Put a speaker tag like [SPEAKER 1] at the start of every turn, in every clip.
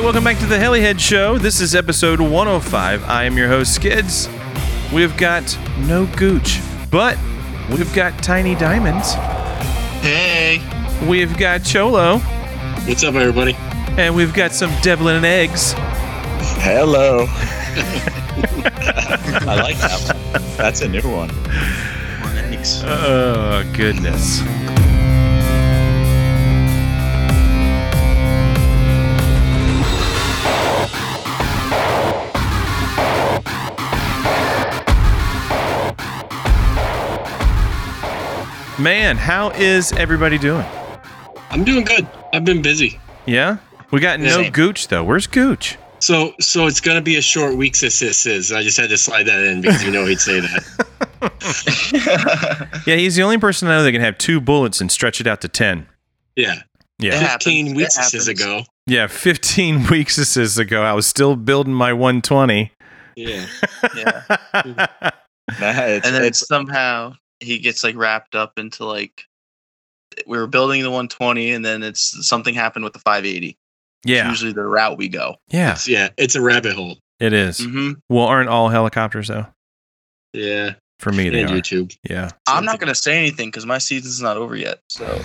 [SPEAKER 1] welcome back to the Helihead Show. This is episode 105. I am your host, Skids. We've got no gooch, but we've got tiny diamonds.
[SPEAKER 2] Hey,
[SPEAKER 1] We've got Cholo,
[SPEAKER 2] what's up, everybody?
[SPEAKER 1] and we've got some Devlin and eggs.
[SPEAKER 3] Hello. I like that one. That's a new one.
[SPEAKER 2] Thanks.
[SPEAKER 1] Oh, goodness. Man, how is everybody doing?
[SPEAKER 2] I'm doing good. I've been busy.
[SPEAKER 1] Yeah? We got no
[SPEAKER 2] Same.
[SPEAKER 1] Gooch, though. Where's Gooch?
[SPEAKER 2] So, so it's gonna be a short week. This this is. I just had to slide that in because we know he'd say that.
[SPEAKER 1] Yeah, he's the only person I know that can have two bullets and stretch it out to 10. Yeah.
[SPEAKER 2] Yeah,
[SPEAKER 3] Yeah. happens.
[SPEAKER 2] fifteen
[SPEAKER 3] It
[SPEAKER 2] weeks this is
[SPEAKER 3] happens.
[SPEAKER 2] ago.
[SPEAKER 1] Yeah, 15 weeks this is ago, I was still building my 120.
[SPEAKER 2] Yeah,
[SPEAKER 4] Yeah.
[SPEAKER 3] Nah, it's,
[SPEAKER 4] And then
[SPEAKER 3] it's
[SPEAKER 4] somehow he gets like wrapped up into like we were building the 120 and then it's something happened with the 580. It's
[SPEAKER 1] yeah.
[SPEAKER 4] usually the route we go.
[SPEAKER 1] Yeah,
[SPEAKER 2] It's- yeah, it's a rabbit hole.
[SPEAKER 1] it is.
[SPEAKER 4] hmm
[SPEAKER 1] Well, aren't all helicopters, though?
[SPEAKER 2] Yeah,
[SPEAKER 1] For me, they
[SPEAKER 2] and
[SPEAKER 1] are.
[SPEAKER 2] YouTube.
[SPEAKER 1] Yeah.
[SPEAKER 4] I'm not going to say anything because my season's not over yet. So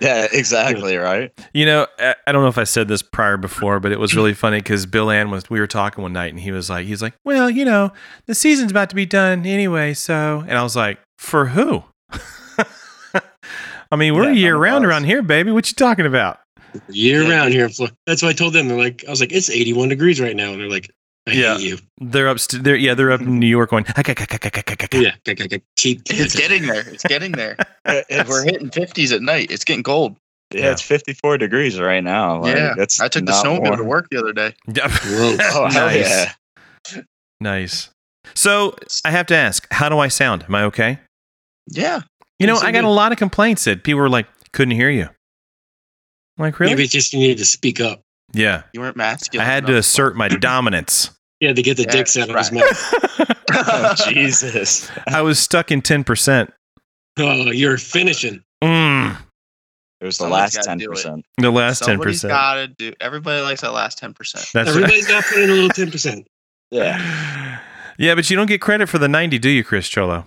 [SPEAKER 3] yeah, exactly right.
[SPEAKER 1] you know, I, I don't know if I said this prior before, but it was really funny because Bill Ann was, we were talking one night and he was like, he's like, well, you know, the season's about to be done anyway. So, and I was like, for who? I mean, we're
[SPEAKER 3] Yeah,
[SPEAKER 1] year
[SPEAKER 3] none of
[SPEAKER 1] round
[SPEAKER 3] us.
[SPEAKER 1] around here, baby. What you talking about?
[SPEAKER 2] year
[SPEAKER 3] Yeah.
[SPEAKER 2] round here in Florida. That's why I told them. They're like, I was like, it's 81 degrees right now, and they're like, I
[SPEAKER 1] Yeah.
[SPEAKER 2] hate you.
[SPEAKER 1] They're up, st- they're, yeah, they're up in New York going,
[SPEAKER 2] Yeah, g- g- g- cheap.
[SPEAKER 4] it's getting there. It's getting there.
[SPEAKER 3] It-
[SPEAKER 4] If
[SPEAKER 3] It's,
[SPEAKER 4] we're hitting 50s at night, it's getting cold.
[SPEAKER 3] yeah, it's 54 degrees right now. Like,
[SPEAKER 4] Yeah,
[SPEAKER 3] That's
[SPEAKER 4] I took the
[SPEAKER 3] not
[SPEAKER 4] snowmobile to
[SPEAKER 3] warm.
[SPEAKER 4] work the other day.
[SPEAKER 2] Whoa.
[SPEAKER 3] Oh, hell
[SPEAKER 1] Nice.
[SPEAKER 3] yeah.
[SPEAKER 1] Nice. So I have to ask, how do I sound? Am I okay?
[SPEAKER 4] Yeah.
[SPEAKER 1] You know,
[SPEAKER 2] Yes,
[SPEAKER 1] I got a
[SPEAKER 2] indeed.
[SPEAKER 1] lot of complaints that people were like, couldn't hear you. I'm like, really?
[SPEAKER 2] Maybe it's just you need to speak up.
[SPEAKER 1] yeah.
[SPEAKER 4] You weren't
[SPEAKER 1] I
[SPEAKER 4] masculine.
[SPEAKER 1] had to assert my dominance.
[SPEAKER 2] Yeah, to get the
[SPEAKER 4] Yeah,
[SPEAKER 2] dicks out of
[SPEAKER 4] that's
[SPEAKER 2] his mouth.
[SPEAKER 3] Oh,
[SPEAKER 4] enough.
[SPEAKER 3] Jesus.
[SPEAKER 1] I was stuck in 10%.
[SPEAKER 2] Oh, you're finishing.
[SPEAKER 1] Mm,
[SPEAKER 3] It was the
[SPEAKER 4] Somebody's
[SPEAKER 3] last
[SPEAKER 4] gotta do
[SPEAKER 3] 10%.
[SPEAKER 1] the last 10%.
[SPEAKER 4] got to do. Everybody likes that last 10%.
[SPEAKER 1] That's right.
[SPEAKER 2] Everybody's got to put in a little 10%.
[SPEAKER 3] Yeah.
[SPEAKER 1] Yeah, but you don't get credit for the 90, do you, Chris Cholo?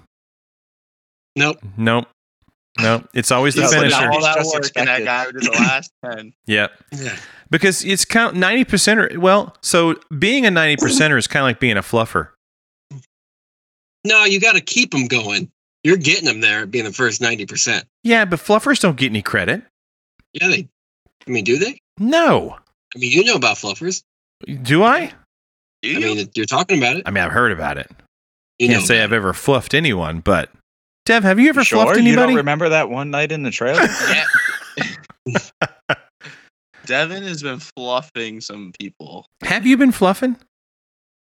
[SPEAKER 2] Nope.
[SPEAKER 1] Nope. Nope. It's always the
[SPEAKER 3] Yeah, but
[SPEAKER 4] Put in
[SPEAKER 1] finisher.
[SPEAKER 3] now-
[SPEAKER 4] all that
[SPEAKER 3] Just
[SPEAKER 4] work and that
[SPEAKER 3] expected.
[SPEAKER 4] guy who did the last 10.
[SPEAKER 1] Yep.
[SPEAKER 2] Yeah.
[SPEAKER 1] Because it's count 90% or, well, so being a 90%er is kind of like being a fluffer.
[SPEAKER 2] No, you got to keep them going. You're getting them there being the first 90%.
[SPEAKER 1] Yeah, but fluffers don't get any credit.
[SPEAKER 2] Yeah, they, I mean, do they?
[SPEAKER 1] No.
[SPEAKER 2] I mean, you know about fluffers.
[SPEAKER 1] Do I?
[SPEAKER 4] Do
[SPEAKER 2] I
[SPEAKER 4] you?
[SPEAKER 2] mean, you're talking about it.
[SPEAKER 1] I mean, I've heard about it.
[SPEAKER 2] You
[SPEAKER 1] Can't
[SPEAKER 2] know.
[SPEAKER 1] say I've ever fluffed anyone, but Dev, have you ever
[SPEAKER 3] sure?
[SPEAKER 1] fluffed
[SPEAKER 3] You
[SPEAKER 1] anybody?
[SPEAKER 3] don't remember that one night in the trailer?
[SPEAKER 4] yeah. Devin has been fluffing some people.
[SPEAKER 1] have you been fluffing?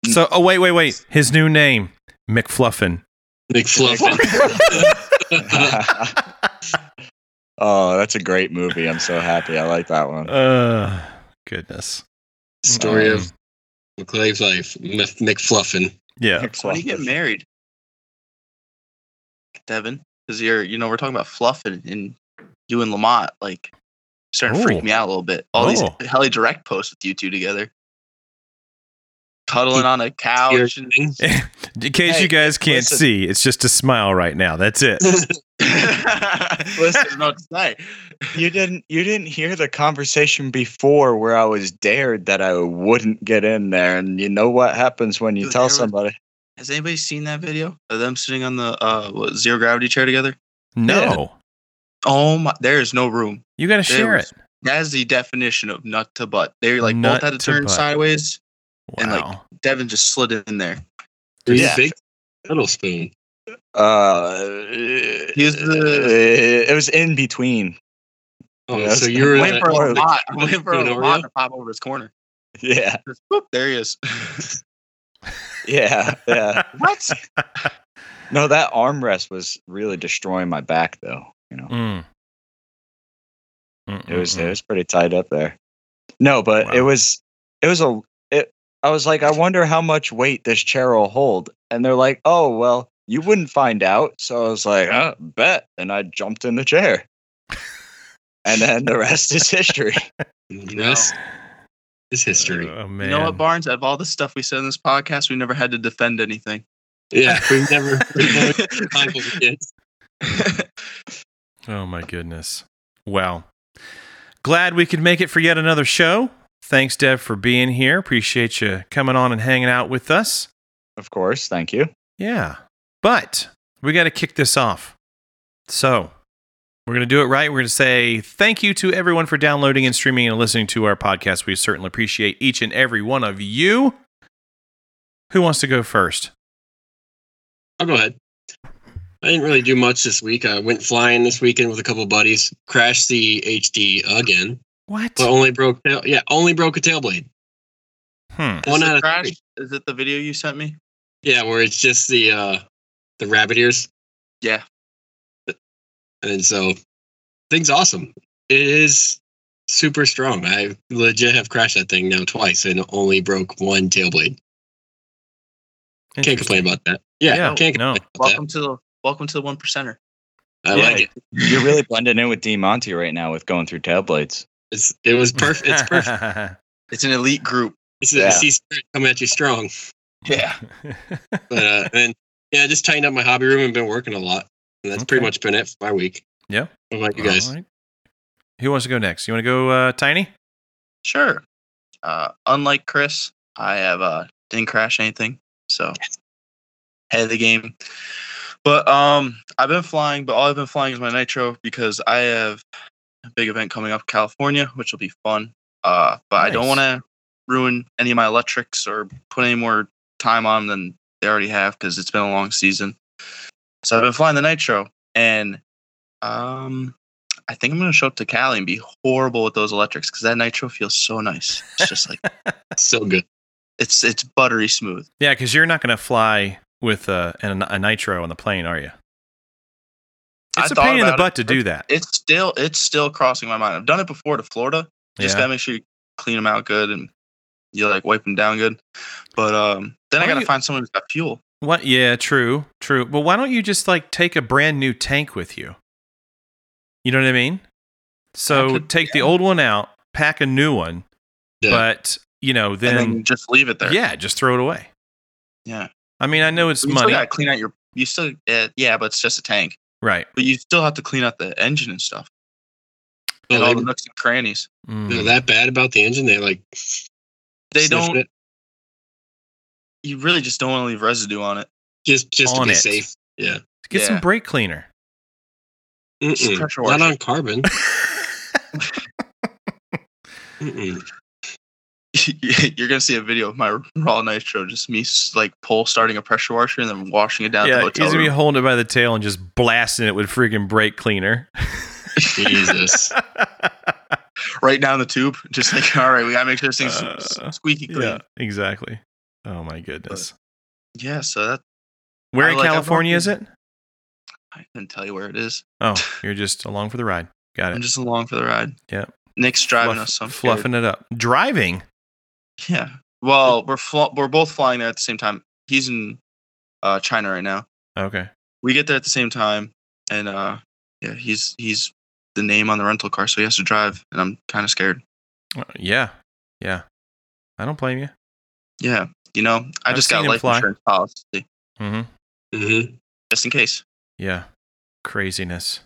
[SPEAKER 1] So, oh wait, wait, wait. His new name, McFluffin.
[SPEAKER 2] McFluffin.
[SPEAKER 3] oh, that's a great movie. I'm so happy. I like that one.
[SPEAKER 1] Uh, goodness.
[SPEAKER 2] Story
[SPEAKER 1] Um,
[SPEAKER 2] of McClave's life. Mc- McFluffin.
[SPEAKER 1] yeah.
[SPEAKER 4] When do you get married, Devin? Because you're, you know, we're talking about fluffing and you and Lamont, like, starting to
[SPEAKER 1] Ooh.
[SPEAKER 4] freak me out a little bit. All
[SPEAKER 1] Oh.
[SPEAKER 4] these heli direct posts with you two together, cuddling on a couch. And,
[SPEAKER 1] In case
[SPEAKER 3] Hey,
[SPEAKER 1] you guys can't
[SPEAKER 3] listen.
[SPEAKER 1] see, it's just a smile right now. That's it.
[SPEAKER 4] Listen, there's no to say.
[SPEAKER 3] you didn't you didn't hear the conversation before where I was dared that I wouldn't get in there and you know what happens when you
[SPEAKER 4] Dude,
[SPEAKER 3] tell
[SPEAKER 4] there was-
[SPEAKER 3] somebody
[SPEAKER 4] Has anybody seen that video of them sitting on the uh, what, zero gravity chair together?
[SPEAKER 1] No,
[SPEAKER 4] Oh my! There is no room.
[SPEAKER 1] you got to share it.
[SPEAKER 4] was- That is the definition of nut to butt. They like
[SPEAKER 1] Nut
[SPEAKER 4] both had to,
[SPEAKER 1] to
[SPEAKER 4] turn
[SPEAKER 1] butt.
[SPEAKER 4] sideways. and, like,
[SPEAKER 1] Wow.
[SPEAKER 4] Devin just slid in there.
[SPEAKER 2] Were you
[SPEAKER 3] Yeah.
[SPEAKER 2] big? Little spoon.
[SPEAKER 3] uh
[SPEAKER 4] Here's the-
[SPEAKER 3] it was in between.
[SPEAKER 2] Oh,
[SPEAKER 3] Yes.
[SPEAKER 2] so you're
[SPEAKER 3] Wait
[SPEAKER 4] Waiting
[SPEAKER 2] a,
[SPEAKER 4] for
[SPEAKER 3] Or
[SPEAKER 4] a
[SPEAKER 3] the-
[SPEAKER 4] lot. I'm waiting for
[SPEAKER 2] an
[SPEAKER 4] a
[SPEAKER 2] Oreo?
[SPEAKER 4] lot to pop over his corner.
[SPEAKER 3] Yeah.
[SPEAKER 4] Just, boop, there he is.
[SPEAKER 3] Yeah. Yeah.
[SPEAKER 4] what?
[SPEAKER 3] no, that armrest was really destroying my back though. You know.
[SPEAKER 1] Mm. Mm,
[SPEAKER 3] It was
[SPEAKER 1] mm, mm.
[SPEAKER 3] it was pretty tied up there. No, but it
[SPEAKER 1] Wow.
[SPEAKER 3] was it was a it. I was like, I wonder how much weight this chair will hold, and they're like, oh well, you wouldn't find out. So I was like, uh, bet, and I jumped in the chair, and then the rest is history.
[SPEAKER 2] yes. It's history.
[SPEAKER 1] Oh man.
[SPEAKER 4] You know what, Barnes? Out of all the stuff we said in this podcast, we never had to defend anything.
[SPEAKER 2] yeah, we've never. We've never time for kids.
[SPEAKER 1] Oh my goodness. Well, glad we could make it for yet another show. Thanks, Deb, for being here. Appreciate you coming on and hanging out with us.
[SPEAKER 3] Of course, thank you.
[SPEAKER 1] Yeah. But we got to kick this off. So we're going to do it right. We're going to say thank you to everyone for downloading and streaming and listening to our podcast. We certainly appreciate each and every one of you. Who wants to go first?
[SPEAKER 2] I'll Oh, go ahead. I didn't really do much this week. I went flying this weekend with a couple buddies. Crashed the HD again,
[SPEAKER 1] What?
[SPEAKER 2] but only broke tail. Yeah, only broke a tail blade.
[SPEAKER 1] Hmm.
[SPEAKER 4] Is
[SPEAKER 2] One
[SPEAKER 4] it
[SPEAKER 2] out of
[SPEAKER 4] crash?
[SPEAKER 2] three.
[SPEAKER 4] Is it the video you sent me?
[SPEAKER 2] Yeah, where it's just the uh the rabbit ears.
[SPEAKER 4] Yeah.
[SPEAKER 2] And so thing's awesome. It is super strong. I legit have crashed that thing now twice and only broke one tail blade. Can't complain about that. Yeah,
[SPEAKER 1] Yeah,
[SPEAKER 2] can't
[SPEAKER 1] no.
[SPEAKER 2] complain about
[SPEAKER 4] Welcome to the welcome to the one percenter.
[SPEAKER 2] that. I
[SPEAKER 3] Yeah.
[SPEAKER 2] like it.
[SPEAKER 3] You're really blending in with D Monty right now with going through tailblades.
[SPEAKER 2] It's it was perfect. It's perfect.
[SPEAKER 4] It's an elite group.
[SPEAKER 2] It's
[SPEAKER 3] Yeah.
[SPEAKER 2] a sea spirit coming at you strong.
[SPEAKER 4] Yeah.
[SPEAKER 2] But uh, and yeah, just tightened up my hobby room and been working a lot. And that's pretty
[SPEAKER 1] Okay.
[SPEAKER 2] much been it for my week.
[SPEAKER 1] Yeah.
[SPEAKER 2] What about you guys?
[SPEAKER 1] All right. Who wants to go next? You want to go, uh, Tiny?
[SPEAKER 4] Sure. Uh, unlike Chris, I have uh, didn't crash anything, so head of the game. But um, I've been flying, but all I've been flying is my nitro because I have a big event coming up in California, which will be fun. Uh, but I don't
[SPEAKER 1] Nice.
[SPEAKER 4] want to ruin any of my electrics or put any more time on them than they already have because it's been a long season. So I've been flying the nitro, and um, I think I'm gonna show up to Cali and be horrible with those electrics because that nitro feels so nice. It's just like
[SPEAKER 2] So good.
[SPEAKER 4] it's it's buttery smooth.
[SPEAKER 1] Yeah, because you're not going to fly with a, an, a nitro on the plane, are you?
[SPEAKER 4] I
[SPEAKER 1] It's a
[SPEAKER 4] thought
[SPEAKER 1] pain in the
[SPEAKER 4] about it.
[SPEAKER 1] butt to do that.
[SPEAKER 4] It's still it's still crossing my mind. I've done it before to Florida. Just
[SPEAKER 1] yeah.
[SPEAKER 4] gotta make sure you clean them out good and you like wipe them down good. But um, then
[SPEAKER 1] How
[SPEAKER 4] I gotta
[SPEAKER 1] you-
[SPEAKER 4] find someone who's got fuel.
[SPEAKER 1] What? Yeah, true, true. But why don't you just like take a brand new tank with you? You know what I mean? So
[SPEAKER 4] could-
[SPEAKER 1] take the old one out, pack a new one,
[SPEAKER 2] Yeah.
[SPEAKER 1] but you know
[SPEAKER 4] and then
[SPEAKER 1] then,
[SPEAKER 4] you just leave it there.
[SPEAKER 1] yeah, just throw it away.
[SPEAKER 4] Yeah.
[SPEAKER 1] I mean, I know it's
[SPEAKER 4] You still
[SPEAKER 1] money,
[SPEAKER 4] gotta clean out your. You still uh, yeah, but it's just a tank.
[SPEAKER 1] right?
[SPEAKER 4] But you still have to clean out the engine and stuff and
[SPEAKER 2] Oh,
[SPEAKER 4] all
[SPEAKER 2] they-
[SPEAKER 4] the nooks and crannies.
[SPEAKER 1] Mm.
[SPEAKER 2] they're that bad about the engine. They like
[SPEAKER 4] They
[SPEAKER 2] sniffing
[SPEAKER 4] don't.
[SPEAKER 2] it.
[SPEAKER 4] You really just don't want to leave residue on it.
[SPEAKER 2] just just to
[SPEAKER 1] on
[SPEAKER 2] be
[SPEAKER 1] it.
[SPEAKER 2] safe. Yeah.
[SPEAKER 1] Get some
[SPEAKER 4] Yeah.
[SPEAKER 1] brake cleaner.
[SPEAKER 2] Mm-mm.
[SPEAKER 4] pressure
[SPEAKER 2] Not
[SPEAKER 4] washing.
[SPEAKER 2] on carbon. Mm-mm.
[SPEAKER 4] you're gonna see a video of my raw nitro, just me s- like pole starting a pressure washer and then washing it down at
[SPEAKER 1] yeah,
[SPEAKER 4] the
[SPEAKER 1] he's
[SPEAKER 4] hotel
[SPEAKER 1] gonna be
[SPEAKER 4] room.
[SPEAKER 1] holding it by the tail and just blasting it with freaking brake cleaner.
[SPEAKER 2] Jesus.
[SPEAKER 4] right down the tube. Just like, all right, we gotta make sure this thing's
[SPEAKER 1] Uh,
[SPEAKER 4] s- squeaky clean.
[SPEAKER 1] yeah,
[SPEAKER 4] Yeah,
[SPEAKER 1] exactly. Oh my goodness.
[SPEAKER 4] so that
[SPEAKER 1] Where
[SPEAKER 4] I
[SPEAKER 1] in
[SPEAKER 4] like- I
[SPEAKER 1] California
[SPEAKER 4] walked
[SPEAKER 1] is it?
[SPEAKER 4] I can tell you where it is.
[SPEAKER 1] Oh, you're just along for the ride. Got
[SPEAKER 4] I'm
[SPEAKER 1] it.
[SPEAKER 4] just along for the ride.
[SPEAKER 1] Yeah.
[SPEAKER 4] Nick's driving
[SPEAKER 1] Fluff-
[SPEAKER 4] us. So I'm scared.
[SPEAKER 1] fluffing it up. Driving.
[SPEAKER 4] Yeah. Well, we're fl- we're both flying there at the same time. He's in uh, China right now.
[SPEAKER 1] Okay.
[SPEAKER 4] We get there at the same time, and uh, yeah, he's he's the name on the rental car, so he has to drive, and I'm kind of scared.
[SPEAKER 1] Uh, Yeah. Yeah. I don't blame you.
[SPEAKER 4] Yeah, you know, I
[SPEAKER 1] I've
[SPEAKER 4] just
[SPEAKER 1] seen
[SPEAKER 4] got
[SPEAKER 1] him
[SPEAKER 4] life
[SPEAKER 1] fly.
[SPEAKER 4] insurance policy
[SPEAKER 1] Mm-hmm.
[SPEAKER 2] Mm-hmm.
[SPEAKER 4] just in case.
[SPEAKER 1] Yeah. Craziness.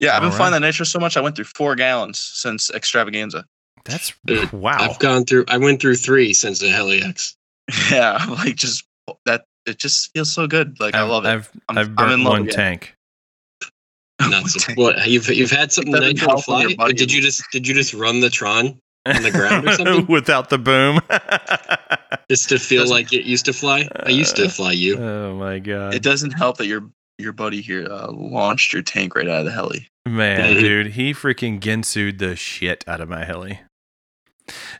[SPEAKER 4] Yeah, I've been
[SPEAKER 1] All
[SPEAKER 4] flying that nitro so much I went through four gallons since Extravaganza.
[SPEAKER 1] That's
[SPEAKER 2] Dude,
[SPEAKER 1] wow.
[SPEAKER 2] I've gone through. I went through three since the Helix.
[SPEAKER 4] Yeah, I'm like just that it just feels so good. Like i
[SPEAKER 1] I've-
[SPEAKER 4] love it.
[SPEAKER 1] I've
[SPEAKER 4] I'm-
[SPEAKER 1] I've
[SPEAKER 4] I'm
[SPEAKER 1] burnt
[SPEAKER 4] in love
[SPEAKER 1] one
[SPEAKER 4] again.
[SPEAKER 1] tank.
[SPEAKER 4] Oh,
[SPEAKER 2] Nuts. What you've you've had something
[SPEAKER 4] Except
[SPEAKER 2] that
[SPEAKER 4] in
[SPEAKER 2] you to
[SPEAKER 4] California,
[SPEAKER 2] fly?
[SPEAKER 4] buddy.
[SPEAKER 2] But did you just did you just run the Tron On the ground or something?
[SPEAKER 1] Without the boom.
[SPEAKER 2] just to feel
[SPEAKER 4] Doesn't-
[SPEAKER 2] like it used to fly? I used to fly you.
[SPEAKER 1] oh my god.
[SPEAKER 4] it doesn't help that your your buddy here uh, launched your tank right out of the heli.
[SPEAKER 1] Man,
[SPEAKER 2] Mhm.
[SPEAKER 1] dude, he freaking Gensu'd the shit out of my heli.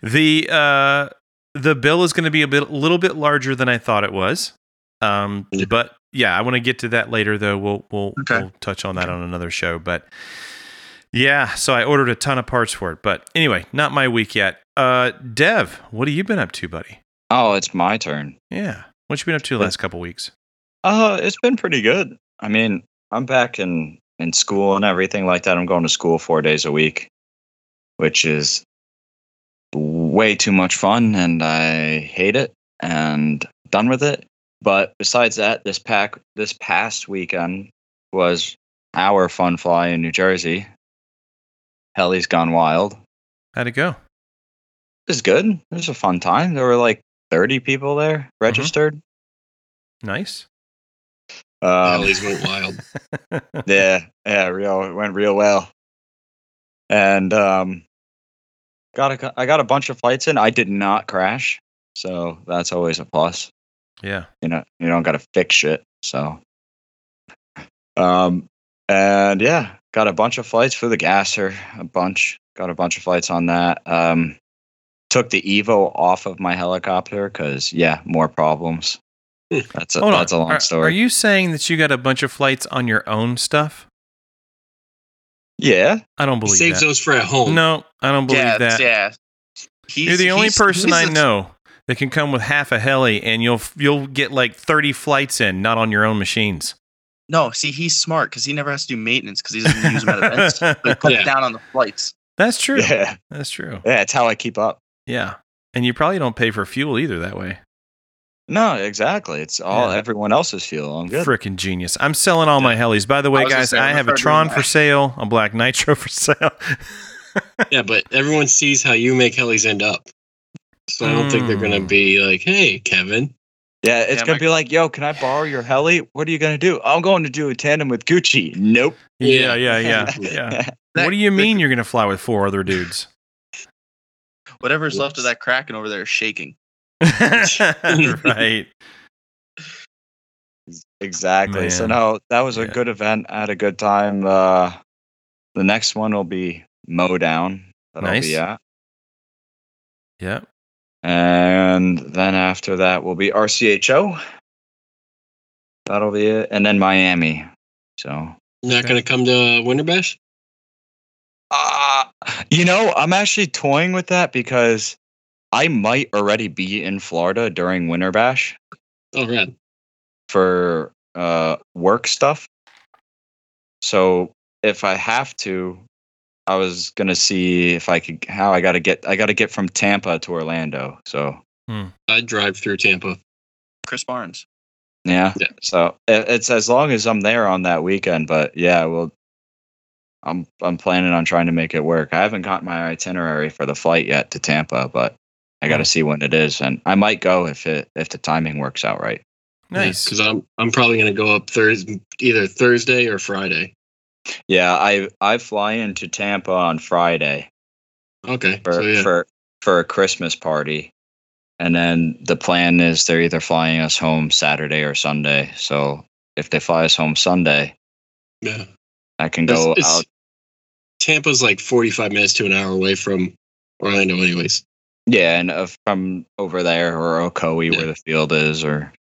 [SPEAKER 1] The uh the bill is going to be a bit a little bit larger than I thought it was. Um
[SPEAKER 2] Yeah.
[SPEAKER 1] but yeah, I want to get to that later though. We'll we'll
[SPEAKER 4] Okay.
[SPEAKER 1] we'll touch on that on another show, but yeah, so I ordered a ton of parts for it. But anyway, not my week yet. Uh Dev, what have you been up to, buddy?
[SPEAKER 3] Oh, it's my turn.
[SPEAKER 1] Yeah. What you been up to the last couple weeks?
[SPEAKER 3] Uh, it's been pretty good. I mean, I'm back in in school and everything like that. I'm going to school four days a week, which is w- way too much fun and I hate it and done with it. But besides that, this pack this past weekend was our fun fly in New Jersey. Helly's gone wild.
[SPEAKER 1] How'd it go?
[SPEAKER 3] It was good. It was a fun time. There were like 30 people there registered.
[SPEAKER 1] Nice.
[SPEAKER 3] Um,
[SPEAKER 2] Alley's went wild.
[SPEAKER 3] yeah, yeah, real it went real well. And um got a cou- I got a bunch of flights in. I did not crash. So that's always a plus.
[SPEAKER 1] yeah.
[SPEAKER 3] You know, you don't got to fix shit. So um and yeah, got a bunch of flights for the gasser, a bunch. Got a bunch of flights on that. Um took the Evo off of my helicopter cuz yeah, more problems. That's a,
[SPEAKER 1] Hmm. Hold
[SPEAKER 3] that's
[SPEAKER 1] on.
[SPEAKER 3] a long
[SPEAKER 1] are,
[SPEAKER 3] story.
[SPEAKER 1] Are you saying that you got a bunch of flights on your own stuff?
[SPEAKER 3] yeah.
[SPEAKER 1] I don't believe
[SPEAKER 2] Saves
[SPEAKER 1] that.
[SPEAKER 2] those for at home.
[SPEAKER 1] No, I don't believe
[SPEAKER 4] yeah,
[SPEAKER 1] that.
[SPEAKER 4] yeah. He's,
[SPEAKER 1] You're the only
[SPEAKER 4] he's-
[SPEAKER 1] person
[SPEAKER 4] he's
[SPEAKER 1] I
[SPEAKER 4] a-
[SPEAKER 1] know that can come with half a heli, and you'll you'll get like 30 flights in, not on your own machines.
[SPEAKER 4] No, see, he's smart because he never has to do maintenance because he doesn't use them at events. So he cuts
[SPEAKER 2] Yeah.
[SPEAKER 4] down on the flights.
[SPEAKER 1] That's true.
[SPEAKER 3] Yeah.
[SPEAKER 1] That's true.
[SPEAKER 3] Yeah, that's how I keep up.
[SPEAKER 1] Yeah, and you probably don't pay for fuel either that way.
[SPEAKER 3] No, exactly. It's all
[SPEAKER 1] Yeah.
[SPEAKER 3] everyone else's fuel. I'm good.
[SPEAKER 1] Frickin' genius! I'm selling all my helis. By the way,
[SPEAKER 4] I was gonna
[SPEAKER 1] guys,
[SPEAKER 4] say,
[SPEAKER 1] I
[SPEAKER 4] I'm
[SPEAKER 1] have a
[SPEAKER 4] referring to
[SPEAKER 1] Tron
[SPEAKER 4] my-
[SPEAKER 1] for sale, a Black Nitro for sale.
[SPEAKER 2] Yeah, but everyone sees how you make Hellies end up. So I don't think they're gonna
[SPEAKER 1] Mm.
[SPEAKER 2] be like, "Hey, Kevin."
[SPEAKER 3] yeah, it's
[SPEAKER 4] Yeah,
[SPEAKER 3] gonna
[SPEAKER 4] my-
[SPEAKER 3] be like, yo, can I borrow your heli? What are you gonna do? I'm going to do a tandem with Gucci. Nope.
[SPEAKER 1] yeah,
[SPEAKER 2] Yeah.
[SPEAKER 1] yeah, yeah, yeah. What
[SPEAKER 4] That-
[SPEAKER 1] do you mean you're gonna fly with four other dudes?
[SPEAKER 4] Whatever's left of that Kraken over there is shaking.
[SPEAKER 1] right.
[SPEAKER 3] exactly. So
[SPEAKER 1] Man.
[SPEAKER 3] no, that was
[SPEAKER 1] Yeah.
[SPEAKER 3] a good event. I had a good time. Uh, the next one will be Mow Down. That'll
[SPEAKER 1] Nice.
[SPEAKER 3] be at.
[SPEAKER 1] Yeah.
[SPEAKER 3] And then after that will be RCHO. That'll be it. And then Miami. So
[SPEAKER 2] Not
[SPEAKER 1] Okay.
[SPEAKER 2] gonna come to Winter Bash.
[SPEAKER 3] Uh, you know, I'm actually toying with that because I might already be in Florida during Winter Bash
[SPEAKER 2] Oh, rad.
[SPEAKER 3] for uh, work stuff. So if I have to, I was gonna see if I could how I gotta get I gotta get from Tampa to Orlando. So
[SPEAKER 2] I'd drive through Tampa.
[SPEAKER 4] Chris Barnes.
[SPEAKER 3] yeah,
[SPEAKER 2] Yeah.
[SPEAKER 3] so it, it's as long as I'm there on that weekend. But yeah, well, I'm I'm planning on trying to make it work. I haven't got my itinerary for the flight yet to Tampa, but I
[SPEAKER 2] Mm.
[SPEAKER 3] got to see when it is, and I might go if it if the timing works out right.
[SPEAKER 1] Nice.
[SPEAKER 2] Because I'm I'm probably gonna go up Thursday, either Thursday or Friday.
[SPEAKER 3] Yeah, I I fly into Tampa on Friday
[SPEAKER 2] Okay.
[SPEAKER 3] for
[SPEAKER 2] so yeah.
[SPEAKER 3] for for a Christmas party, and then the plan is they're either flying us home Saturday or Sunday. So if they fly us home Sunday,
[SPEAKER 2] yeah.
[SPEAKER 3] I can
[SPEAKER 2] It's-
[SPEAKER 3] go
[SPEAKER 2] it's-
[SPEAKER 3] out.
[SPEAKER 2] Tampa's like 45 minutes to an hour away from Orlando, anyways.
[SPEAKER 3] Yeah, and uh, from over there or Ocoee
[SPEAKER 2] Yeah.
[SPEAKER 3] where the field is, or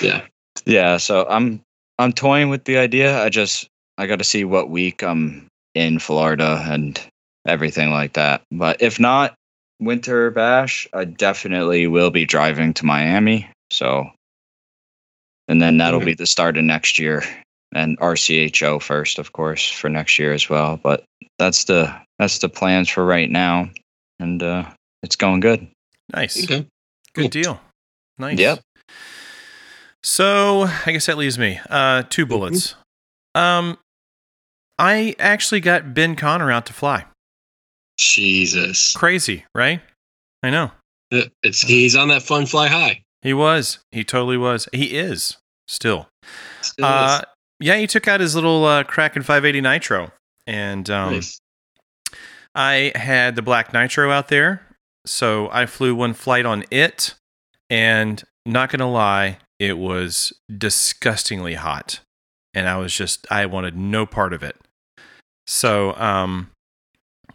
[SPEAKER 2] Yeah.
[SPEAKER 3] yeah. So I'm I'm toying with the idea. I just I got to see what week I'm in Florida and everything like that. But if not Winter Bash, I definitely will be driving to Miami. So, and then that'll
[SPEAKER 2] Okay.
[SPEAKER 3] be the start of next year, and RCHO first, of course, for next year as well. But that's the that's the plans for right now, and uh, it's going good.
[SPEAKER 1] Nice.
[SPEAKER 2] Okay.
[SPEAKER 1] Good deal. Nice.
[SPEAKER 3] Yep.
[SPEAKER 1] So I guess that leaves me uh, two bullets. Um, I actually got Ben Connor out to fly.
[SPEAKER 2] Jesus. Uh,
[SPEAKER 1] Crazy, right? I know.
[SPEAKER 2] It's
[SPEAKER 1] Uh.
[SPEAKER 2] he's on that fun fly high.
[SPEAKER 1] He was. He totally was. He is still.
[SPEAKER 2] Still is.
[SPEAKER 1] Uh, yeah, he took out his little uh, Kraken 580 Nitro, and um,
[SPEAKER 2] Nice.
[SPEAKER 1] I had the Black Nitro out there, so I flew one flight on it, and not gonna lie, it was disgustingly hot, and I was just I wanted no part of it. So, um,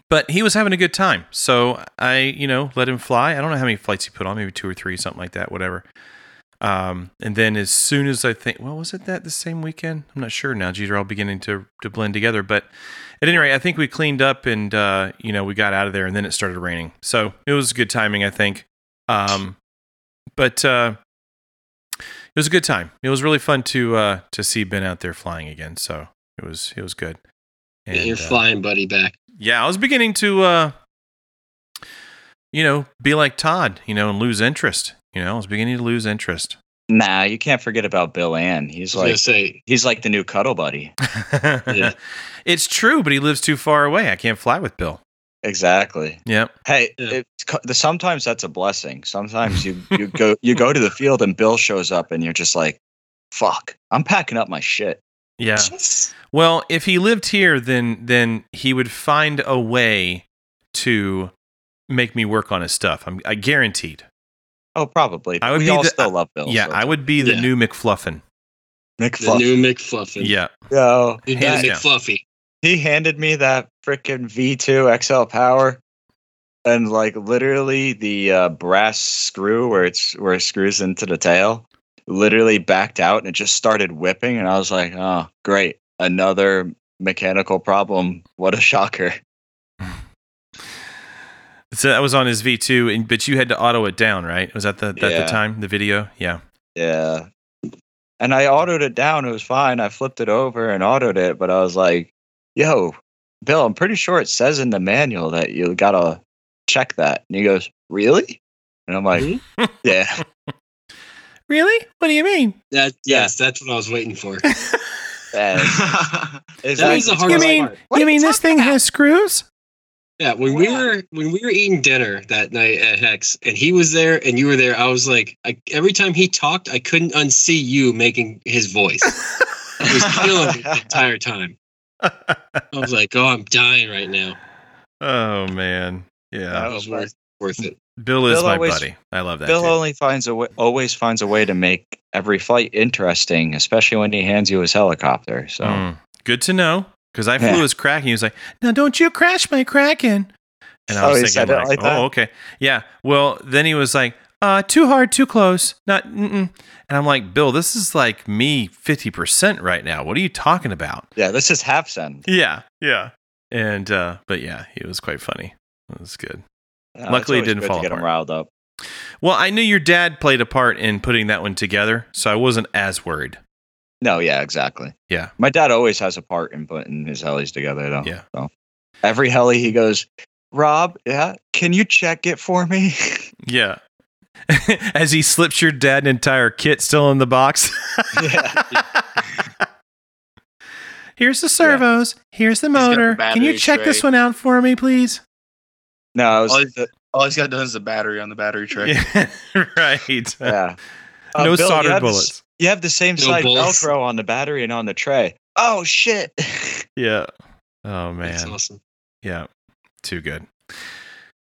[SPEAKER 1] but he was having a good time, so I you know let him fly. I don't know how many flights he put on, maybe two or three, something like that, whatever. Um, and then as soon as I think, well, was it that the same weekend? I'm not sure now. These are all beginning to to blend together, but at any rate, I think we cleaned up and uh, you know we got out of there, and then it started raining. So it was good timing, I think. Um, but uh, it was a good time. It was really fun to uh, to see Ben out there flying again. So it was it was good.
[SPEAKER 2] Get your
[SPEAKER 1] uh,
[SPEAKER 2] flying buddy back.
[SPEAKER 1] yeah, I was beginning to uh, you know, be like Todd, you know, and lose interest. You know, I was beginning to lose interest.
[SPEAKER 3] Nah, you can't forget about Bill Ann.
[SPEAKER 2] I was
[SPEAKER 3] He's
[SPEAKER 2] gonna
[SPEAKER 3] like
[SPEAKER 2] say,
[SPEAKER 3] he's like the new cuddle buddy.
[SPEAKER 1] It's true, but he lives too far away. I can't fly with Bill.
[SPEAKER 3] Exactly.
[SPEAKER 1] Yep.
[SPEAKER 3] Hey,
[SPEAKER 2] Yeah.
[SPEAKER 3] it's co- the sometimes that's a blessing. Sometimes you you go you go to the field and Bill shows up and you're just like, fuck, I'm packing up my shit.
[SPEAKER 1] Yeah. Well, if he lived here, then then he would find a way to make me work on his stuff. I'm I guaranteed.
[SPEAKER 3] Oh, probably.
[SPEAKER 1] I would
[SPEAKER 3] we
[SPEAKER 1] be
[SPEAKER 3] all
[SPEAKER 1] the-
[SPEAKER 3] still love Bill.
[SPEAKER 1] yeah, I would be the
[SPEAKER 2] Yeah.
[SPEAKER 1] new McFluffin.
[SPEAKER 2] the
[SPEAKER 3] McFluff.
[SPEAKER 2] new McFluffin.
[SPEAKER 1] Yeah.
[SPEAKER 3] Yo,
[SPEAKER 2] You'd be
[SPEAKER 1] Hands
[SPEAKER 2] the
[SPEAKER 1] down.
[SPEAKER 2] McFluffy.
[SPEAKER 3] he handed me that freaking V2 XL power and like literally the uh, brass screw where it's where it screws into the tail literally backed out and it just started whipping and I was like, "Oh, great. Another mechanical problem. What a shocker."
[SPEAKER 1] So that was on his V2, and but you had to auto it down, right? Was that the at the
[SPEAKER 3] Yeah.
[SPEAKER 1] time the video? Yeah.
[SPEAKER 3] Yeah. And I autoed it down. It was fine. I flipped it over and autoed it, but I was like, yo, Bill, I'm pretty sure it says in the manual that you got to check that. And he goes, really? And I'm like,
[SPEAKER 2] Mhm.
[SPEAKER 3] yeah.
[SPEAKER 1] Really? What do you mean?
[SPEAKER 2] That yes, that's what I was waiting for.
[SPEAKER 3] And
[SPEAKER 2] That was the
[SPEAKER 3] exactly.
[SPEAKER 1] You
[SPEAKER 2] hardest
[SPEAKER 1] mean-
[SPEAKER 2] part.
[SPEAKER 3] What are you
[SPEAKER 1] thing has screws?
[SPEAKER 2] Yeah, when we were when we were eating dinner that night at Hex, and he was there, and you were there. I was like, I, every time he talked, I couldn't unsee you making his voice. It was killing me the entire time. I was like, oh, I'm dying right now.
[SPEAKER 1] oh man. Yeah.
[SPEAKER 2] That was
[SPEAKER 4] Oh,
[SPEAKER 2] worth worth it.
[SPEAKER 1] Bill is
[SPEAKER 3] Bill
[SPEAKER 1] my
[SPEAKER 3] always-
[SPEAKER 1] buddy. I love that.
[SPEAKER 3] Bill
[SPEAKER 1] dude.
[SPEAKER 3] only finds a way, always finds a way to make every flight interesting, especially when he hands you his helicopter. So
[SPEAKER 1] Mm. Good to know. Because I flew
[SPEAKER 3] Yeah.
[SPEAKER 1] his Kraken. He was like, now don't you crash my Kraken. And I
[SPEAKER 3] Oh,
[SPEAKER 1] was
[SPEAKER 3] he said
[SPEAKER 1] thinking,
[SPEAKER 3] it
[SPEAKER 1] like,
[SPEAKER 3] like that?
[SPEAKER 1] oh, okay. Yeah. Well, then he was like, uh, too hard, too close. Not, mm-mm. And I'm like, Bill, this is like me 50% right now. What are you talking about?
[SPEAKER 3] yeah, this is half send.
[SPEAKER 1] Yeah. Yeah. And, uh, but yeah, it was quite funny. It was good.
[SPEAKER 3] Yeah, it's
[SPEAKER 1] Luckily, it
[SPEAKER 3] always
[SPEAKER 1] didn't
[SPEAKER 3] good
[SPEAKER 1] fall
[SPEAKER 3] to get him
[SPEAKER 1] apart.
[SPEAKER 3] riled up.
[SPEAKER 1] Well, I knew your dad played a part in putting that one together, so I wasn't as worried.
[SPEAKER 3] No, yeah, exactly.
[SPEAKER 1] Yeah.
[SPEAKER 3] My dad always has a part in putting his helis together, though.
[SPEAKER 1] Yeah.
[SPEAKER 3] So every heli, he goes, Rob, yeah, can you check it for me?
[SPEAKER 1] Yeah. as he slips your dad an entire kit still in the box.
[SPEAKER 3] yeah.
[SPEAKER 1] Here's the servos. Here's the
[SPEAKER 4] got the
[SPEAKER 1] motor. Can you
[SPEAKER 4] battery
[SPEAKER 1] check this
[SPEAKER 4] tray.
[SPEAKER 1] one out for me, please?
[SPEAKER 3] No, I was,
[SPEAKER 4] Oh,
[SPEAKER 3] uh,
[SPEAKER 4] is All he's got done is the battery on the battery tray.
[SPEAKER 1] Yeah, right.
[SPEAKER 3] yeah.
[SPEAKER 1] no
[SPEAKER 3] Uh, Bill, you
[SPEAKER 1] soldered
[SPEAKER 3] have the s-
[SPEAKER 1] bullets.
[SPEAKER 3] you have the same
[SPEAKER 2] No
[SPEAKER 3] side
[SPEAKER 2] bullets.
[SPEAKER 3] Velcro on the battery and on the tray. Oh, shit.
[SPEAKER 1] Yeah. Oh
[SPEAKER 2] That's
[SPEAKER 1] man.
[SPEAKER 2] awesome.
[SPEAKER 1] Yeah. Too good.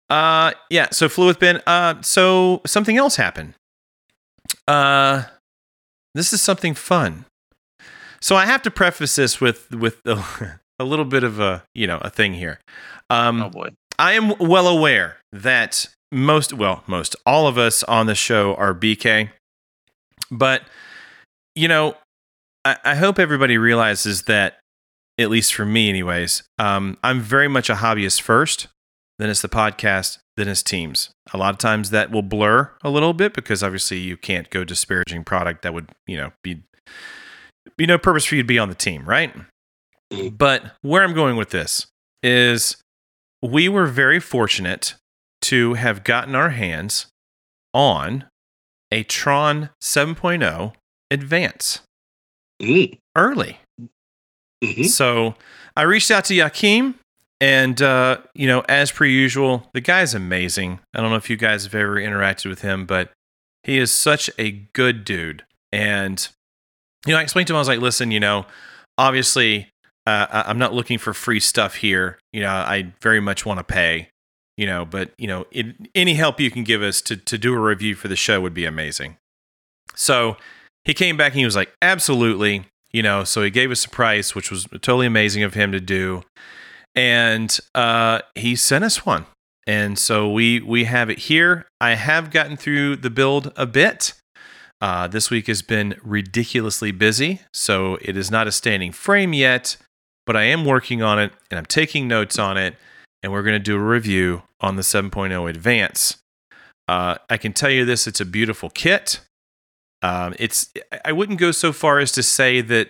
[SPEAKER 1] Uh yeah, so flew with Ben. Uh so something else happened. Uh this is something fun. So I have to preface this with with a, a little bit of a, you know, a thing here. Um
[SPEAKER 4] Oh boy.
[SPEAKER 1] I am well aware that most, well, most, all of us on the show are BK. But, you know, I, I hope everybody realizes that, at least for me, anyways, um, I'm very much a hobbyist first, then it's the podcast, then it's teams. A lot of times that will blur a little bit because obviously you can't go disparaging product that would, you know, be, be no purpose for you to be on the team, right?
[SPEAKER 2] Mm.
[SPEAKER 1] But where I'm going with this is we were very fortunate to have gotten our hands on a Tron 7.0 Advance
[SPEAKER 2] Mm.
[SPEAKER 1] early.
[SPEAKER 2] hmm
[SPEAKER 1] So I reached out to Yakim, and uh, you know, as per usual, the guy's amazing. I don't know if you guys have ever interacted with him, but he is such a good dude. And you know, I explained to him, I was like, listen, you know, obviously, uh, I- I'm not looking for free stuff here. You know, I very much want to pay. You know, but you know, it, any help you can give us to to do a review for the show would be amazing. So he came back and he was like, absolutely you know so he gave us a price which was totally amazing of him to do and uh he sent us one and so we we have it here i have gotten through the build a bit uh this week has been ridiculously busy so it is not a standing frame yet but i am working on it and i'm taking notes on it and we're going to do a review on the 7.0 advance uh, i can tell you this it's a beautiful kit um, it's I- I wouldn't go so far as to say that.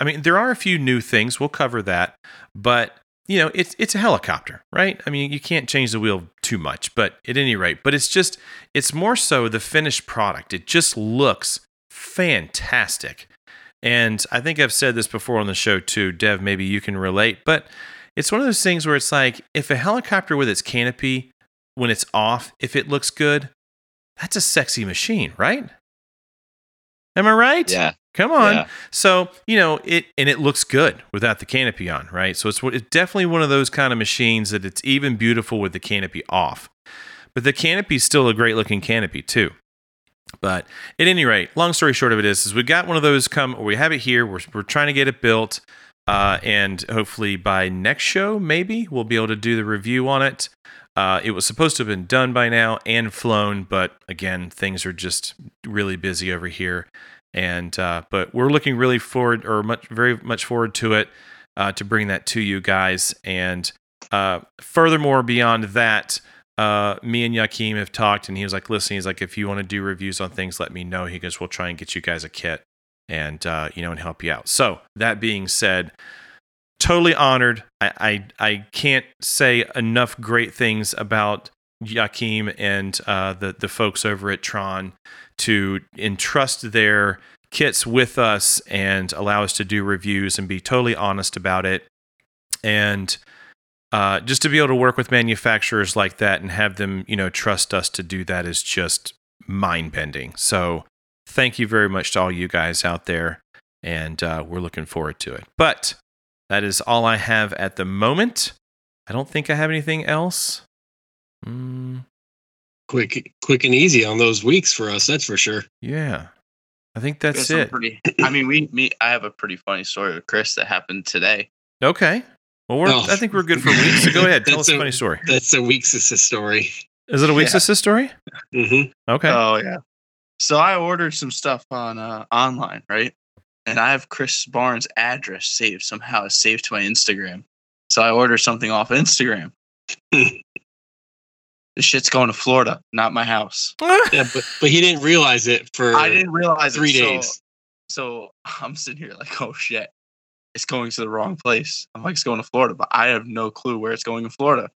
[SPEAKER 1] I mean, there are a few new things. We'll cover that, but you know, it's it's a helicopter, right? I mean, you can't change the wheel too much, but at any rate, but it's just it's more so the finished product. It just looks fantastic. And I think I've said this before on the show too, Dev, maybe you can relate, but it's one of those things where it's like if a helicopter with its canopy when it's off, if it looks good, that's a sexy machine, right? Am I right?
[SPEAKER 3] Yeah.
[SPEAKER 1] Come on.
[SPEAKER 3] Yeah.
[SPEAKER 1] So, you know, it and it looks good without the canopy on, right? So it's it's definitely one of those kind of machines that it's even beautiful with the canopy off. But the canopy's still a great looking canopy too. But at any rate, long story short of it is, is we got one of those come, or we have it here. We're, we're trying to get it built. Uh, and hopefully by next show, maybe we'll be able to do the review on it. Uh, it was supposed to have been done by now and flown, but again, things are just really busy over here. And uh, but we're looking really forward, or much very much forward to it, uh, to bring that to you guys. And uh, furthermore, beyond that, uh, me and Yakim have talked, and he was like, "Listen, he's like, if you want to do reviews on things, let me know." He goes, "We'll try and get you guys a kit, and uh, you know, and help you out." So that being said, totally honored. I I, I can't say enough great things about Yakim and uh, the the folks over at Tron to entrust their kits with us and allow us to do reviews and be totally honest about it. And uh, just to be able to work with manufacturers like that and have them, you know, trust us to do that is just mind bending. So, thank you very much to all you guys out there, and uh, we're looking forward to it. But that is all I have at the moment. I don't think I have anything else. Mm,
[SPEAKER 2] Quick, quick and easy on those weeks for us. That's for sure.
[SPEAKER 1] yeah, I think
[SPEAKER 4] We had
[SPEAKER 1] that's
[SPEAKER 4] some
[SPEAKER 1] it.
[SPEAKER 4] Pretty, I mean, we me. I have a pretty funny story with Chris that happened today.
[SPEAKER 1] okay. Well, we're,
[SPEAKER 2] Oh.
[SPEAKER 1] I think we're good for weeks. So go ahead, tell us
[SPEAKER 2] That's
[SPEAKER 1] a
[SPEAKER 2] a-
[SPEAKER 1] funny story.
[SPEAKER 2] That's the weeks is the story.
[SPEAKER 1] Is it a week's
[SPEAKER 4] Yeah.
[SPEAKER 1] assist story?
[SPEAKER 2] hmm
[SPEAKER 1] Okay.
[SPEAKER 4] Oh yeah. So I ordered some stuff on uh, online, right? And I have Chris Barnes' address saved somehow. It's saved to my Instagram. So I ordered something off Instagram. this shit's going to Florida, not my house.
[SPEAKER 2] Yeah, but but he didn't realize it for
[SPEAKER 4] I didn't realize it,
[SPEAKER 2] three
[SPEAKER 4] so-
[SPEAKER 2] days.
[SPEAKER 4] So I'm sitting here like, oh shit, it's going to the wrong place. I'm like, it's going to Florida, but I have no clue where it's going in Florida.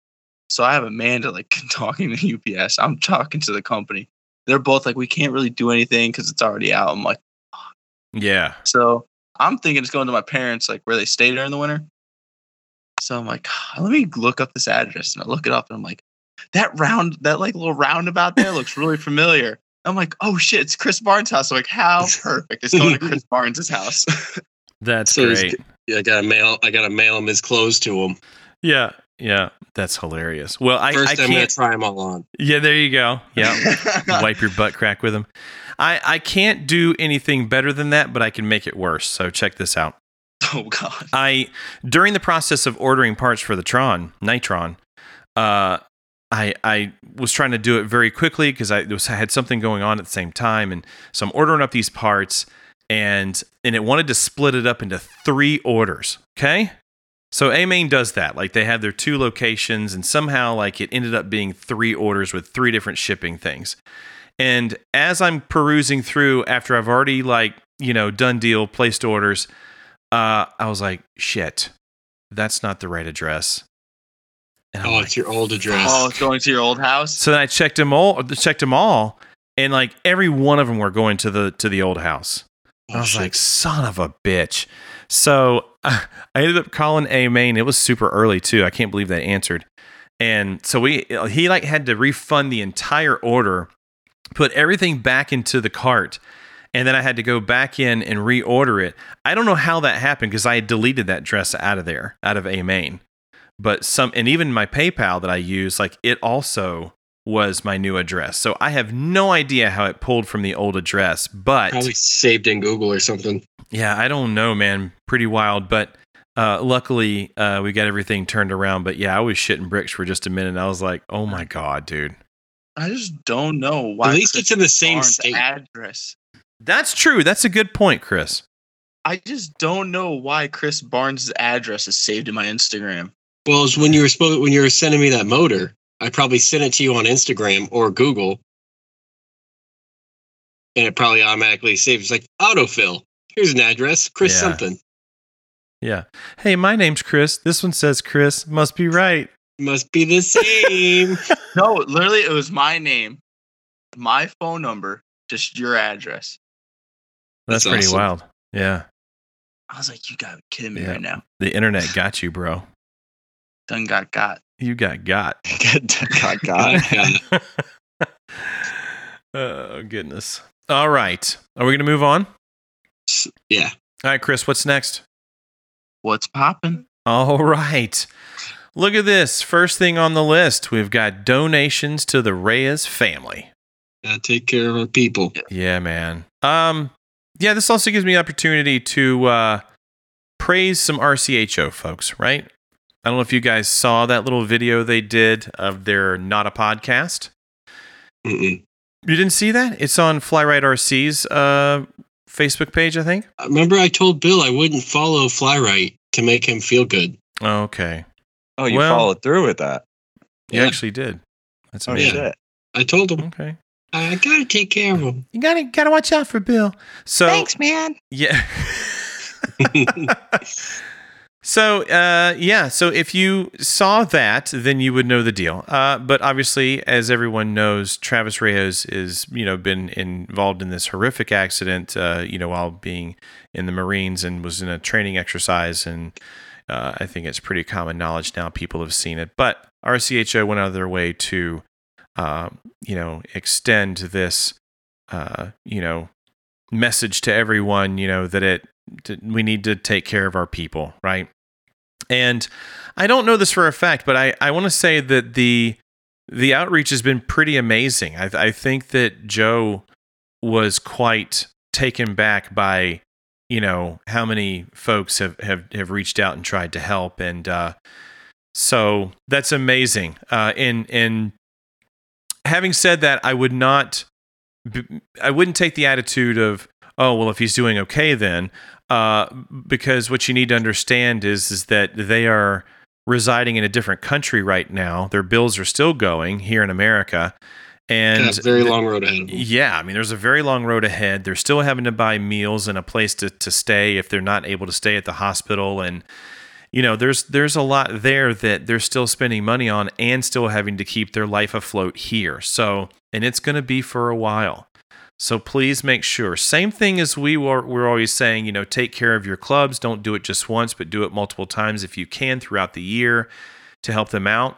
[SPEAKER 4] So I have Amanda like talking to UPS. I'm talking to the company. They're both like, we can't really do anything because it's already out. I'm like,
[SPEAKER 1] yeah.
[SPEAKER 4] so I'm thinking it's going to my parents, like where they stay during the winter. So I'm like, "Ah, let me look up this address. And I look it up and I'm like, that round, that like little roundabout there looks really familiar. I'm like, oh shit, it's Chris Barnes' house. I'm like, how perfect. It's going to Chris Barnes' house.
[SPEAKER 1] That's
[SPEAKER 2] So it's-
[SPEAKER 1] great.
[SPEAKER 2] Yeah, I gotta mail. I gotta mail him his clothes to him
[SPEAKER 1] Yeah. Yeah. That's hilarious. Well, I,
[SPEAKER 2] first.
[SPEAKER 1] I
[SPEAKER 2] I, am gonna
[SPEAKER 1] can't. Oh
[SPEAKER 2] try them all on.
[SPEAKER 1] Yeah, there you go. Yeah. wipe your butt crack with them. I, I can't do anything better than that, but I can make it worse. So check this out.
[SPEAKER 4] oh god.
[SPEAKER 1] I during the process of ordering parts for the Tron Nitron, uh, I I was trying to do it very quickly because I was I had something going on at the same time, and so I'm ordering up these parts, and and it wanted to split it up into three orders. Okay. So A Main does that. Like they have their two locations, and somehow like it ended up being three orders with three different shipping things. And as I'm perusing through after I've already like, you know, done deal, placed orders, uh, I was like, shit, that's not the right address. And I'm
[SPEAKER 2] Oh,
[SPEAKER 1] like,
[SPEAKER 2] it's your old address.
[SPEAKER 4] Oh, it's going to your old house.
[SPEAKER 1] so then I checked them all, checked them all, and like every one of them were going to the to the old house. And I was
[SPEAKER 2] shit.
[SPEAKER 1] like, son of a bitch. So I ended up calling A Main. It was super early too. I can't believe they answered. And so we he like had to refund the entire order, put everything back into the cart, and then I had to go back in and reorder it. I don't know how that happened because I had deleted that dress out of there, out of A Main. But some and even my PayPal that I use, like it also was my new address. So I have no idea how it pulled from the old address, but
[SPEAKER 2] probably saved in Google or something.
[SPEAKER 1] yeah, I don't know, man. Pretty wild, but uh, luckily uh, we got everything turned around. But yeah, I was shitting bricks for just a minute. And I was like, oh my god, dude.
[SPEAKER 4] I just don't know why.
[SPEAKER 2] At least
[SPEAKER 4] Chris
[SPEAKER 2] it's in the same
[SPEAKER 4] Barnes'
[SPEAKER 2] state.
[SPEAKER 4] address.
[SPEAKER 1] That's true. That's a good point, Chris.
[SPEAKER 4] I just don't know why Chris Barnes' address is saved in my Instagram.
[SPEAKER 2] Well, it's when you were supposed when you were sending me that motor, I probably sent it to you on Instagram or Google, and it probably automatically saved. It's like autofill. Here's an address, Chris
[SPEAKER 1] Yeah.
[SPEAKER 2] something.
[SPEAKER 1] Yeah. Hey, my name's Chris. This one says Chris. Must be right.
[SPEAKER 2] Must be the same.
[SPEAKER 4] No, literally, it was my name, my phone number, just your address.
[SPEAKER 1] That's,
[SPEAKER 2] That's
[SPEAKER 1] pretty
[SPEAKER 2] awesome.
[SPEAKER 1] wild. Yeah.
[SPEAKER 4] I was like, you got to kidding me
[SPEAKER 1] Yeah.
[SPEAKER 4] right now.
[SPEAKER 1] The internet got you, bro.
[SPEAKER 4] Done got got.
[SPEAKER 1] You got got.
[SPEAKER 3] God, God.
[SPEAKER 2] Yeah.
[SPEAKER 1] oh, goodness. All right. Are we going to move on?
[SPEAKER 2] yeah.
[SPEAKER 1] All right, Chris, what's next?
[SPEAKER 4] What's popping?
[SPEAKER 1] All right. Look at this. First thing on the list, we've got donations to the Reyes family.
[SPEAKER 2] Gotta take care of our people.
[SPEAKER 1] Yeah, man. Um, yeah, this also gives me an opportunity to uh, praise some RCHO folks, right? I don't know if you guys saw that little video they did of their Not a Podcast.
[SPEAKER 2] Mm-mm.
[SPEAKER 1] You didn't see that? It's on Flyright RC's uh, Facebook page, I think.
[SPEAKER 2] I Remember, I told Bill I wouldn't follow Flyright to make him feel good.
[SPEAKER 1] Okay.
[SPEAKER 3] Oh, you
[SPEAKER 1] Well-
[SPEAKER 3] followed through with that.
[SPEAKER 1] You
[SPEAKER 2] Yeah.
[SPEAKER 1] actually did. That's
[SPEAKER 3] Oh,
[SPEAKER 1] amazing.
[SPEAKER 3] shit.
[SPEAKER 2] I told him
[SPEAKER 1] Okay.
[SPEAKER 2] I gotta take care of him.
[SPEAKER 1] You gotta gotta watch out for Bill. So
[SPEAKER 3] man.
[SPEAKER 1] Yeah. so uh, yeah, so if you saw that, then you would know the deal. Uh, but obviously, as everyone knows, Travis Reyes is you know been involved in this horrific accident. Uh, you know, while being in the Marines and was in a training exercise, and uh, I think it's pretty common knowledge now. People have seen it, but RCHO went out of their way to uh, you know extend this uh, you know message to everyone, you know, that it that we need to take care of our people, right? And I don't know this for a fact, but I, I want to say that the the outreach has been pretty amazing. I, I think that Joe was quite taken back by you know how many folks have have, have reached out and tried to help, and uh, so that's amazing. Uh, in in having said that, I would not b- I wouldn't take the attitude of oh well if he's doing okay then uh, because what you need to understand is is that they are residing in a different country right now. Their bills are still going here in America, and
[SPEAKER 2] Got a very
[SPEAKER 1] th-
[SPEAKER 2] long road ahead of him.
[SPEAKER 1] yeah, I mean, there's a very long road ahead. They're still having to buy meals and a place to, to stay if they're not able to stay at the hospital, and you know, there's there's a lot there that they're still spending money on and still having to keep their life afloat here. So, and it's going to be for a while. So please make sure. Same thing as we were we're always saying, you know, take care of your clubs. Don't do it just once, but do it multiple times if you can throughout the year to help them out.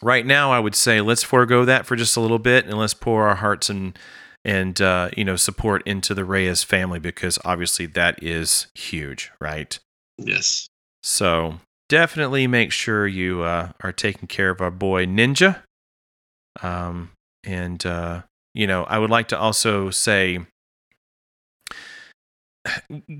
[SPEAKER 1] Right now, I would say let's forego that for just a little bit and let's pour our hearts and and uh, you know support into the Reyes family because obviously that is huge, right?
[SPEAKER 2] Yes.
[SPEAKER 1] So definitely make sure you uh, are taking care of our boy Ninja. Um, and uh, you know, I would like to also say,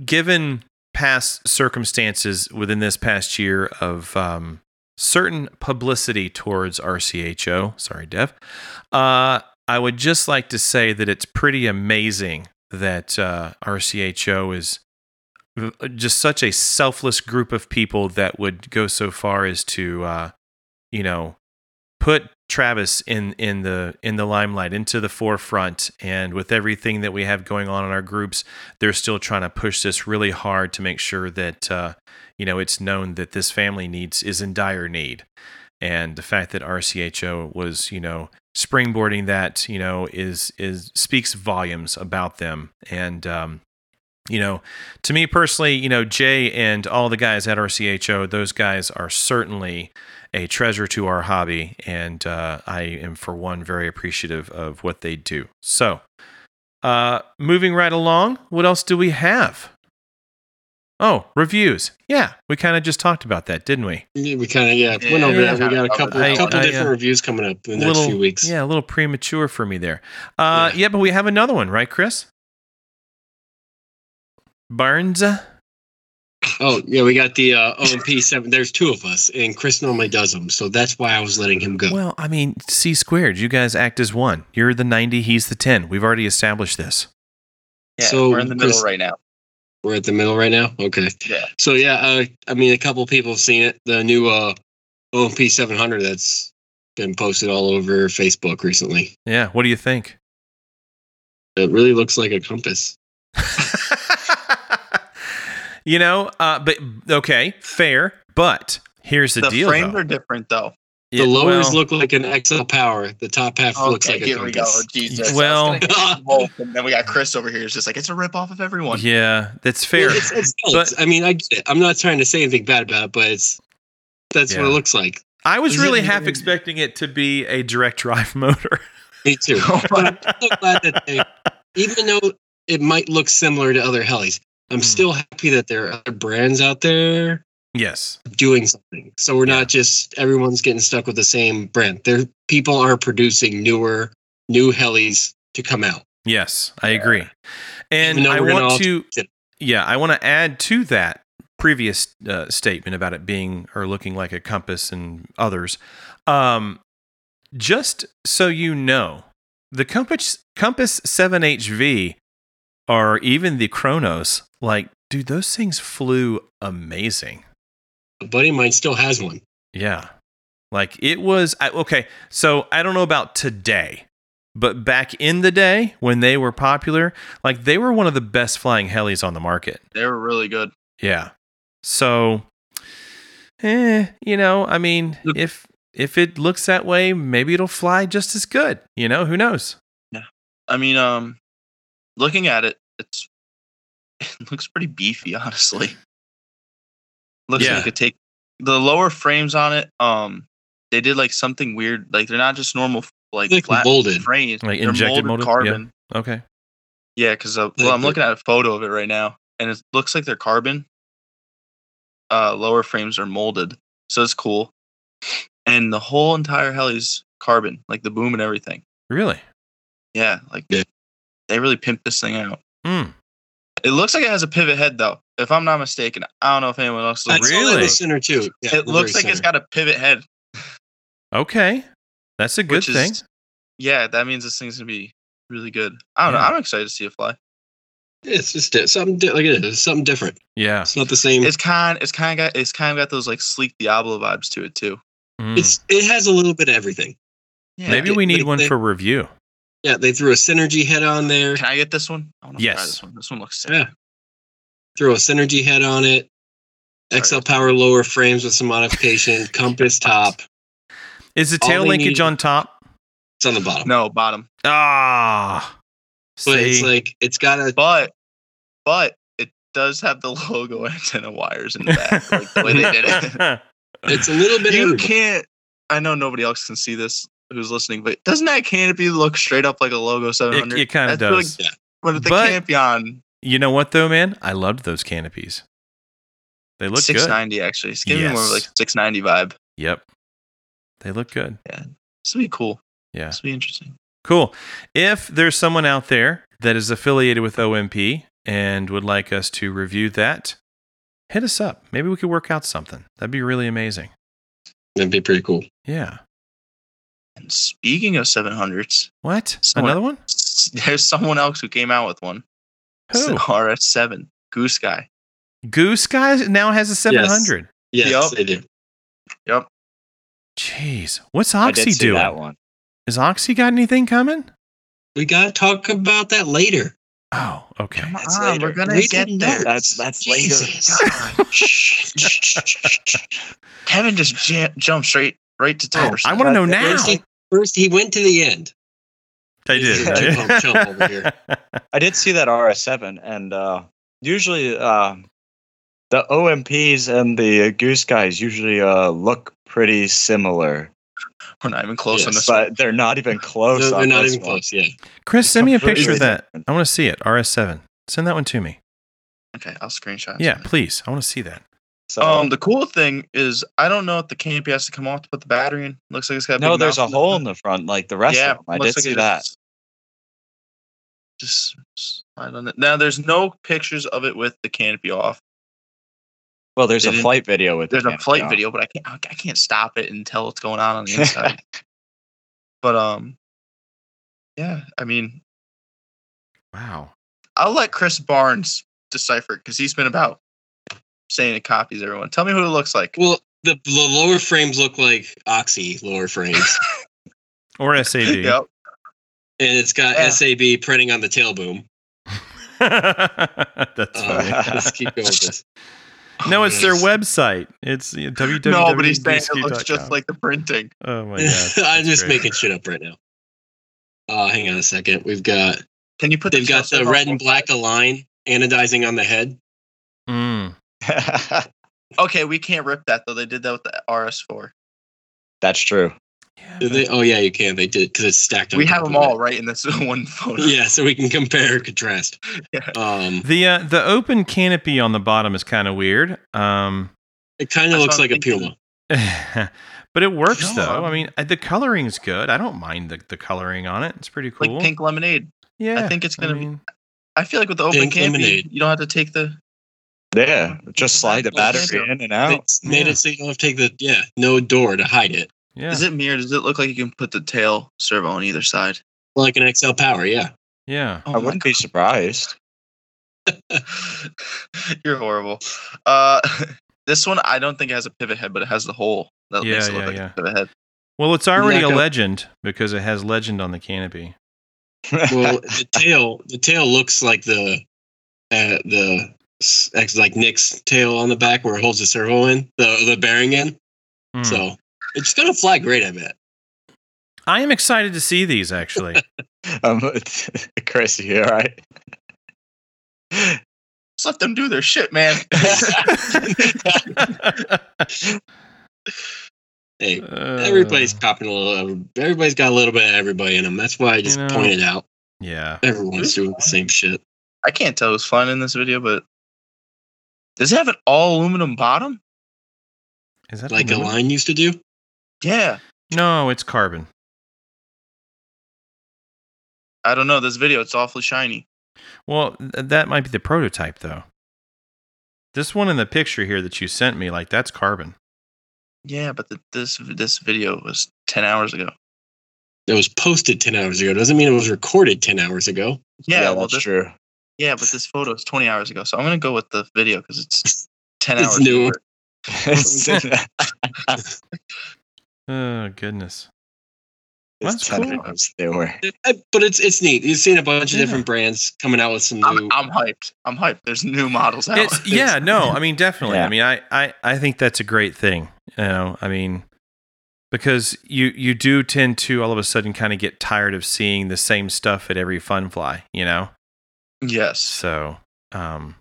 [SPEAKER 1] given past circumstances within this past year of um, certain publicity towards RCHO, sorry, Dev, uh, I would just like to say that it's pretty amazing that uh, RCHO is just such a selfless group of people that would go so far as to uh, you know put Travis in in the in the limelight into the forefront and with everything that we have going on in our groups they're still trying to push this really hard to make sure that uh, you know it's known that this family needs is in dire need and the fact that RCHO was you know springboarding that you know is is speaks volumes about them and um, you know to me personally, you know, Jay and all the guys at RCHO, those guys are certainly a treasure to our hobby. And uh, I am, for one, very appreciative of what they do. So, uh, moving right along, what else do we have? Oh, reviews. Yeah, we kind of just talked about that, didn't we?
[SPEAKER 2] Yeah, we kind of yeah,
[SPEAKER 4] Yeah,
[SPEAKER 2] went over
[SPEAKER 1] yeah,
[SPEAKER 2] that. We got a
[SPEAKER 4] kinda
[SPEAKER 2] couple
[SPEAKER 1] covered that
[SPEAKER 2] couple
[SPEAKER 1] one. I,
[SPEAKER 2] different
[SPEAKER 1] uh,
[SPEAKER 2] reviews coming up in the next
[SPEAKER 1] little-
[SPEAKER 2] few weeks.
[SPEAKER 1] Yeah, a little premature for me there. Uh, yeah.
[SPEAKER 2] Yeah.
[SPEAKER 1] but we have another one, right, Chris? Barnes.
[SPEAKER 2] Oh yeah, we got the uh, OMP seven. There's two of us, and Chris normally does them, so that's why I was letting him go.
[SPEAKER 1] Well, I mean, C squared. You guys act as one. You're the 90, he's the 10. We've already established this.
[SPEAKER 4] Yeah,
[SPEAKER 2] So,
[SPEAKER 4] we're in the middle
[SPEAKER 2] Chris-
[SPEAKER 4] right now.
[SPEAKER 2] We're at the middle right now. Okay.
[SPEAKER 4] Yeah.
[SPEAKER 2] So yeah, uh, I mean, a couple people have seen it. The new uh, OMP seven hundred that's been posted all over Facebook recently.
[SPEAKER 1] Yeah. What do you think?
[SPEAKER 2] It really looks like a compass.
[SPEAKER 1] You know, uh, but okay, fair. But here's the,
[SPEAKER 4] The
[SPEAKER 1] deal.
[SPEAKER 4] frames
[SPEAKER 1] though.
[SPEAKER 4] are different though.
[SPEAKER 2] the
[SPEAKER 1] It-
[SPEAKER 2] lowers
[SPEAKER 1] well,
[SPEAKER 2] look like an XL power. The top half looks like a
[SPEAKER 4] Oh, here we go.
[SPEAKER 2] compass.
[SPEAKER 4] Jesus. I was
[SPEAKER 1] Well-
[SPEAKER 4] gonna get Wolf, and then we got Chris over here. It's just like it's a rip off of everyone.
[SPEAKER 1] Yeah, that's fair.
[SPEAKER 2] Well, it's, it's
[SPEAKER 1] But-
[SPEAKER 2] built. I mean, I get it. I'm not trying to say anything bad about it, but it's that's what
[SPEAKER 1] Yeah.
[SPEAKER 2] it looks like.
[SPEAKER 1] I was
[SPEAKER 2] Is
[SPEAKER 1] really
[SPEAKER 2] it-
[SPEAKER 1] half expecting it to be a direct drive motor.
[SPEAKER 2] Me too.
[SPEAKER 4] Oh
[SPEAKER 2] But I'm so glad that they, even though it might look similar to other helis, I'm
[SPEAKER 1] Hmm.
[SPEAKER 2] still happy that there are other brands out there
[SPEAKER 1] yes.
[SPEAKER 2] doing something. So we're
[SPEAKER 1] Yeah.
[SPEAKER 2] not just everyone's getting stuck with the same brand. There, people are producing newer, new helis to come out.
[SPEAKER 1] Yes, I agree. And
[SPEAKER 2] Even though
[SPEAKER 1] I
[SPEAKER 2] we're gonna all
[SPEAKER 1] want to,
[SPEAKER 2] it.
[SPEAKER 1] yeah, I want to add to that previous uh, statement about it being or looking like a compass and others. Um, just so you know, the compass compass seven HV or even the Chronos, like, dude, those things flew amazing.
[SPEAKER 2] A buddy of mine still has one.
[SPEAKER 1] Yeah. Like it was I, okay, so I don't know about today, but back in the day when they were popular, like they were one of the best flying helis on the market.
[SPEAKER 4] They were really good.
[SPEAKER 1] Yeah. So eh, you know, I mean,
[SPEAKER 2] Look-
[SPEAKER 1] if if it looks that way, maybe it'll fly just as good. You know, who knows?
[SPEAKER 4] I mean, um, looking at it, it's it looks pretty beefy, honestly. Looks
[SPEAKER 1] Yeah.
[SPEAKER 4] like it could take the lower frames on it. Um, they did like something weird. Like they're not just normal like,
[SPEAKER 2] Like
[SPEAKER 4] flat
[SPEAKER 2] molded.
[SPEAKER 4] frames.
[SPEAKER 1] Like
[SPEAKER 4] they're
[SPEAKER 1] injected
[SPEAKER 4] molded
[SPEAKER 1] molded? Yeah.
[SPEAKER 4] carbon.
[SPEAKER 1] Okay.
[SPEAKER 4] Yeah, because uh,
[SPEAKER 2] Like
[SPEAKER 4] well, I'm
[SPEAKER 2] the-
[SPEAKER 4] looking at a photo of it right now, and it looks like they're carbon. Uh, lower frames are molded, so it's cool, and the whole entire heli's carbon, like the boom and everything.
[SPEAKER 1] Really?
[SPEAKER 4] Yeah, like
[SPEAKER 2] Yeah.
[SPEAKER 4] they really pimped this thing out.
[SPEAKER 1] Hmm.
[SPEAKER 4] It looks like it has a pivot head though, if I'm not mistaken. I don't know if anyone else
[SPEAKER 2] I
[SPEAKER 4] looks.
[SPEAKER 2] saw that in
[SPEAKER 1] Really?
[SPEAKER 2] the center too. Yeah,
[SPEAKER 4] it looks like
[SPEAKER 2] very
[SPEAKER 4] it's
[SPEAKER 2] center.
[SPEAKER 4] got a pivot head.
[SPEAKER 1] Okay. That's a good
[SPEAKER 4] Which
[SPEAKER 1] thing.
[SPEAKER 4] is- Yeah, that means this thing's gonna be really good. I don't
[SPEAKER 1] Yeah.
[SPEAKER 4] know. I'm excited to see it fly.
[SPEAKER 2] It's just di- something di- like it is. It's something different.
[SPEAKER 1] yeah.
[SPEAKER 2] It's not the same.
[SPEAKER 4] It's kind, it's kind of got, it's kind of got those like sleek Diablo vibes to it too.
[SPEAKER 1] Mm.
[SPEAKER 2] It's it has a little bit of everything.
[SPEAKER 4] Yeah.
[SPEAKER 1] Maybe we need
[SPEAKER 2] Like
[SPEAKER 1] one
[SPEAKER 2] they-
[SPEAKER 1] for review.
[SPEAKER 2] Yeah, they threw a synergy head on there.
[SPEAKER 4] Can I get this one? I wanna
[SPEAKER 1] Yes.
[SPEAKER 4] this one. This one looks sick.
[SPEAKER 2] Yeah. Throw a synergy head on it. XL
[SPEAKER 4] Alright.
[SPEAKER 2] power lower frames with some modification. compass top.
[SPEAKER 1] Is the
[SPEAKER 2] All
[SPEAKER 1] tail
[SPEAKER 2] they
[SPEAKER 1] linkage
[SPEAKER 2] need-
[SPEAKER 1] on top?
[SPEAKER 2] It's on the bottom.
[SPEAKER 4] No, bottom.
[SPEAKER 1] Ah.
[SPEAKER 2] but it's
[SPEAKER 1] See?
[SPEAKER 2] like it's got a
[SPEAKER 4] But, but it does have the logo antenna wires in the back, like the way they did it.
[SPEAKER 2] it's a little bit.
[SPEAKER 4] you
[SPEAKER 2] everywhere.
[SPEAKER 4] can't. I know nobody else can see this who's listening, but doesn't that canopy look straight up like a logo 700?
[SPEAKER 1] It, it kind
[SPEAKER 4] I
[SPEAKER 1] of
[SPEAKER 4] feel like
[SPEAKER 1] does.
[SPEAKER 4] when the
[SPEAKER 1] but-
[SPEAKER 4] Campion
[SPEAKER 1] you know what though, man? I loved those canopies. They look good.
[SPEAKER 4] 690 actually, it's giving me more of like
[SPEAKER 1] Yes.
[SPEAKER 4] 690 vibe.
[SPEAKER 1] Yep. They look good.
[SPEAKER 4] This will be cool.
[SPEAKER 1] Yeah.
[SPEAKER 4] This will be interesting.
[SPEAKER 1] Cool. If there's someone out there that is affiliated with OMP and would like us to review that, hit us up. Maybe we could work out something. That'd be really amazing.
[SPEAKER 2] That'd be pretty cool.
[SPEAKER 1] Yeah.
[SPEAKER 4] And speaking of 700s,
[SPEAKER 1] What?
[SPEAKER 4] Someone-
[SPEAKER 1] Another one?
[SPEAKER 4] s- there's someone else who came out with one. It's
[SPEAKER 1] Who?
[SPEAKER 4] an RS7 Goose Guy.
[SPEAKER 1] Goose Guy now has a 700.
[SPEAKER 2] Yes,
[SPEAKER 4] Yup.
[SPEAKER 2] they do.
[SPEAKER 1] Jeez. What's
[SPEAKER 3] I did
[SPEAKER 1] Oxy
[SPEAKER 3] see that
[SPEAKER 1] doing?
[SPEAKER 3] one.
[SPEAKER 1] Is Oxy got anything coming?
[SPEAKER 2] We gotta talk about that later.
[SPEAKER 1] Oh, okay.
[SPEAKER 4] Come
[SPEAKER 2] That's
[SPEAKER 4] on,
[SPEAKER 2] later.
[SPEAKER 4] we're gonna
[SPEAKER 2] We
[SPEAKER 4] get
[SPEAKER 2] didn't
[SPEAKER 4] there.
[SPEAKER 2] know.
[SPEAKER 3] That's that's
[SPEAKER 2] Jesus.
[SPEAKER 4] God, shh, shh, shh, shh, shh. Kevin just jam- jumped straight right to
[SPEAKER 1] Oh,
[SPEAKER 4] 10%.
[SPEAKER 1] I want to know now.
[SPEAKER 2] First he, first he went to the end.
[SPEAKER 1] They
[SPEAKER 2] This
[SPEAKER 1] did.
[SPEAKER 2] is a chump over here.
[SPEAKER 3] I did see that RS7, and uh, usually uh, the OMPs and the Goose guys usually uh, look pretty similar,
[SPEAKER 4] We're not even close on
[SPEAKER 2] Yes.
[SPEAKER 4] this. one.
[SPEAKER 3] but they're not even close.
[SPEAKER 2] No,
[SPEAKER 3] on
[SPEAKER 2] they're not
[SPEAKER 3] this
[SPEAKER 2] even
[SPEAKER 3] one.
[SPEAKER 2] close. Yeah,
[SPEAKER 1] Chris, send me a picture of
[SPEAKER 3] Completely
[SPEAKER 1] that. I want to see it. RS7. Send that one to me.
[SPEAKER 4] Okay, I'll screenshot. it.
[SPEAKER 1] Yeah, please. I want to see that.
[SPEAKER 3] So,
[SPEAKER 4] Um, the cool thing is, I don't know if the canopy has to come off to put the battery in. Looks like it's got.
[SPEAKER 3] no,
[SPEAKER 4] big
[SPEAKER 3] there's a
[SPEAKER 4] mouth in the
[SPEAKER 3] hole in
[SPEAKER 4] front.
[SPEAKER 3] the front like the rest
[SPEAKER 4] yeah,
[SPEAKER 3] of them. I
[SPEAKER 4] looks
[SPEAKER 3] did
[SPEAKER 4] like
[SPEAKER 3] see
[SPEAKER 4] it
[SPEAKER 3] that.
[SPEAKER 4] Just, just slide on it. Now, there's no pictures of it with the canopy off.
[SPEAKER 3] Well, there's
[SPEAKER 4] They
[SPEAKER 3] a
[SPEAKER 4] didn't-
[SPEAKER 3] flight video with.
[SPEAKER 4] There's
[SPEAKER 3] the
[SPEAKER 4] a flight
[SPEAKER 3] Pantheon.
[SPEAKER 4] video, but I can't. I I can't stop it and tell what's going on on the inside. but um, yeah, I mean,
[SPEAKER 1] Wow.
[SPEAKER 4] I'll let Chris Barnes decipher because he's been about saying it copies everyone. Tell me who it looks like.
[SPEAKER 2] Well, the, the lower frames look like oxy lower frames,
[SPEAKER 1] Or SAD.
[SPEAKER 4] Yep.
[SPEAKER 2] and it's got
[SPEAKER 4] Yeah.
[SPEAKER 2] SAB printing on the tail boom.
[SPEAKER 1] That's
[SPEAKER 2] Uh,
[SPEAKER 1] funny.
[SPEAKER 2] let's keep going with this.
[SPEAKER 1] no, it's their E
[SPEAKER 2] Yes.
[SPEAKER 1] website. It's www.
[SPEAKER 4] no, but he's saying it looks just like the printing.
[SPEAKER 1] Oh my gosh.
[SPEAKER 2] I'm
[SPEAKER 1] that's
[SPEAKER 2] just
[SPEAKER 1] great.
[SPEAKER 2] making shit up right now. Uh, hang on a second. We've got
[SPEAKER 4] Can you put
[SPEAKER 2] they've got
[SPEAKER 4] stuff
[SPEAKER 2] the
[SPEAKER 4] on
[SPEAKER 2] red and
[SPEAKER 4] both
[SPEAKER 2] black
[SPEAKER 4] sides?
[SPEAKER 2] align anodizing on the head.
[SPEAKER 1] Mm.
[SPEAKER 4] Okay, we can't rip that though. They did that with the RS4.
[SPEAKER 3] That's true.
[SPEAKER 1] Yeah,
[SPEAKER 2] Did they?
[SPEAKER 1] but-
[SPEAKER 2] Oh yeah, you can. They did because it's stacked. On
[SPEAKER 4] We
[SPEAKER 2] top
[SPEAKER 4] have
[SPEAKER 2] of
[SPEAKER 4] them all right in this one photo.
[SPEAKER 2] it. Yeah, so we can compare and contrast.
[SPEAKER 4] Yeah.
[SPEAKER 2] Um,
[SPEAKER 1] the uh, the open canopy on the bottom is kind of weird. Um,
[SPEAKER 2] it kind of looks
[SPEAKER 4] That's
[SPEAKER 2] like
[SPEAKER 4] what I'm
[SPEAKER 2] a
[SPEAKER 4] thinking.
[SPEAKER 2] puma.
[SPEAKER 1] but it works
[SPEAKER 4] No,
[SPEAKER 1] though.
[SPEAKER 4] I'm-
[SPEAKER 1] I mean, uh, the coloring's good. I don't mind the, the coloring on it. It's pretty
[SPEAKER 4] like
[SPEAKER 1] cool.
[SPEAKER 4] pink lemonade.
[SPEAKER 1] Yeah,
[SPEAKER 4] I think it's
[SPEAKER 1] I
[SPEAKER 4] gonna be.
[SPEAKER 1] mean,
[SPEAKER 4] I feel like with the open
[SPEAKER 2] Pink
[SPEAKER 4] canopy,
[SPEAKER 2] lemonade.
[SPEAKER 4] you don't have to take the.
[SPEAKER 3] Yeah, just slide the
[SPEAKER 2] Well,
[SPEAKER 3] battery
[SPEAKER 4] yeah.
[SPEAKER 3] in and
[SPEAKER 2] They
[SPEAKER 3] out.
[SPEAKER 2] made
[SPEAKER 1] yeah.
[SPEAKER 2] it so you don't have to take the yeah no door to hide it
[SPEAKER 1] yeah,
[SPEAKER 4] Is it mirrored? Does it look like you can put the tail servo on either side?
[SPEAKER 2] like an XL Power. Yeah.
[SPEAKER 1] yeah.
[SPEAKER 4] Oh
[SPEAKER 3] I
[SPEAKER 4] my
[SPEAKER 3] wouldn't be surprised.
[SPEAKER 4] God. You're horrible. Uh, this one I don't think it has a pivot head, but it has the hole that
[SPEAKER 1] Yeah,
[SPEAKER 4] makes it look
[SPEAKER 1] yeah,
[SPEAKER 4] like
[SPEAKER 1] yeah.
[SPEAKER 4] a pivot head.
[SPEAKER 1] Well, it's already
[SPEAKER 2] Yeah,
[SPEAKER 1] a
[SPEAKER 2] go-
[SPEAKER 1] legend because it has legend on the canopy.
[SPEAKER 2] Well, the tail the tail looks like the uh, the s- ex- like Nick's tail on the back where it holds the servo in the the bearing in.
[SPEAKER 1] Mm.
[SPEAKER 2] So it's gonna fly great. I bet.
[SPEAKER 1] I am excited to see these actually.
[SPEAKER 3] um, Chris, you all right?
[SPEAKER 4] Just let them do their shit, man.
[SPEAKER 2] Hey,
[SPEAKER 1] Uh,
[SPEAKER 2] everybody's
[SPEAKER 1] Everybody's
[SPEAKER 2] copping a little. Everybody's got a little bit of everybody in them. That's why I just
[SPEAKER 1] You know.
[SPEAKER 2] pointed out
[SPEAKER 1] yeah.
[SPEAKER 2] everyone's doing the same shit.
[SPEAKER 4] I can't tell who's flying in this video, but does it have an all aluminum bottom?
[SPEAKER 1] Is that
[SPEAKER 2] Like a
[SPEAKER 1] aluminum?
[SPEAKER 2] line used to do.
[SPEAKER 4] Yeah.
[SPEAKER 1] No, it's carbon.
[SPEAKER 4] I don't know. This video, it's awfully shiny.
[SPEAKER 1] Well, th- that might be the prototype though. This one in the picture here that you sent me, like that's carbon.
[SPEAKER 4] Yeah, but the, this this video was ten hours ago.
[SPEAKER 2] It was posted ten hours ago. Doesn't mean it was recorded ten hours ago.
[SPEAKER 4] Yeah, well,
[SPEAKER 3] that's
[SPEAKER 4] this,
[SPEAKER 3] true.
[SPEAKER 4] yeah, but this photo is twenty hours ago. So I'm gonna go with the video because it's ten
[SPEAKER 2] It's
[SPEAKER 4] hours.
[SPEAKER 2] newer.
[SPEAKER 4] older.
[SPEAKER 3] it's
[SPEAKER 1] Oh goodness. That's
[SPEAKER 3] it's ten
[SPEAKER 1] cool.
[SPEAKER 3] hours newer.
[SPEAKER 2] I- But it's it's neat. You've seen a bunch
[SPEAKER 1] Yeah.
[SPEAKER 2] of different brands coming out with some new.
[SPEAKER 4] I'm, I'm hyped. I'm hyped. There's new models out.
[SPEAKER 1] It's, yeah, no, I mean definitely.
[SPEAKER 3] Yeah.
[SPEAKER 1] I mean, I, I I think that's a great thing. You know, I mean, because you you do tend to all of a sudden kind of get tired of seeing the same stuff at every fun fly. You know,
[SPEAKER 4] Yes.
[SPEAKER 1] so um,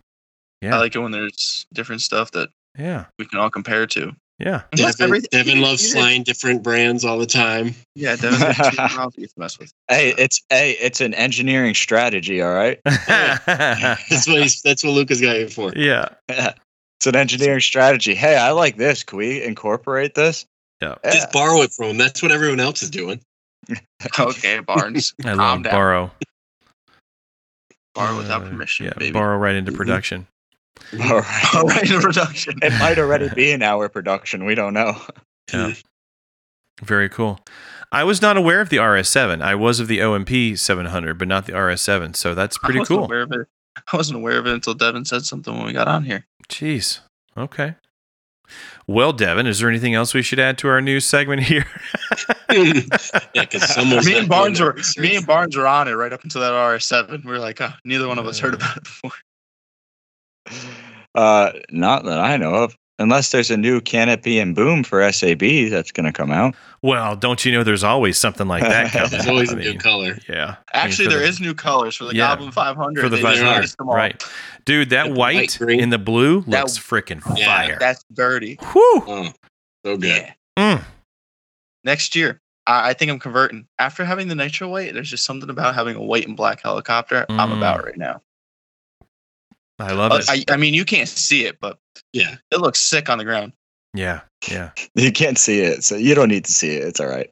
[SPEAKER 4] I
[SPEAKER 1] Yeah.
[SPEAKER 4] like it when there's different stuff that
[SPEAKER 1] yeah,
[SPEAKER 4] we can all compare to.
[SPEAKER 1] yeah,
[SPEAKER 4] Unless
[SPEAKER 2] Devin,
[SPEAKER 4] everything-
[SPEAKER 2] Devin loves
[SPEAKER 4] Yeah.
[SPEAKER 2] flying different brands all the time.
[SPEAKER 4] Yeah, Devin's got two models you can mess with.
[SPEAKER 3] Hey, it's hey, it's an engineering strategy. All right,
[SPEAKER 1] yeah.
[SPEAKER 2] That's what he's, that's what Luca's got you for.
[SPEAKER 3] it's an engineering strategy. Hey, I like this. Can we incorporate this?
[SPEAKER 1] Yeah.
[SPEAKER 3] yeah.
[SPEAKER 2] Just borrow it from him. That's what everyone else is doing.
[SPEAKER 4] Okay, Barnes.
[SPEAKER 1] I
[SPEAKER 4] Calm
[SPEAKER 1] love
[SPEAKER 4] down.
[SPEAKER 1] borrow.
[SPEAKER 4] Borrow without
[SPEAKER 1] Uh,
[SPEAKER 4] permission,
[SPEAKER 1] yeah,
[SPEAKER 4] baby. Mm-hmm.
[SPEAKER 1] borrow right into
[SPEAKER 2] Mhm.
[SPEAKER 1] production.
[SPEAKER 3] All right.
[SPEAKER 4] All right, introduction.
[SPEAKER 3] It might already be an hour production. We don't know.
[SPEAKER 1] Yeah. Very cool. I was not aware of the RS7. I was of the OMP 700, but not the RS7. So that's
[SPEAKER 4] I
[SPEAKER 1] pretty
[SPEAKER 4] wasn't
[SPEAKER 1] cool.
[SPEAKER 4] Aware of it. I wasn't aware of it until Devin said something when we got on here.
[SPEAKER 1] Jeez. Okay. Well, Devin, is there anything else we should add to our news segment here?
[SPEAKER 2] yeah, because someone's
[SPEAKER 4] me
[SPEAKER 2] not doing
[SPEAKER 4] and Barnes
[SPEAKER 2] that
[SPEAKER 4] were
[SPEAKER 2] research.
[SPEAKER 4] me and Barnes were on it right up until that RS7. We were like, oh, neither one of us heard
[SPEAKER 1] Yeah.
[SPEAKER 4] about it before.
[SPEAKER 3] Uh, not that I know of, unless there's a new canopy and boom for SAB that's going to come out.
[SPEAKER 1] well, don't you know there's always something like that coming?
[SPEAKER 2] There's always
[SPEAKER 1] I
[SPEAKER 2] a new
[SPEAKER 1] mean,
[SPEAKER 2] color.
[SPEAKER 1] Yeah.
[SPEAKER 4] Actually, there
[SPEAKER 1] there is.
[SPEAKER 4] is new colors for the
[SPEAKER 1] Yeah.
[SPEAKER 4] Goblin 500.
[SPEAKER 1] For the
[SPEAKER 4] They just
[SPEAKER 2] 500,
[SPEAKER 4] released them all.
[SPEAKER 1] Right. Dude, that
[SPEAKER 2] The
[SPEAKER 1] white,
[SPEAKER 2] white green.
[SPEAKER 1] in the blue
[SPEAKER 4] That-
[SPEAKER 1] looks freaking
[SPEAKER 2] Yeah,
[SPEAKER 1] fire.
[SPEAKER 4] That's dirty.
[SPEAKER 1] Whew.
[SPEAKER 2] Oh, so good.
[SPEAKER 1] Mm.
[SPEAKER 4] Next year, I, I think I'm converting. After having the nitro white, there's just something about having a white and black helicopter. I'm
[SPEAKER 1] Mm.
[SPEAKER 4] about right now.
[SPEAKER 1] I
[SPEAKER 2] Oh,
[SPEAKER 1] love
[SPEAKER 4] I,
[SPEAKER 1] it.
[SPEAKER 4] I, I mean, you can't see it, but
[SPEAKER 2] Yeah.
[SPEAKER 4] it looks sick on the ground.
[SPEAKER 1] yeah. Yeah.
[SPEAKER 3] You can't see it, so you don't need to see it. It's all right.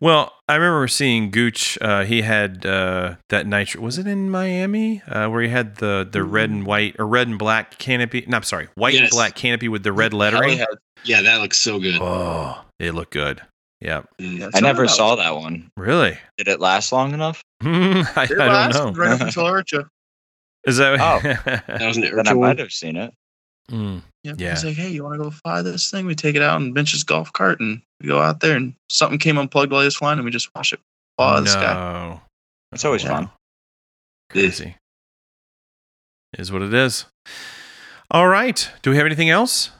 [SPEAKER 1] Well, I remember seeing Gooch. Uh, he had uh, that nitro. Was it in Miami uh, where he had the the red and white or red and black canopy? No, I'm sorry, white and
[SPEAKER 2] Mm-hmm. Yes.
[SPEAKER 1] black canopy with the red lettering.
[SPEAKER 4] Heli
[SPEAKER 2] Yeah, that looks so good.
[SPEAKER 1] Oh, it looked good. Yeah,
[SPEAKER 2] Mm.
[SPEAKER 4] head.
[SPEAKER 3] I never
[SPEAKER 4] Something
[SPEAKER 3] saw
[SPEAKER 4] about-
[SPEAKER 3] that one.
[SPEAKER 1] really.
[SPEAKER 3] Did it last long enough?
[SPEAKER 1] Hmm, I, I
[SPEAKER 4] They last
[SPEAKER 1] don't know.
[SPEAKER 4] Right up until Urcha.
[SPEAKER 1] Is that?
[SPEAKER 2] That was an
[SPEAKER 3] Then I
[SPEAKER 2] urchin
[SPEAKER 3] might
[SPEAKER 2] one.
[SPEAKER 3] have seen it.
[SPEAKER 1] Hmm,
[SPEAKER 4] Yeah.
[SPEAKER 1] Yeah.
[SPEAKER 4] He's like, hey, you want to go fly this thing? We take it out and bench his golf cart and we go out there and something came unplugged while he was flying and we just watch it
[SPEAKER 2] Oh,
[SPEAKER 4] fall out of the sky.
[SPEAKER 1] no.
[SPEAKER 3] It's always
[SPEAKER 1] Wow.
[SPEAKER 3] fun.
[SPEAKER 1] Crazy. Is what it is. All right. Do we have anything else?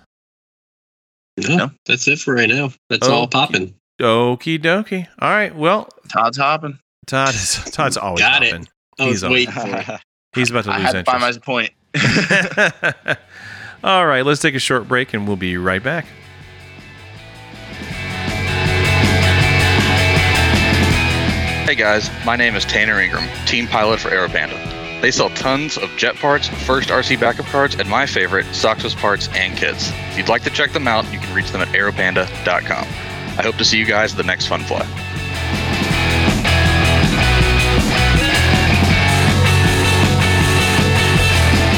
[SPEAKER 2] No,
[SPEAKER 4] No.
[SPEAKER 2] that's it for right now. That's
[SPEAKER 1] Oh,
[SPEAKER 2] all popping.
[SPEAKER 1] Okie dokie. All right. Well,
[SPEAKER 4] Todd's hopping.
[SPEAKER 1] Todd is Todd's always
[SPEAKER 2] Got it.
[SPEAKER 1] popping.
[SPEAKER 2] I was
[SPEAKER 1] He's on.
[SPEAKER 2] waiting Oh, for it.
[SPEAKER 1] He's about to
[SPEAKER 4] I
[SPEAKER 1] lose
[SPEAKER 4] had to
[SPEAKER 1] interest.
[SPEAKER 4] find my point.
[SPEAKER 1] All right, let's take a short break and we'll be right back.
[SPEAKER 5] Hey guys, my name is Tanner Ingram, team pilot for Aerobanda. They sell tons of jet parts, first RC backup cards, and my favorite, Soxos parts and kits. If you'd like to check them out, you can reach them at aeropanda.com. I hope to see you guys at the next Fun Fly.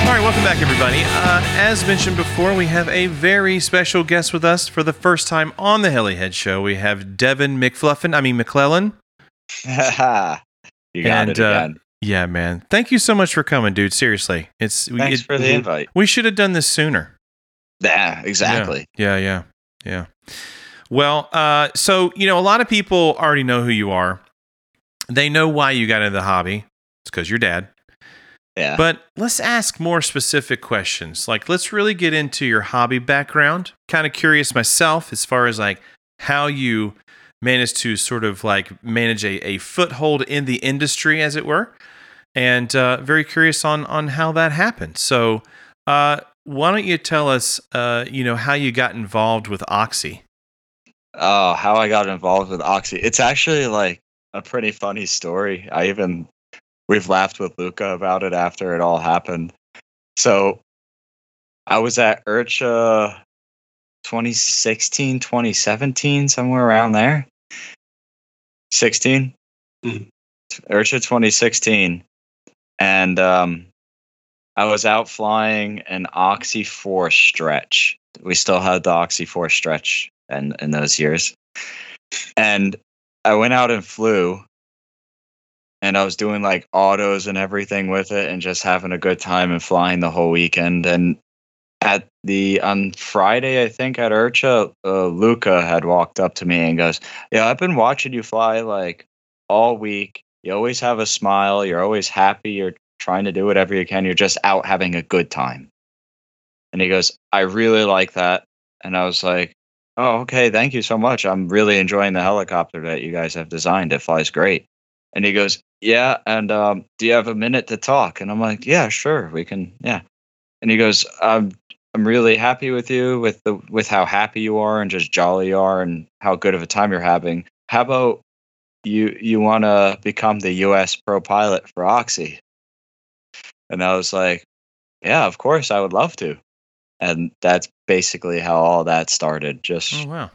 [SPEAKER 1] All right, welcome back, everybody. Uh, as mentioned before, we have a very special guest with us for the first time on the Helihead Show. We have Devin McFluffin, I mean McClellan.
[SPEAKER 3] you got
[SPEAKER 1] And,
[SPEAKER 3] it
[SPEAKER 1] uh,
[SPEAKER 3] again.
[SPEAKER 1] Yeah, man. Thank you so much for coming, dude. Seriously, it's we,
[SPEAKER 3] Thanks
[SPEAKER 1] it-
[SPEAKER 3] for the invite.
[SPEAKER 1] we should have done this sooner.
[SPEAKER 3] Yeah, exactly.
[SPEAKER 1] Yeah, yeah, yeah. Well, uh, so you know, a lot of people already know who you are. They know why you got into the hobby. It's because your dad.
[SPEAKER 3] Yeah.
[SPEAKER 1] But let's ask more specific questions. Like, let's really get into your hobby background. Kind of curious myself as far as like how you managed to sort of like manage a, a foothold in the industry, as it were, and uh, very curious on on how that happened. So, uh, why don't you tell us, uh, you know, how you got involved with Oxy?
[SPEAKER 3] Oh, how I got involved with Oxy. It's actually like a pretty funny story. I even we've laughed with Luca about it after it all happened. So I was at Urcha 2016, 2017, somewhere around there. 16?
[SPEAKER 2] Mhm.
[SPEAKER 3] Urcha 2016. And um I was out flying an Oxy 4 stretch we still had the Oxy 4 stretch and in those years. And I went out and flew and I was doing like autos and everything with it and just having a good time and flying the whole weekend. And at the on Friday, I think at Urcha, uh, Luca had walked up to me and goes, Yeah, I've been watching you fly like all week. You always have a smile. You're always happy. You're trying to do whatever you can. You're just out having a good time. And he goes, I really like that. And I was like, Oh, okay. Thank you so much. I'm really enjoying the helicopter that you guys have designed. It flies great. And he goes, Yeah. And um, do you have a minute to talk? And I'm like, Yeah, sure. We can. Yeah. And he goes, I'm, I'm really happy with you, with the with how happy you are and just jolly you are and how good of a time you're having. How about you you want to become the U.S. pro pilot for Oxy? And I was like, Yeah, of course, I would love to and that's basically how all that started just
[SPEAKER 1] Oh wow,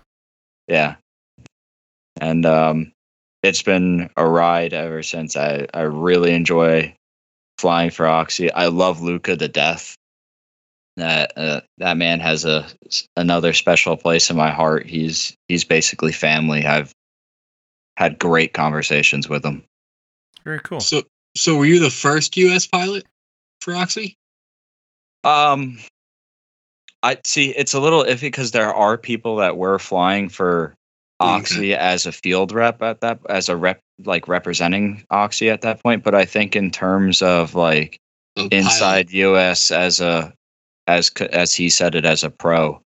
[SPEAKER 3] yeah and um it's been a ride ever since i i really enjoy flying for oxy i love luca to death that uh, that man has a another special place in my heart he's he's basically family i've had great conversations with him
[SPEAKER 1] very cool.
[SPEAKER 2] So, so were you the first U.S. pilot for Oxy?
[SPEAKER 3] Um, I see. It's a little iffy because there are people that were flying for
[SPEAKER 2] Okay.
[SPEAKER 3] Oxy as a field rep at that, as a rep, like representing Oxy at that point. But I think in terms of like
[SPEAKER 2] A pilot.
[SPEAKER 3] inside US as a as c- as he said it as a pro,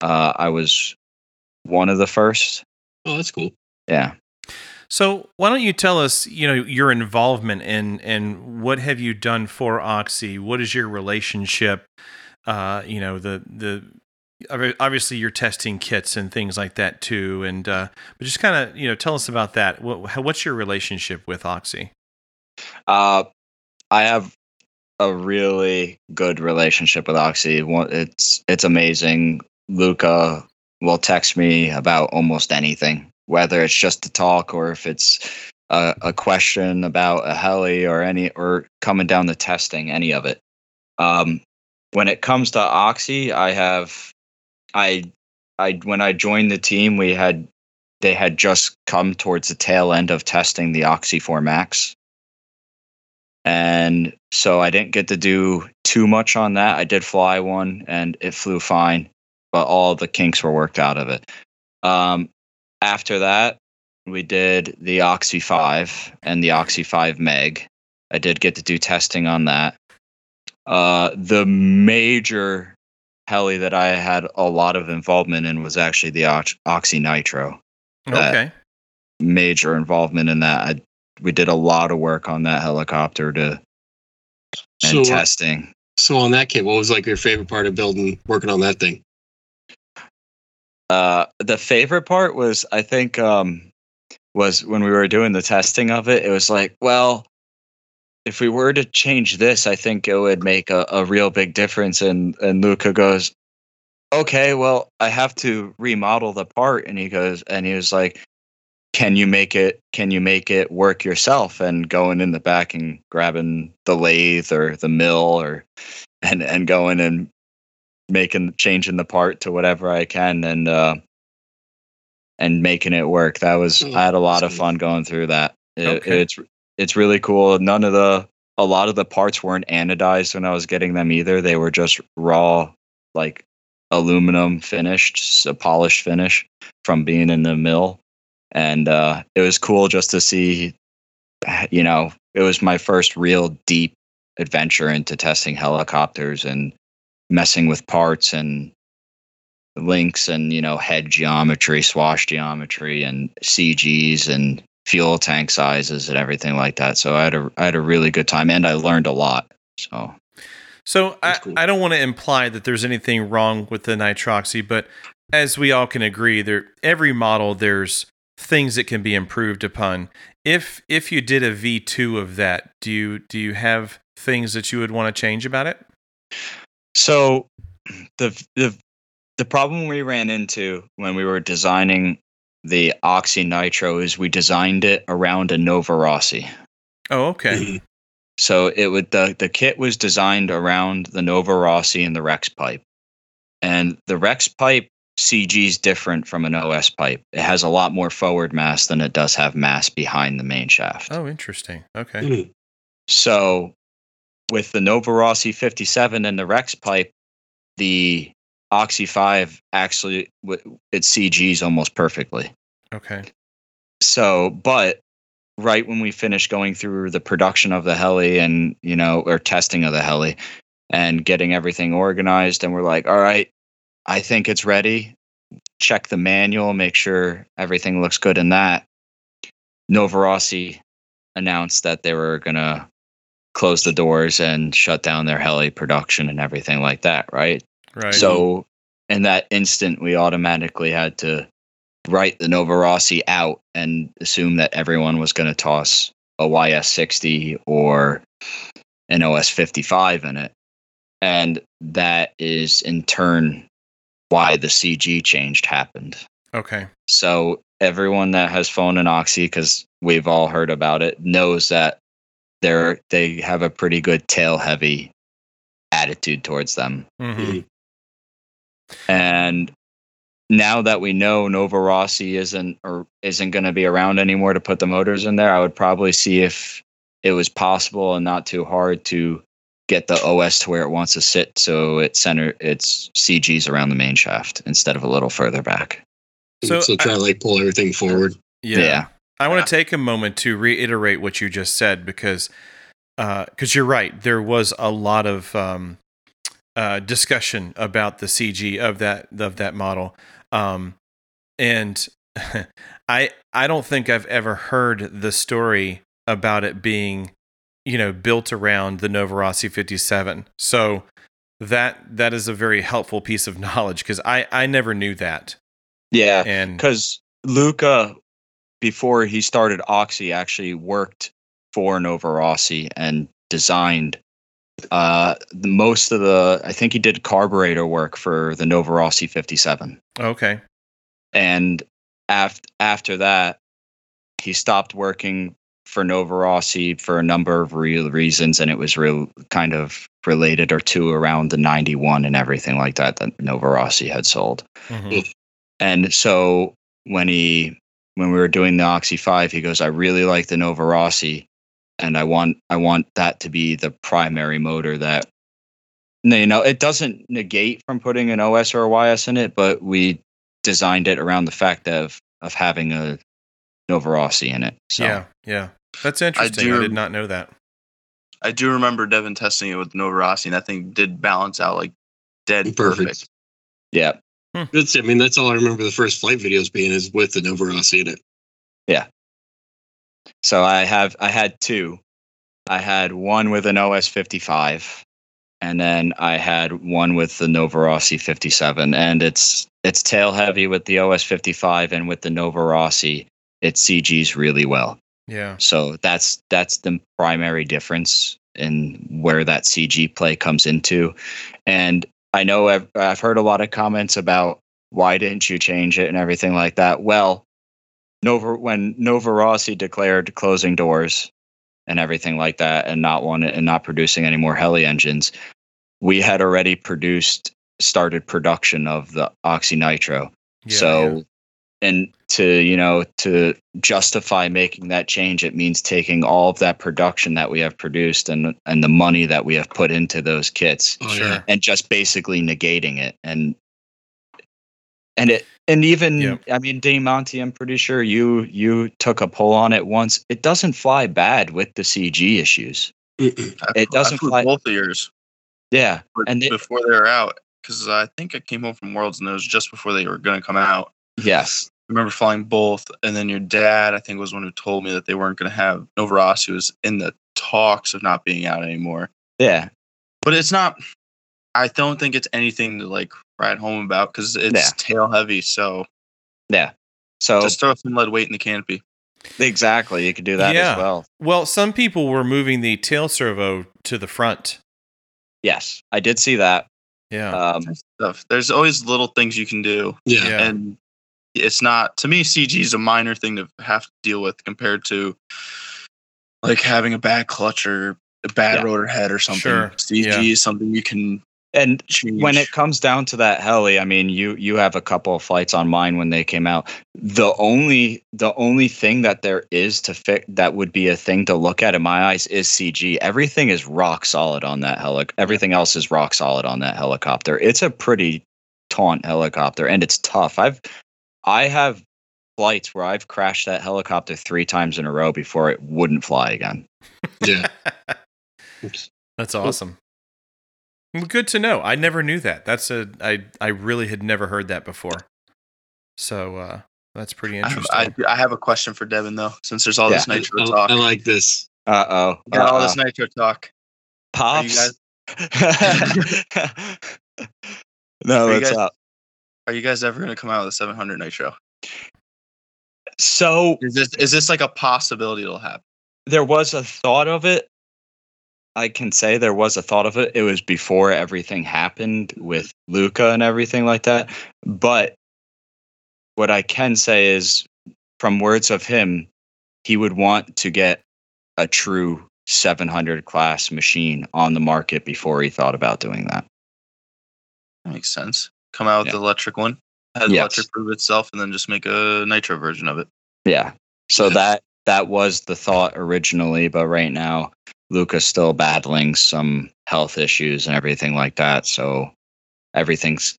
[SPEAKER 3] uh, I was one of the first.
[SPEAKER 2] Oh, that's cool.
[SPEAKER 3] Yeah.
[SPEAKER 1] So why don't you tell us, you know, your involvement in and what have you done for Oxy? What is your relationship? Uh, you know, the the obvi- obviously you're testing kits and things like that too, and uh, but just kind of you know tell us about that. What how, what's your relationship with Oxy?
[SPEAKER 3] Uh, I have a really good relationship with Oxy. One- It's it's amazing. Luca will text me about almost anything, whether it's just to talk or if it's a, a question about a heli or any or coming down to testing, any of it. Um, when it comes to Oxy, I have I I when I joined the team, we had they had just come towards the tail end of testing the Oxy 4 Max and so I didn't get to do too much on that. I did fly one, and it flew fine, but all the kinks were worked out of it. Um, after that, we did the Oxy Five and the Oxy Five Meg. I did get to do testing on that, Uh, the major heli that I had a lot of involvement in was actually the Ox- Oxy Nitro. That-
[SPEAKER 1] Okay.
[SPEAKER 3] Major involvement in that. I, we did a lot of work on that helicopter to and
[SPEAKER 2] So, uh,
[SPEAKER 3] testing.
[SPEAKER 2] so on that kit, what was like your favorite part of building, working on that thing?
[SPEAKER 3] Uh, the favorite part was I think um was when we were doing the testing of it, it was like, well, if we were to change this, I think it would make a, a real big difference. And and Luca goes, Okay, well, I have to remodel the part. And he goes, and he was like, Can you make it can you make it work yourself? And going in the back and grabbing the lathe or the mill or and and going and making changing the part to whatever I can and uh and making it work. That was I had a lot of fun going through that. It-
[SPEAKER 1] Okay.
[SPEAKER 3] It's it's really cool. None of the a lot of the parts weren't anodized when I was getting them either. They were just raw like aluminum finished, s- a polished finish from being in the mill. And uh it was cool just to see you know, it was my first real deep adventure into testing helicopters and messing with parts and links and you know head geometry swash geometry and cgs and fuel tank sizes and everything like that so i had a i had a really good time and i learned a lot so
[SPEAKER 1] So I,
[SPEAKER 2] That's cool.
[SPEAKER 1] I don't want to imply that there's anything wrong with the nitroxy, but as we all can agree, there every model there's things that can be improved upon. If if you did a V two of that, do you do you have things that you would want to change about it?
[SPEAKER 3] So the the the problem we ran into when we were designing the Oxy Nitro is we designed it around a Nova Rossi.
[SPEAKER 1] Oh, okay.
[SPEAKER 2] Mhm.
[SPEAKER 3] So it would the the kit was designed around the Nova Rossi and the Rex pipe. And the Rex pipe CG is different from an OS pipe. It has a lot more forward mass than it does have mass behind the main shaft.
[SPEAKER 1] Oh, interesting. Okay.
[SPEAKER 2] Mhm.
[SPEAKER 3] So with the Nova Rossi 57 and the Rex pipe, the Oxy 5 actually w- it CGs almost perfectly.
[SPEAKER 2] Mm-hmm.
[SPEAKER 1] Okay.
[SPEAKER 3] So, but right when we finished going through the production of the heli and, you know, or testing of the heli and getting everything organized and we're like, "All right, I think it's ready. Check the manual, make sure everything looks good in that." Nova Rossi announced that they were going to close the doors and shut down their heli production and everything like that, right?
[SPEAKER 1] Right.
[SPEAKER 3] So in that instant, we automatically had to write the Nova Rossi out and assume that everyone was going to toss a YS60 or an OS55 in it. And that is in turn why the CG changed happened.
[SPEAKER 1] okay.
[SPEAKER 3] So everyone that has phone and oxy, because we've all heard about it, knows that they're they have a pretty good tail heavy attitude towards them.
[SPEAKER 1] hmm
[SPEAKER 2] Mm-hmm.
[SPEAKER 3] And now that we know Nova Rossi isn't or isn't going to be around anymore to put the motors in there, I would probably see if it was possible and not too hard to get the OS to where it wants to sit, so it center its CGs around the main shaft instead of a little further back.
[SPEAKER 1] So
[SPEAKER 2] So, try to like pull everything forward.
[SPEAKER 1] Yeah.
[SPEAKER 3] Yeah.
[SPEAKER 1] I want to take a moment to reiterate what you just said because because you're right. There was a lot of um, uh, discussion about the CG of that of that model, um, and I I don't think I've ever heard the story about it being you know built around the Novorossi 57. So that that is a very helpful piece of knowledge because I I never knew that
[SPEAKER 3] Yeah,
[SPEAKER 1] and
[SPEAKER 3] because Luca, before he started Oxy, actually worked for Nova Rossi and designed uh, the, most of the. I think he did carburetor work for the Nova Rossi 57,
[SPEAKER 1] okay
[SPEAKER 3] and after after that, he stopped working for Nova Rossi for a number of real reasons, and it was real kind of related or two around the 91 and everything like that that Nova Rossi had sold.
[SPEAKER 1] Mhm.
[SPEAKER 3] And so when he when we were doing the Oxy Five, he goes, "I really like the Nova Rossi, and I want I want that to be the primary motor that." No, you know, it doesn't negate from putting an OS or a YS in it, but we designed it around the fact of of having a Nova Rossi in it. So
[SPEAKER 1] yeah yeah that's interesting. I
[SPEAKER 4] do-
[SPEAKER 1] did not know that.
[SPEAKER 4] I do remember Devin testing it with Nova Rossi, and that thing did balance out like dead perfect.
[SPEAKER 2] Perfect.
[SPEAKER 3] Yeah.
[SPEAKER 2] That's. I mean, that's all I remember. The first flight videos being is with the Nova Rossi in it.
[SPEAKER 3] So I have I had two. I had one with an OS 55 and then I had one with the Novorossi 57 and it's it's tail heavy with the OS 55 and with the Novorossi it CGs really well.
[SPEAKER 1] Yeah.
[SPEAKER 3] So that's that's the primary difference in where that CG play comes into. And I know I've, I've heard a lot of comments about why didn't you change it and everything like that. Well, Nova when Nova Rossi declared closing doors and everything like that, and not want and not producing any more heli engines, we had already produced started production of the Oxy Nitro.
[SPEAKER 1] yeah
[SPEAKER 3] so, and to you know to justify making that change, it means taking all of that production that we have produced and and the money that we have put into those kits
[SPEAKER 2] Oh,
[SPEAKER 1] Sure.
[SPEAKER 2] Yeah.
[SPEAKER 3] and just basically negating it and and it and even
[SPEAKER 1] Yep.
[SPEAKER 3] i mean dave monty i'm pretty sure you you took a poll on it once it doesn't fly bad with the cg issues
[SPEAKER 2] Mm-mm.
[SPEAKER 4] I-
[SPEAKER 3] It doesn't
[SPEAKER 4] I flew
[SPEAKER 3] fly-
[SPEAKER 4] both of yours
[SPEAKER 3] yeah
[SPEAKER 4] but
[SPEAKER 3] And it-
[SPEAKER 4] before they were out because I think I came home from Worlds and it was just before they were going to come out.
[SPEAKER 3] yes
[SPEAKER 4] I remember flying both, and then your dad, I think, was the one who told me that they weren't going to have Nova Rossi was in the talks of not being out anymore.
[SPEAKER 3] yeah
[SPEAKER 4] But it's not. I don't think it's anything to like write home about because it's
[SPEAKER 3] Yeah. Oh.
[SPEAKER 4] tail heavy. So
[SPEAKER 3] yeah so
[SPEAKER 4] just throw some lead weight in the canopy.
[SPEAKER 3] exactly you could do that
[SPEAKER 1] Yeah.
[SPEAKER 3] as well
[SPEAKER 1] well, some people were moving the tail servo to the front.
[SPEAKER 3] yes i did see that
[SPEAKER 1] Yeah.
[SPEAKER 3] um
[SPEAKER 4] Stuff. There's always little things you can do.
[SPEAKER 2] Yeah.
[SPEAKER 1] yeah.
[SPEAKER 4] and it's not to me cg is a minor thing to have to deal with compared to like having a bad clutch or a bad
[SPEAKER 3] Yeah.
[SPEAKER 4] rotor head or something
[SPEAKER 1] Sure,
[SPEAKER 4] cg
[SPEAKER 1] yeah.
[SPEAKER 4] is something you can
[SPEAKER 3] and
[SPEAKER 4] change
[SPEAKER 3] when it comes down to that heli i mean you you have a couple of flights on mine when they came out the only the only thing that there is to fix that would be a thing to look at in my eyes is cg everything is rock solid on that heli everything else is rock solid on that helicopter it's a pretty taunt helicopter and it's tough i've i have flights where i've crashed that helicopter three times in a row before it wouldn't fly again
[SPEAKER 4] Uh,
[SPEAKER 2] Yeah. Oops.
[SPEAKER 1] That's awesome. Well, good to know. I never knew that. That's a I I really had never heard that before. So uh that's pretty
[SPEAKER 4] I,
[SPEAKER 1] interesting.
[SPEAKER 4] I, I have a question for devin though since there's all this
[SPEAKER 2] I,
[SPEAKER 4] nitro
[SPEAKER 2] I-
[SPEAKER 4] talk
[SPEAKER 2] I like this.
[SPEAKER 3] uh-oh, Uh-uh.
[SPEAKER 4] Got all
[SPEAKER 3] Uh-oh.
[SPEAKER 4] this nitro talk Are you
[SPEAKER 3] pops
[SPEAKER 4] guys-
[SPEAKER 3] no,
[SPEAKER 4] Are you
[SPEAKER 3] it's
[SPEAKER 4] guys-
[SPEAKER 3] up.
[SPEAKER 4] are you guys ever going to come out with a 700 nitro
[SPEAKER 3] So
[SPEAKER 4] is this is this like a possibility it'll happen
[SPEAKER 3] there was a thought of it. I can say there was a thought of it. It was before everything happened with Luca and everything like that. But what I can say is, from words of him, he would want to get a true 700 class machine on the market before he thought about doing that.
[SPEAKER 4] that makes sense come out with
[SPEAKER 3] Yeah.
[SPEAKER 4] the electric one have
[SPEAKER 3] Yes.
[SPEAKER 4] electric prove itself and then just make a nitro version of it
[SPEAKER 3] Yeah. So
[SPEAKER 2] Yes.
[SPEAKER 3] that that was the thought originally, but right now Luca's still battling some health issues and everything like that. So everything's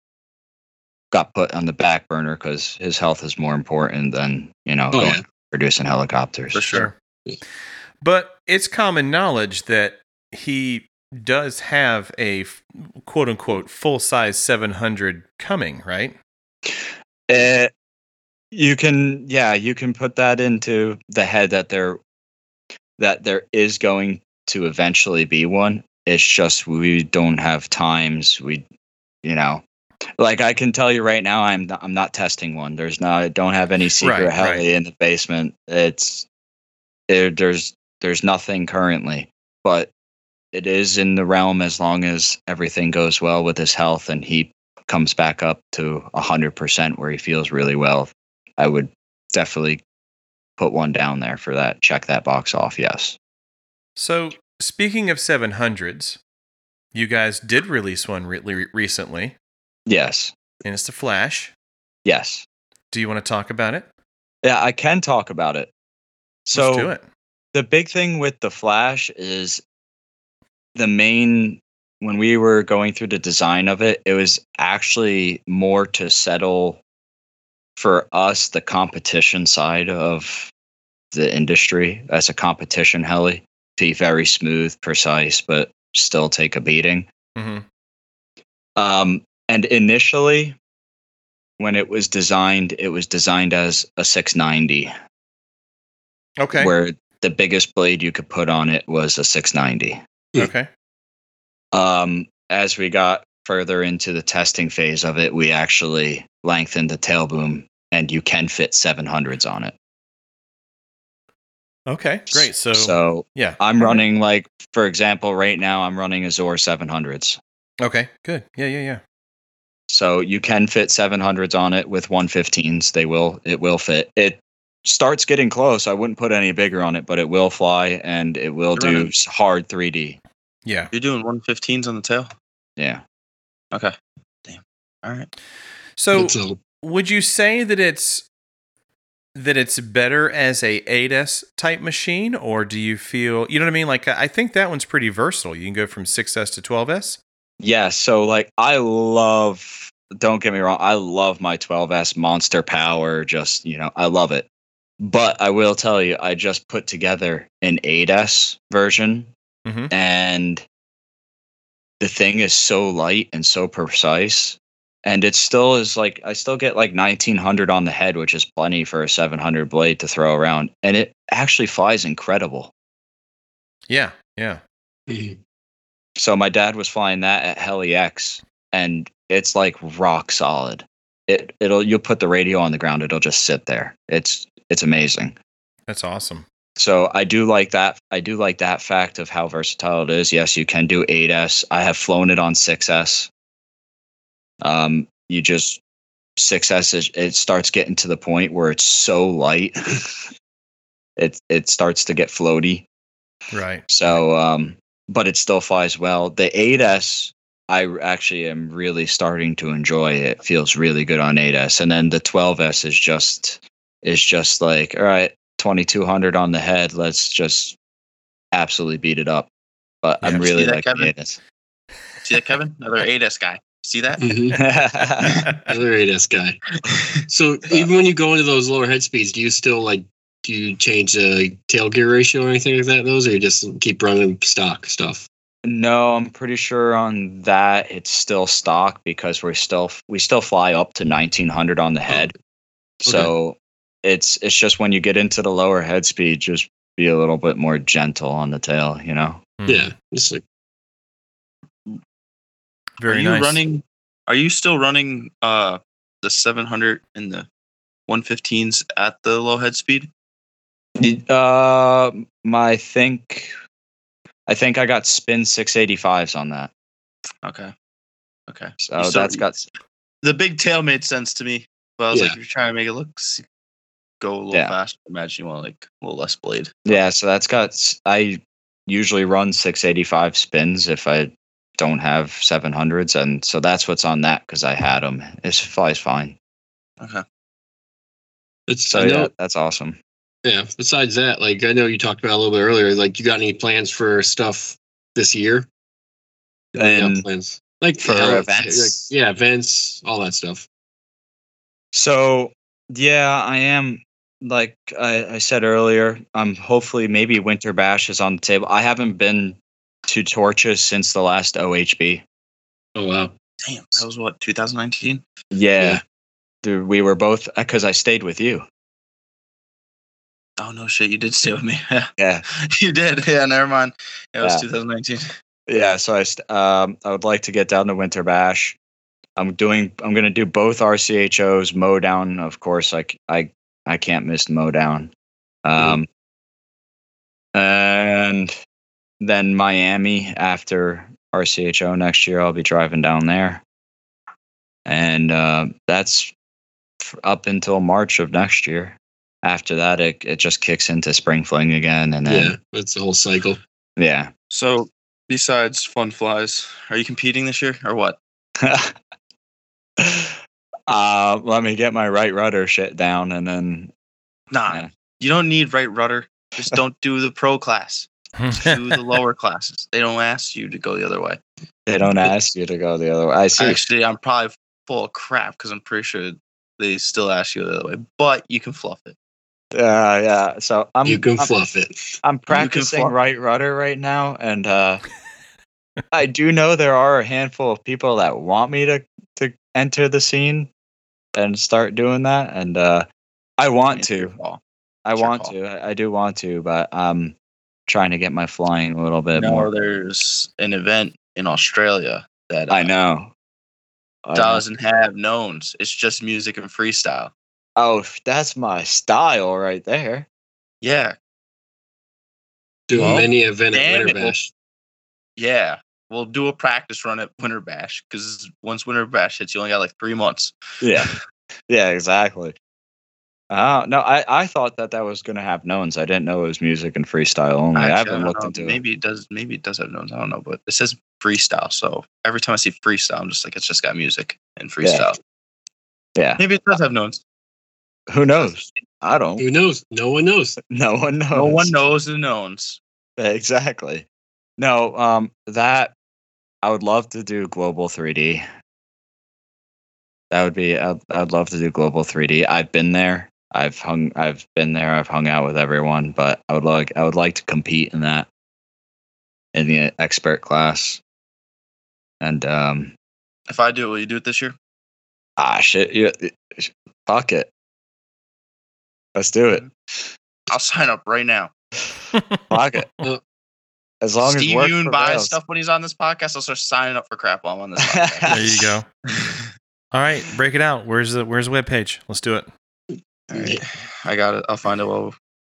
[SPEAKER 3] got put on the back burner because his health is more important than you know
[SPEAKER 2] Oh
[SPEAKER 3] going
[SPEAKER 2] yeah.
[SPEAKER 3] producing helicopters.
[SPEAKER 4] For sure.
[SPEAKER 1] But it's common knowledge that he does have a f- quote unquote full size 700 coming, right?
[SPEAKER 3] Uh, you can yeah, you can put that into the head that there that there is going to eventually be one. It's just we don't have times. We you know like I can tell you right now I'm not, I'm not testing one. There's not I don't have any secret
[SPEAKER 1] Right,
[SPEAKER 3] heli in the basement. It's there there's there's nothing currently. But it is in the realm as long as everything goes well with his health and he comes back up to 100% where he feels really well, I would definitely put one down there for that. Check that box off. Yes.
[SPEAKER 1] So, speaking of 700s, you guys did release one re- re- recently,
[SPEAKER 3] Yes.
[SPEAKER 1] and it's the Flash.
[SPEAKER 3] Yes.
[SPEAKER 1] Do you want to talk about it?
[SPEAKER 3] Yeah, I can talk about it. So
[SPEAKER 1] Let's do it.
[SPEAKER 3] the big thing with the flash is the main when we were going through the design of it it was actually more to settle for us the competition side of the industry as a competition heli be very smooth, precise, but still take a beating.
[SPEAKER 1] Mm-hmm.
[SPEAKER 3] Um, and initially, when it was designed, it was designed as a 690,
[SPEAKER 1] Okay.
[SPEAKER 3] where the biggest blade you could put on it was a 690.
[SPEAKER 1] okay.
[SPEAKER 3] Um, as we got further into the testing phase of it, we actually lengthened the tail boom, and you can fit 700s on it.
[SPEAKER 1] Okay. Great. So,
[SPEAKER 3] so
[SPEAKER 1] yeah.
[SPEAKER 3] I'm running like, for example, right now I'm running Azor 700s.
[SPEAKER 1] Okay. Good. Yeah. Yeah. Yeah.
[SPEAKER 3] So you can fit 700s on it with 115s. They will, it will fit. It starts getting close. I wouldn't put any bigger on it, but it will fly and it will
[SPEAKER 4] You're
[SPEAKER 3] do
[SPEAKER 4] running-
[SPEAKER 3] s- hard 3D.
[SPEAKER 1] Yeah.
[SPEAKER 4] You're doing 115s on the tail.
[SPEAKER 3] Yeah.
[SPEAKER 4] Okay. Damn. All right.
[SPEAKER 1] So
[SPEAKER 2] That's all.
[SPEAKER 1] would you say that it's that it's better as a 8s type machine or do you feel you know what i mean like i think that one's pretty versatile you can go from 6s to 12s
[SPEAKER 3] Yeah. So, like, I love, don't get me wrong, I love my 12S monster power. Just, you know, I love it. But I will tell you, I just put together an 8S version
[SPEAKER 1] Mhm.
[SPEAKER 3] and the thing is so light and so precise. And it still is like, I still get like 1900 on the head, which is plenty for a 700 blade to throw around. And it actually flies incredible.
[SPEAKER 1] yeah yeah
[SPEAKER 2] Mhm.
[SPEAKER 3] So my dad was flying that at Heli X, and it's like rock solid. It it'll you'll put the radio on the ground, it'll just sit there. It's it's amazing.
[SPEAKER 1] that's awesome
[SPEAKER 3] So I do like that. I do like that fact of how versatile it is. Yes, you can do 8S. I have flown it on 6S. Um, you just 6S is, it starts getting to the point where it's so light. it it starts to get floaty.
[SPEAKER 1] right
[SPEAKER 3] So, um, but it still flies well. The 8S, I r- actually am really starting to enjoy. It feels really good on 8S, and then the 12S is just is just like all right, 2200 on the head. Let's just absolutely beat it up. But
[SPEAKER 1] Yeah,
[SPEAKER 3] I'm
[SPEAKER 1] see
[SPEAKER 3] really
[SPEAKER 4] that,
[SPEAKER 3] like the
[SPEAKER 4] Kevin?
[SPEAKER 3] 8S.
[SPEAKER 4] See that, Kevin? Another 8S guy. See that?
[SPEAKER 2] Mhm. Another 8S guy. So even when you go into those lower head speeds, do you still like do you change the tail gear ratio or anything like that? in Those or you just keep running stock stuff?
[SPEAKER 3] No, I'm pretty sure on that it's still stock because we're still we still fly up to 1900 on the head. So it's it's just when you get into the lower head speed, just be a little bit more gentle on the tail, you know.
[SPEAKER 1] Hmm.
[SPEAKER 2] Yeah, it's like
[SPEAKER 1] very
[SPEAKER 4] are you
[SPEAKER 1] nice
[SPEAKER 4] running? Are you still running uh the 700 and the 115s at the low head speed?
[SPEAKER 3] Uh, my think, I think I got spin 685s on that.
[SPEAKER 4] Okay. Okay.
[SPEAKER 3] So
[SPEAKER 4] You still-
[SPEAKER 3] that's got
[SPEAKER 4] The big tail made sense to me, but I was
[SPEAKER 2] Yeah.
[SPEAKER 4] like, you're trying to make it look s- go a little
[SPEAKER 3] Yeah.
[SPEAKER 4] faster. Imagine you want like a little less blade.
[SPEAKER 3] yeah. So that's got s- I usually run 685 spins if I don't have 700s, and so that's what's on that because I had them. It flies fine.
[SPEAKER 4] Okay.
[SPEAKER 2] it's
[SPEAKER 3] So
[SPEAKER 2] I know
[SPEAKER 3] yeah, that's awesome.
[SPEAKER 2] Yeah. Besides that, like I know you talked about a little bit earlier, like you got any plans for stuff this year? Any
[SPEAKER 3] Um,
[SPEAKER 2] plans like
[SPEAKER 3] for
[SPEAKER 2] hell,
[SPEAKER 3] events?
[SPEAKER 2] like, yeah, events, all that stuff.
[SPEAKER 3] So yeah, I am like I, I said earlier, I'm hopefully maybe Winter Bash is on the table. I haven't been to Torches since the last OHB.
[SPEAKER 2] Oh wow,
[SPEAKER 4] Damn, that was what 2019.
[SPEAKER 3] Yeah. Dude, we were both because I stayed with you.
[SPEAKER 4] Oh no, shit! You did stay with me.
[SPEAKER 3] Yeah.
[SPEAKER 4] you did. Yeah, never mind. It was
[SPEAKER 3] Yeah.
[SPEAKER 4] 2019.
[SPEAKER 3] Yeah. So I st- um I would like to get down to Winter Bash. I'm doing I'm gonna do both RCHOs, mow down, of course. Like I I can't miss mow down. Um and then Miami after RCHO next year. I'll be driving down there. And uh, that's f- up until March of next year. After that, it, it just kicks into spring fling again. And
[SPEAKER 2] yeah,
[SPEAKER 3] then,
[SPEAKER 2] that's the whole cycle.
[SPEAKER 3] yeah.
[SPEAKER 4] So, besides fun flies, are you competing this year or what?
[SPEAKER 3] uh, let me get my right rudder shit down, and then
[SPEAKER 4] Nah,
[SPEAKER 3] Yeah.
[SPEAKER 4] you don't need right rudder. Just don't do the pro class. Do the lower classes. They don't ask you to go the other way.
[SPEAKER 3] they don't ask you to go the other way. I see.
[SPEAKER 4] Actually, I'm probably full of crap because I'm pretty sure they still ask you the other way, but you can fluff it.
[SPEAKER 3] Uh, yeah. So I'm
[SPEAKER 2] you can
[SPEAKER 3] I'm,
[SPEAKER 2] fluff it.
[SPEAKER 3] I'm
[SPEAKER 4] can
[SPEAKER 3] practicing
[SPEAKER 4] fly.
[SPEAKER 3] right rudder right now, and uh, I do know there are a handful of people that want me to to enter the scene and start doing that, and uh, I want
[SPEAKER 4] It's your
[SPEAKER 3] to.
[SPEAKER 4] call.
[SPEAKER 3] I
[SPEAKER 4] It's your
[SPEAKER 3] want
[SPEAKER 4] call.
[SPEAKER 3] to. I, I do want to, but I'm trying to get my flying a little bit
[SPEAKER 4] Now
[SPEAKER 3] more.
[SPEAKER 4] there's an event in Australia that
[SPEAKER 3] I
[SPEAKER 4] uh,
[SPEAKER 3] know. I know.
[SPEAKER 4] doesn't have knowns. It's just music and freestyle.
[SPEAKER 3] Oh, that's my style right there.
[SPEAKER 4] Yeah,
[SPEAKER 2] Do
[SPEAKER 4] Well,
[SPEAKER 2] a mini event at
[SPEAKER 4] damn
[SPEAKER 2] Winter
[SPEAKER 4] it, we'll-
[SPEAKER 2] Bash.
[SPEAKER 4] yeah. We'll do a practice run at Winter Bash because once Winter Bash hits, you only got like three months.
[SPEAKER 3] Yeah. yeah, exactly. Oh, no, I, I thought that that was going to have knowns. I didn't know it was music and freestyle only. I
[SPEAKER 4] Actually,
[SPEAKER 3] haven't
[SPEAKER 4] don't
[SPEAKER 3] looked
[SPEAKER 4] know.
[SPEAKER 3] into it.
[SPEAKER 4] Um, Maybe it does. Maybe it does have knowns. I don't know, but it says freestyle. So every time I see freestyle, I'm just like, it's just got music and freestyle.
[SPEAKER 3] Yeah.
[SPEAKER 4] Maybe it does have knowns.
[SPEAKER 3] Who knows? I don't.
[SPEAKER 2] Who knows? No one knows.
[SPEAKER 3] No one knows.
[SPEAKER 4] No one knows the knowns.
[SPEAKER 3] Exactly. No, um, that I would love to do global 3D. That would be, I'd, I'd love to do global 3D. I've been there. I've hung, I've been there. I've hung out with everyone, but I would like, I would like to compete in that in the expert class. And, um,
[SPEAKER 4] If I do it, will you do it this year?
[SPEAKER 3] ah, shit, you, fuck it. Let's do it.
[SPEAKER 4] I'll sign up right now.
[SPEAKER 3] Fuck it.
[SPEAKER 2] Well,
[SPEAKER 3] As long as
[SPEAKER 4] Steve
[SPEAKER 3] work
[SPEAKER 4] Yoon buys
[SPEAKER 3] prevails.
[SPEAKER 4] stuff when he's on this podcast. I'll start signing up for crap while I'm on this podcast.
[SPEAKER 1] There you go. All right, break it out. Where's the Where's the web page? Let's do it.
[SPEAKER 4] All right. I got it. I'll find it. Well,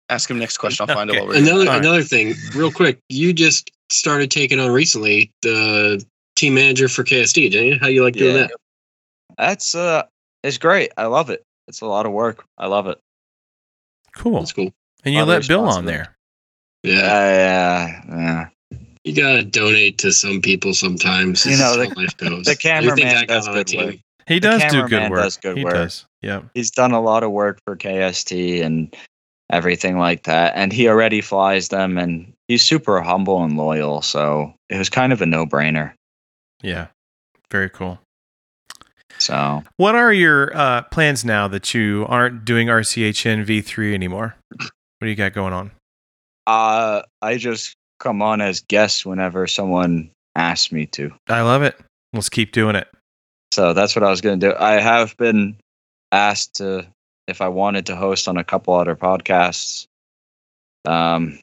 [SPEAKER 4] ask him next question. I'll find
[SPEAKER 1] Okay.
[SPEAKER 4] it. While we're
[SPEAKER 2] Another
[SPEAKER 4] doing
[SPEAKER 1] Alright.
[SPEAKER 2] another thing, real quick. You just started taking on recently the team manager for KSD, didn't you? How you like doing
[SPEAKER 3] Yeah.
[SPEAKER 2] that?
[SPEAKER 3] That's uh, it's great. I love it. It's a lot of work. I love it.
[SPEAKER 1] Cool.
[SPEAKER 2] That's cool.
[SPEAKER 1] And you
[SPEAKER 3] Lot oh, of
[SPEAKER 1] let Bill on
[SPEAKER 3] responsibility.
[SPEAKER 1] there.
[SPEAKER 3] Uh,
[SPEAKER 2] Yeah.
[SPEAKER 3] yeah, yeah.
[SPEAKER 2] You gotta donate to some people sometimes.
[SPEAKER 3] You
[SPEAKER 2] This
[SPEAKER 3] know,
[SPEAKER 2] is
[SPEAKER 3] the-
[SPEAKER 2] how life goes.
[SPEAKER 3] the
[SPEAKER 2] I think
[SPEAKER 3] cameraman
[SPEAKER 2] I got
[SPEAKER 3] does
[SPEAKER 2] on the
[SPEAKER 3] good work.
[SPEAKER 2] team.
[SPEAKER 1] He
[SPEAKER 3] The
[SPEAKER 1] does do good
[SPEAKER 3] cameraman
[SPEAKER 1] work.
[SPEAKER 3] does good
[SPEAKER 1] he
[SPEAKER 3] work.
[SPEAKER 1] does. Yeah.
[SPEAKER 3] He's done a lot of work for KST and everything like that, and he already flies them, and he's super humble and loyal. So it was kind of a no-brainer.
[SPEAKER 1] Yeah. Very cool.
[SPEAKER 3] So
[SPEAKER 1] What are your uh, plans now that you aren't doing RCHN V3 anymore? What do you got going on?
[SPEAKER 3] uh, I just come on as guest whenever someone asks me to.
[SPEAKER 1] I love it. Let's keep doing it.
[SPEAKER 3] So that's what I was going to do. I have been asked to if I wanted to host on a couple other podcasts. Um,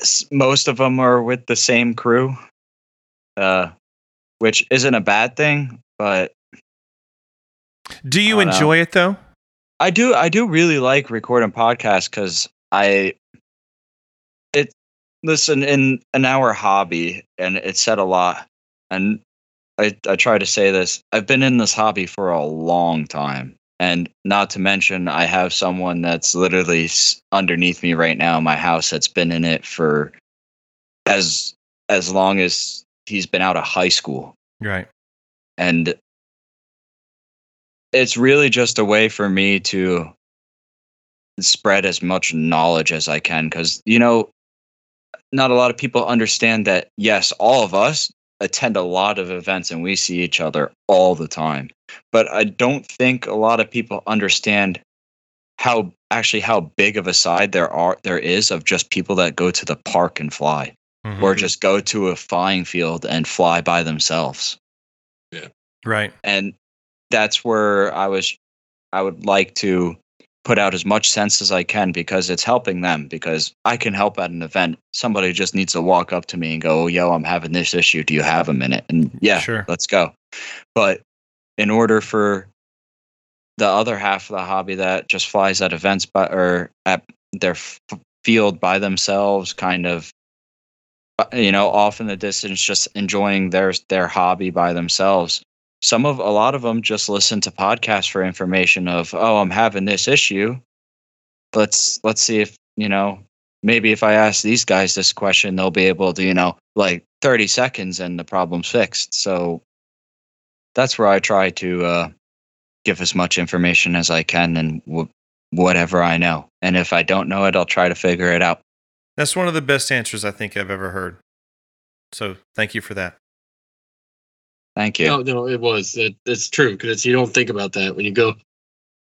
[SPEAKER 3] s- most of them are with the same crew, uh, which isn't a bad thing, but
[SPEAKER 1] Do you
[SPEAKER 3] I don't know.
[SPEAKER 1] enjoy it though?
[SPEAKER 3] I do I do really like recording podcasts because I it listen in an hour hobby and it said a lot and I, I try to say this I've been in this hobby for a long time and not to mention I have someone that's literally s- underneath me right now in my house that's been in it for as as long as he's been out of high school
[SPEAKER 1] Right.
[SPEAKER 3] and it's really just a way for me to spread as much knowledge as I can cuz you know not a lot of people understand that yes all of us attend a lot of events and we see each other all the time but I don't think a lot of people understand how actually how big of a side there are there is of just people that go to the park and fly
[SPEAKER 1] Mhm.
[SPEAKER 3] or just go to a flying field and fly by themselves
[SPEAKER 1] Right.
[SPEAKER 3] and that's where i was i would like to put out as much sense as i can because it's helping them because i can help at an event somebody just needs to walk up to me and go oh, yo i'm having this issue do you have a minute and yeah
[SPEAKER 1] Sure.
[SPEAKER 3] let's go but in order for the other half of the hobby that just flies at events but or at their f- field by themselves kind of uh, you know off in the distance just enjoying their their hobby by themselves some of a lot of them just listen to podcasts for information of oh i'm having this issue let's let's see if you know maybe if i ask these guys this question they'll be able to you know like 30 seconds and the problem's fixed so that's where i try to uh, give as much information as i can and w- whatever i know and if i don't know it i'll try to figure it out
[SPEAKER 1] That's one of the best answers I think I've ever heard. So thank you for that.
[SPEAKER 3] thank you
[SPEAKER 2] No, no, it was. It, it's true because you don't think about that when you go.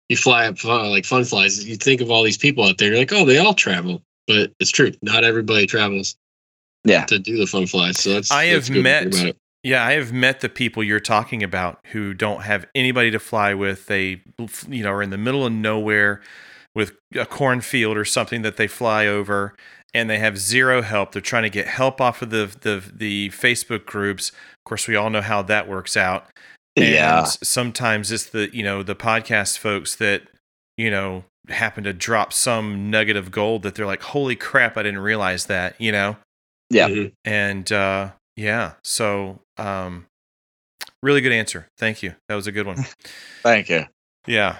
[SPEAKER 2] you fly up uh, like fun flies, you think of all these people out there. You're like, oh, they all travel, but it's true. Not everybody travels
[SPEAKER 3] Yeah.
[SPEAKER 2] to do the fun flies. So that's
[SPEAKER 1] I
[SPEAKER 2] that's
[SPEAKER 1] have
[SPEAKER 2] good to
[SPEAKER 1] met-
[SPEAKER 2] hear about it.
[SPEAKER 1] Yeah, I have met the people you're talking about who don't have anybody to fly with. They, you know, are in the middle of nowhere with a cornfield or something that they fly over, and they have zero help. They're trying to get help off of the the, the Facebook groups. Of course, we all know how that works out. And
[SPEAKER 3] Yeah.
[SPEAKER 1] sometimes it's the you know the podcast folks that you know happen to drop some nugget of gold that they're like, holy crap, I didn't realize that. You know
[SPEAKER 3] Yeah.
[SPEAKER 2] Mhm.
[SPEAKER 1] and uh, yeah so um, really good answer thank you that was a good one
[SPEAKER 3] Thank you.
[SPEAKER 1] yeah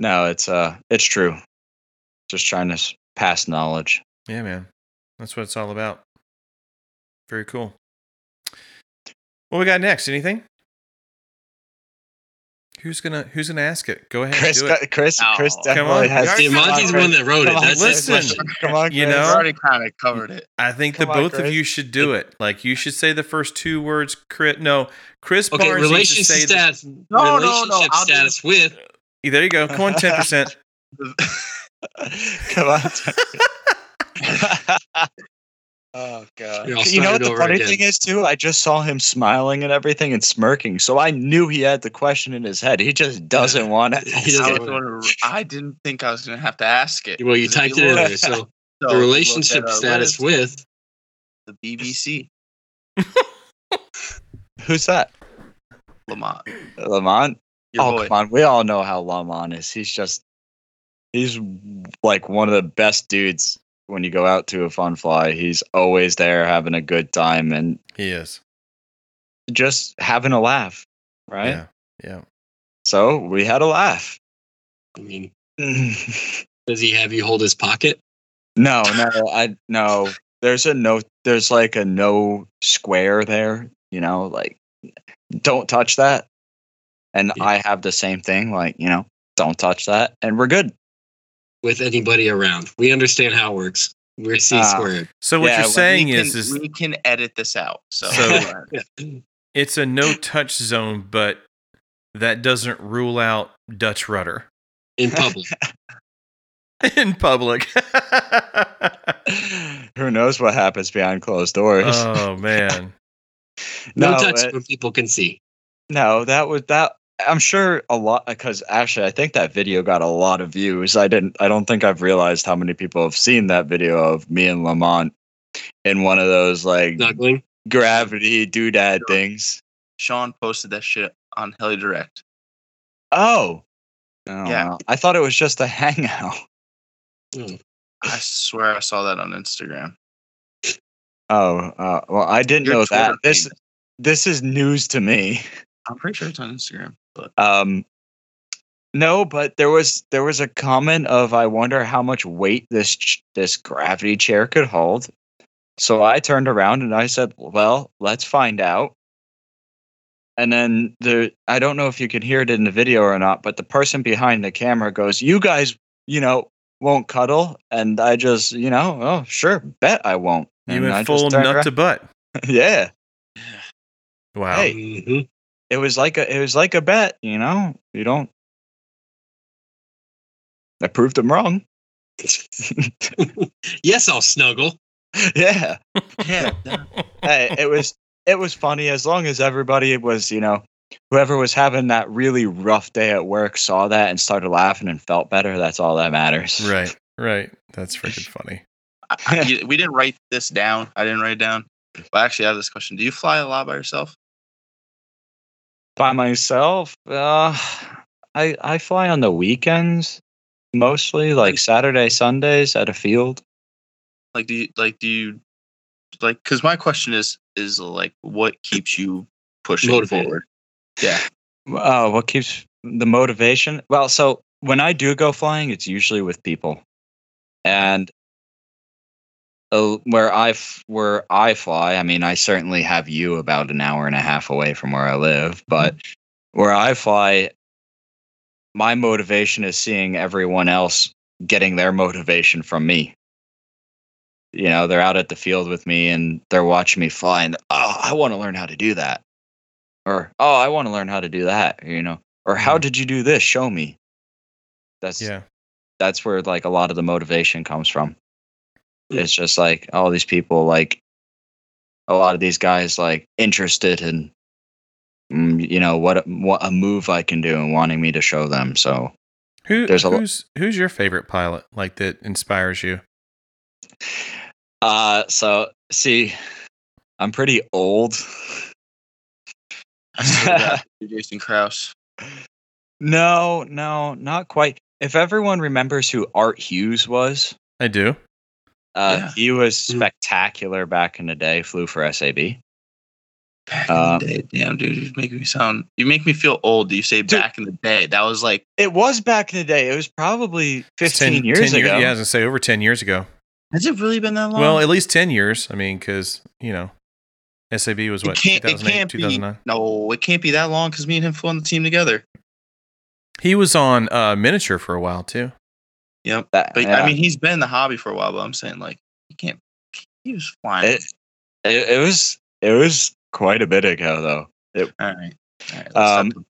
[SPEAKER 3] No, it's uh it's true. Just trying to s- pass knowledge.
[SPEAKER 1] yeah man that's what it's all about very cool what we got next anything who's gonna who's gonna ask it go ahead and
[SPEAKER 3] Chris
[SPEAKER 1] do
[SPEAKER 3] got, Chris
[SPEAKER 4] No.
[SPEAKER 3] Chris
[SPEAKER 4] Come
[SPEAKER 3] definitely
[SPEAKER 1] on.
[SPEAKER 3] has
[SPEAKER 2] See,
[SPEAKER 4] Come on,
[SPEAKER 2] Monty's the
[SPEAKER 4] Chris.
[SPEAKER 2] one that wrote it.
[SPEAKER 3] Come on,
[SPEAKER 2] That's his
[SPEAKER 1] listen.
[SPEAKER 2] question.
[SPEAKER 3] Come on,
[SPEAKER 1] You
[SPEAKER 3] Chris.
[SPEAKER 1] know?
[SPEAKER 4] We've already kind of covered it.
[SPEAKER 1] i think the
[SPEAKER 3] Come on,
[SPEAKER 1] both of
[SPEAKER 3] Chris.
[SPEAKER 1] you should do it like you should say the first two words chris no chris
[SPEAKER 2] Okay,
[SPEAKER 1] barnes needs to
[SPEAKER 2] relationship
[SPEAKER 1] say the-
[SPEAKER 2] status.
[SPEAKER 4] no, no,
[SPEAKER 2] relationship
[SPEAKER 4] I'll do-
[SPEAKER 2] status with.
[SPEAKER 1] there you go come on 10%
[SPEAKER 3] Come on. oh god.
[SPEAKER 2] You're all
[SPEAKER 3] You know
[SPEAKER 2] started
[SPEAKER 3] what the
[SPEAKER 2] over
[SPEAKER 3] funny
[SPEAKER 2] again.
[SPEAKER 3] thing is too? I just saw him smiling and everything and smirking, so I knew he had the question in his head. He just doesn't want to
[SPEAKER 2] He
[SPEAKER 4] I,
[SPEAKER 2] doesn't
[SPEAKER 4] was
[SPEAKER 2] want
[SPEAKER 4] gonna, I didn't think I was going to have to ask it.
[SPEAKER 2] Well, you
[SPEAKER 4] 'Cause if
[SPEAKER 2] typed it in
[SPEAKER 4] look-
[SPEAKER 2] there. So
[SPEAKER 4] so if
[SPEAKER 2] the
[SPEAKER 4] you look
[SPEAKER 2] relationship
[SPEAKER 4] at our
[SPEAKER 2] status
[SPEAKER 4] list,
[SPEAKER 2] with.
[SPEAKER 4] the BBC
[SPEAKER 3] Who's that?
[SPEAKER 4] Lamont.
[SPEAKER 3] Lamont?
[SPEAKER 4] Your
[SPEAKER 3] oh
[SPEAKER 4] boy.
[SPEAKER 3] come on, we all know how Lamont is. He's just he's like one of the best dudes when you go out to a fun fly. He's always there having a good time and
[SPEAKER 1] he is
[SPEAKER 3] just having a laugh. Right?
[SPEAKER 1] yeah yeah
[SPEAKER 3] So we had a laugh.
[SPEAKER 2] I mean,
[SPEAKER 3] no,
[SPEAKER 2] does he have you hold his pocket?
[SPEAKER 3] no, I no. There's a no there's like a no square there, you know, like don't touch that. And
[SPEAKER 2] Yeah.
[SPEAKER 3] I have the same thing, like, you know, don't touch that, and we're good.
[SPEAKER 2] with anybody around. We understand how it works. We're C
[SPEAKER 3] Ah.
[SPEAKER 2] squared.
[SPEAKER 1] so what
[SPEAKER 3] Yeah,
[SPEAKER 1] you're
[SPEAKER 3] we
[SPEAKER 1] saying
[SPEAKER 4] we
[SPEAKER 1] is
[SPEAKER 4] can,
[SPEAKER 1] is
[SPEAKER 4] we can edit this out. So, uh,
[SPEAKER 1] So- it's a no touch zone, but that doesn't rule out Dutch rudder
[SPEAKER 2] in public.
[SPEAKER 1] in public.
[SPEAKER 3] Who knows what happens behind closed doors?
[SPEAKER 1] oh man.
[SPEAKER 2] No,
[SPEAKER 3] no,
[SPEAKER 2] touch
[SPEAKER 3] it-
[SPEAKER 2] when people can see.
[SPEAKER 3] no, that was that. I'm sure a lot because actually, I think that video got a lot of views. I didn't. I don't think I've realized how many people have seen that video of me and Lamont in one of those like
[SPEAKER 2] Snuggling.
[SPEAKER 3] gravity doodad
[SPEAKER 4] Sure.
[SPEAKER 3] things.
[SPEAKER 4] Sean posted that shit on Heli Direct.
[SPEAKER 3] Oh, Oh,
[SPEAKER 4] Yeah.
[SPEAKER 3] wow. I thought it was just a hangout.
[SPEAKER 2] Oh,
[SPEAKER 4] I swear I saw that on Instagram.
[SPEAKER 3] Oh, uh, well, I didn't
[SPEAKER 4] Your
[SPEAKER 3] know
[SPEAKER 4] Twitter
[SPEAKER 3] that. This
[SPEAKER 4] feed.
[SPEAKER 3] this is news to me.
[SPEAKER 4] I'm pretty sure it's on Instagram. But
[SPEAKER 3] Um, no, but there was there was a comment of I wonder how much weight this ch- this gravity chair could hold. So I turned around and I said, "Well, let's find out." And then the I don't know if you can hear it in the video or not, but the person behind the camera goes, "You guys, you know, won't cuddle." And I just, you know, oh sure, bet I won't.
[SPEAKER 1] You
[SPEAKER 3] And
[SPEAKER 1] went
[SPEAKER 3] I just
[SPEAKER 1] full
[SPEAKER 3] turned
[SPEAKER 1] nut
[SPEAKER 3] around-
[SPEAKER 1] to butt.
[SPEAKER 3] yeah.
[SPEAKER 1] Wow.
[SPEAKER 3] Hey.
[SPEAKER 2] mhm.
[SPEAKER 3] it was like a it was like a bet, you know. You don't. I proved them wrong.
[SPEAKER 2] Yes, I'll snuggle.
[SPEAKER 3] yeah,
[SPEAKER 4] yeah,
[SPEAKER 3] hey, it was it was funny as long as everybody was you know whoever was having that really rough day at work saw that and started laughing and felt better. That's all that matters.
[SPEAKER 1] Right. Right. That's freaking funny.
[SPEAKER 4] I, I- you- we didn't write this down. I didn't write it down. But I actually have this question. Do you fly a lot by yourself?
[SPEAKER 3] By myself, uh, I I fly on the weekends mostly, like Saturday, Sundays at a field.
[SPEAKER 4] Like do you like do you like because my question is is like what keeps you pushing
[SPEAKER 2] Motivated.
[SPEAKER 4] forward?
[SPEAKER 3] Uh, what keeps the motivation? Well, so when I do go flying, it's usually with people, and uh, where I f- where I fly, I mean, I certainly have you about an hour and a half away from where I live, but where I fly, my motivation is seeing everyone else getting their motivation from me. You know, they're out at the field with me and they're watching me fly, and oh, I want to learn how to do that or oh i want to learn how to do that you know or how did you do this? Show me. That's
[SPEAKER 1] Yeah.
[SPEAKER 3] that's where like a lot of the motivation comes from. It's just like all these people, like a lot of these guys, like interested in, mm, you know, what a- what a move I can do and wanting me to show them. So
[SPEAKER 1] Who,
[SPEAKER 3] There's a lo-
[SPEAKER 1] who's who's your favorite pilot like that inspires you?
[SPEAKER 3] Uh, so see, I'm pretty old.
[SPEAKER 4] I still got Jason Krause.
[SPEAKER 3] No, no, not quite. If everyone remembers who Art Hughes was,
[SPEAKER 1] I do.
[SPEAKER 3] uh,
[SPEAKER 4] Yeah.
[SPEAKER 3] he was
[SPEAKER 2] Mm.
[SPEAKER 3] spectacular back in the day. Flew for SAB.
[SPEAKER 4] Back
[SPEAKER 3] Uh,
[SPEAKER 4] in the day, damn dude, you make me sound. You make me feel old. You say
[SPEAKER 3] Dude.
[SPEAKER 4] back in the day. That was like
[SPEAKER 3] It was back in the day. It was probably 15
[SPEAKER 1] 10
[SPEAKER 3] years
[SPEAKER 1] 10
[SPEAKER 3] ago.
[SPEAKER 1] yeah, I was gonna say over ten years ago.
[SPEAKER 4] Has it really been that long?
[SPEAKER 1] Well, at least ten years. I mean, because you know, SAB was
[SPEAKER 4] It
[SPEAKER 1] what two
[SPEAKER 4] can't- it
[SPEAKER 1] thousand eight,
[SPEAKER 4] can't be-
[SPEAKER 1] two thousand nine.
[SPEAKER 4] no, it can't be that long because me and him flew on the team together.
[SPEAKER 1] He was on uh, miniature for a while too.
[SPEAKER 4] Yep.
[SPEAKER 3] That-
[SPEAKER 4] But
[SPEAKER 3] yeah.
[SPEAKER 4] I mean, he's been in the hobby for a while. But I'm saying like, he can't. He was flying.
[SPEAKER 3] it, it, it was it was quite a bit ago though.
[SPEAKER 4] all right. All right.
[SPEAKER 3] Um,
[SPEAKER 4] stop.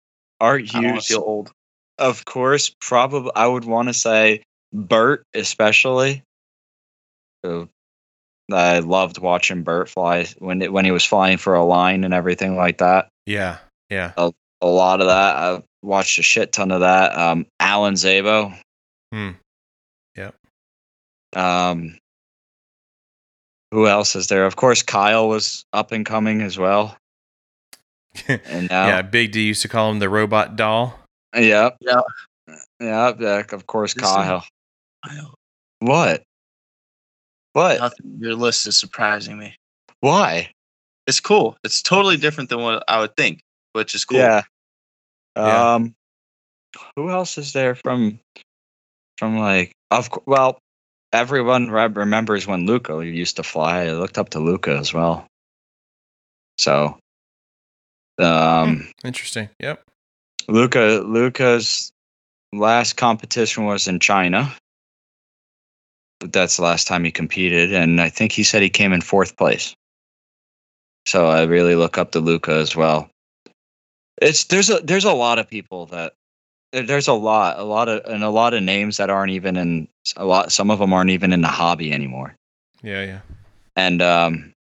[SPEAKER 3] Art
[SPEAKER 4] I don't wanna
[SPEAKER 3] Hughes,
[SPEAKER 4] feel old.
[SPEAKER 3] of course, probably I would want to say Bert especially. Who I loved watching Bert fly when it, when he was flying for a line and everything like that.
[SPEAKER 1] Yeah, yeah.
[SPEAKER 3] A lot of that I watched a shit ton of that. Um, Alan Zabo.
[SPEAKER 1] Hmm. Yep.
[SPEAKER 3] Um, who else is there? Of course, Kyle was up and coming as well. And now,
[SPEAKER 1] Yeah, Big D used to call him the robot doll.
[SPEAKER 3] Yep.
[SPEAKER 4] Yeah.
[SPEAKER 3] Yep. Yeah, of course,
[SPEAKER 4] This is-
[SPEAKER 3] Kyle. What? What?
[SPEAKER 4] Nothing. Your list is surprising me.
[SPEAKER 3] Why?
[SPEAKER 4] It's cool. It's totally different than what I would think, which is cool.
[SPEAKER 3] Yeah.
[SPEAKER 1] Yeah.
[SPEAKER 3] Um, who else is there from from like of cou- well, everyone re- remembers when Luca used to fly. I looked up to Luca as well. So, um,
[SPEAKER 1] Interesting. Yep.
[SPEAKER 3] Luca Luca's last competition was in China. That's the last time he competed, and I think he said he came in fourth place. So I really look up to Luca as well. It's there's a there's a lot of people that there- there's a lot a lot of and a lot of names that aren't even in a lot some of them aren't even in the hobby anymore
[SPEAKER 1] Yeah, yeah.
[SPEAKER 3] and um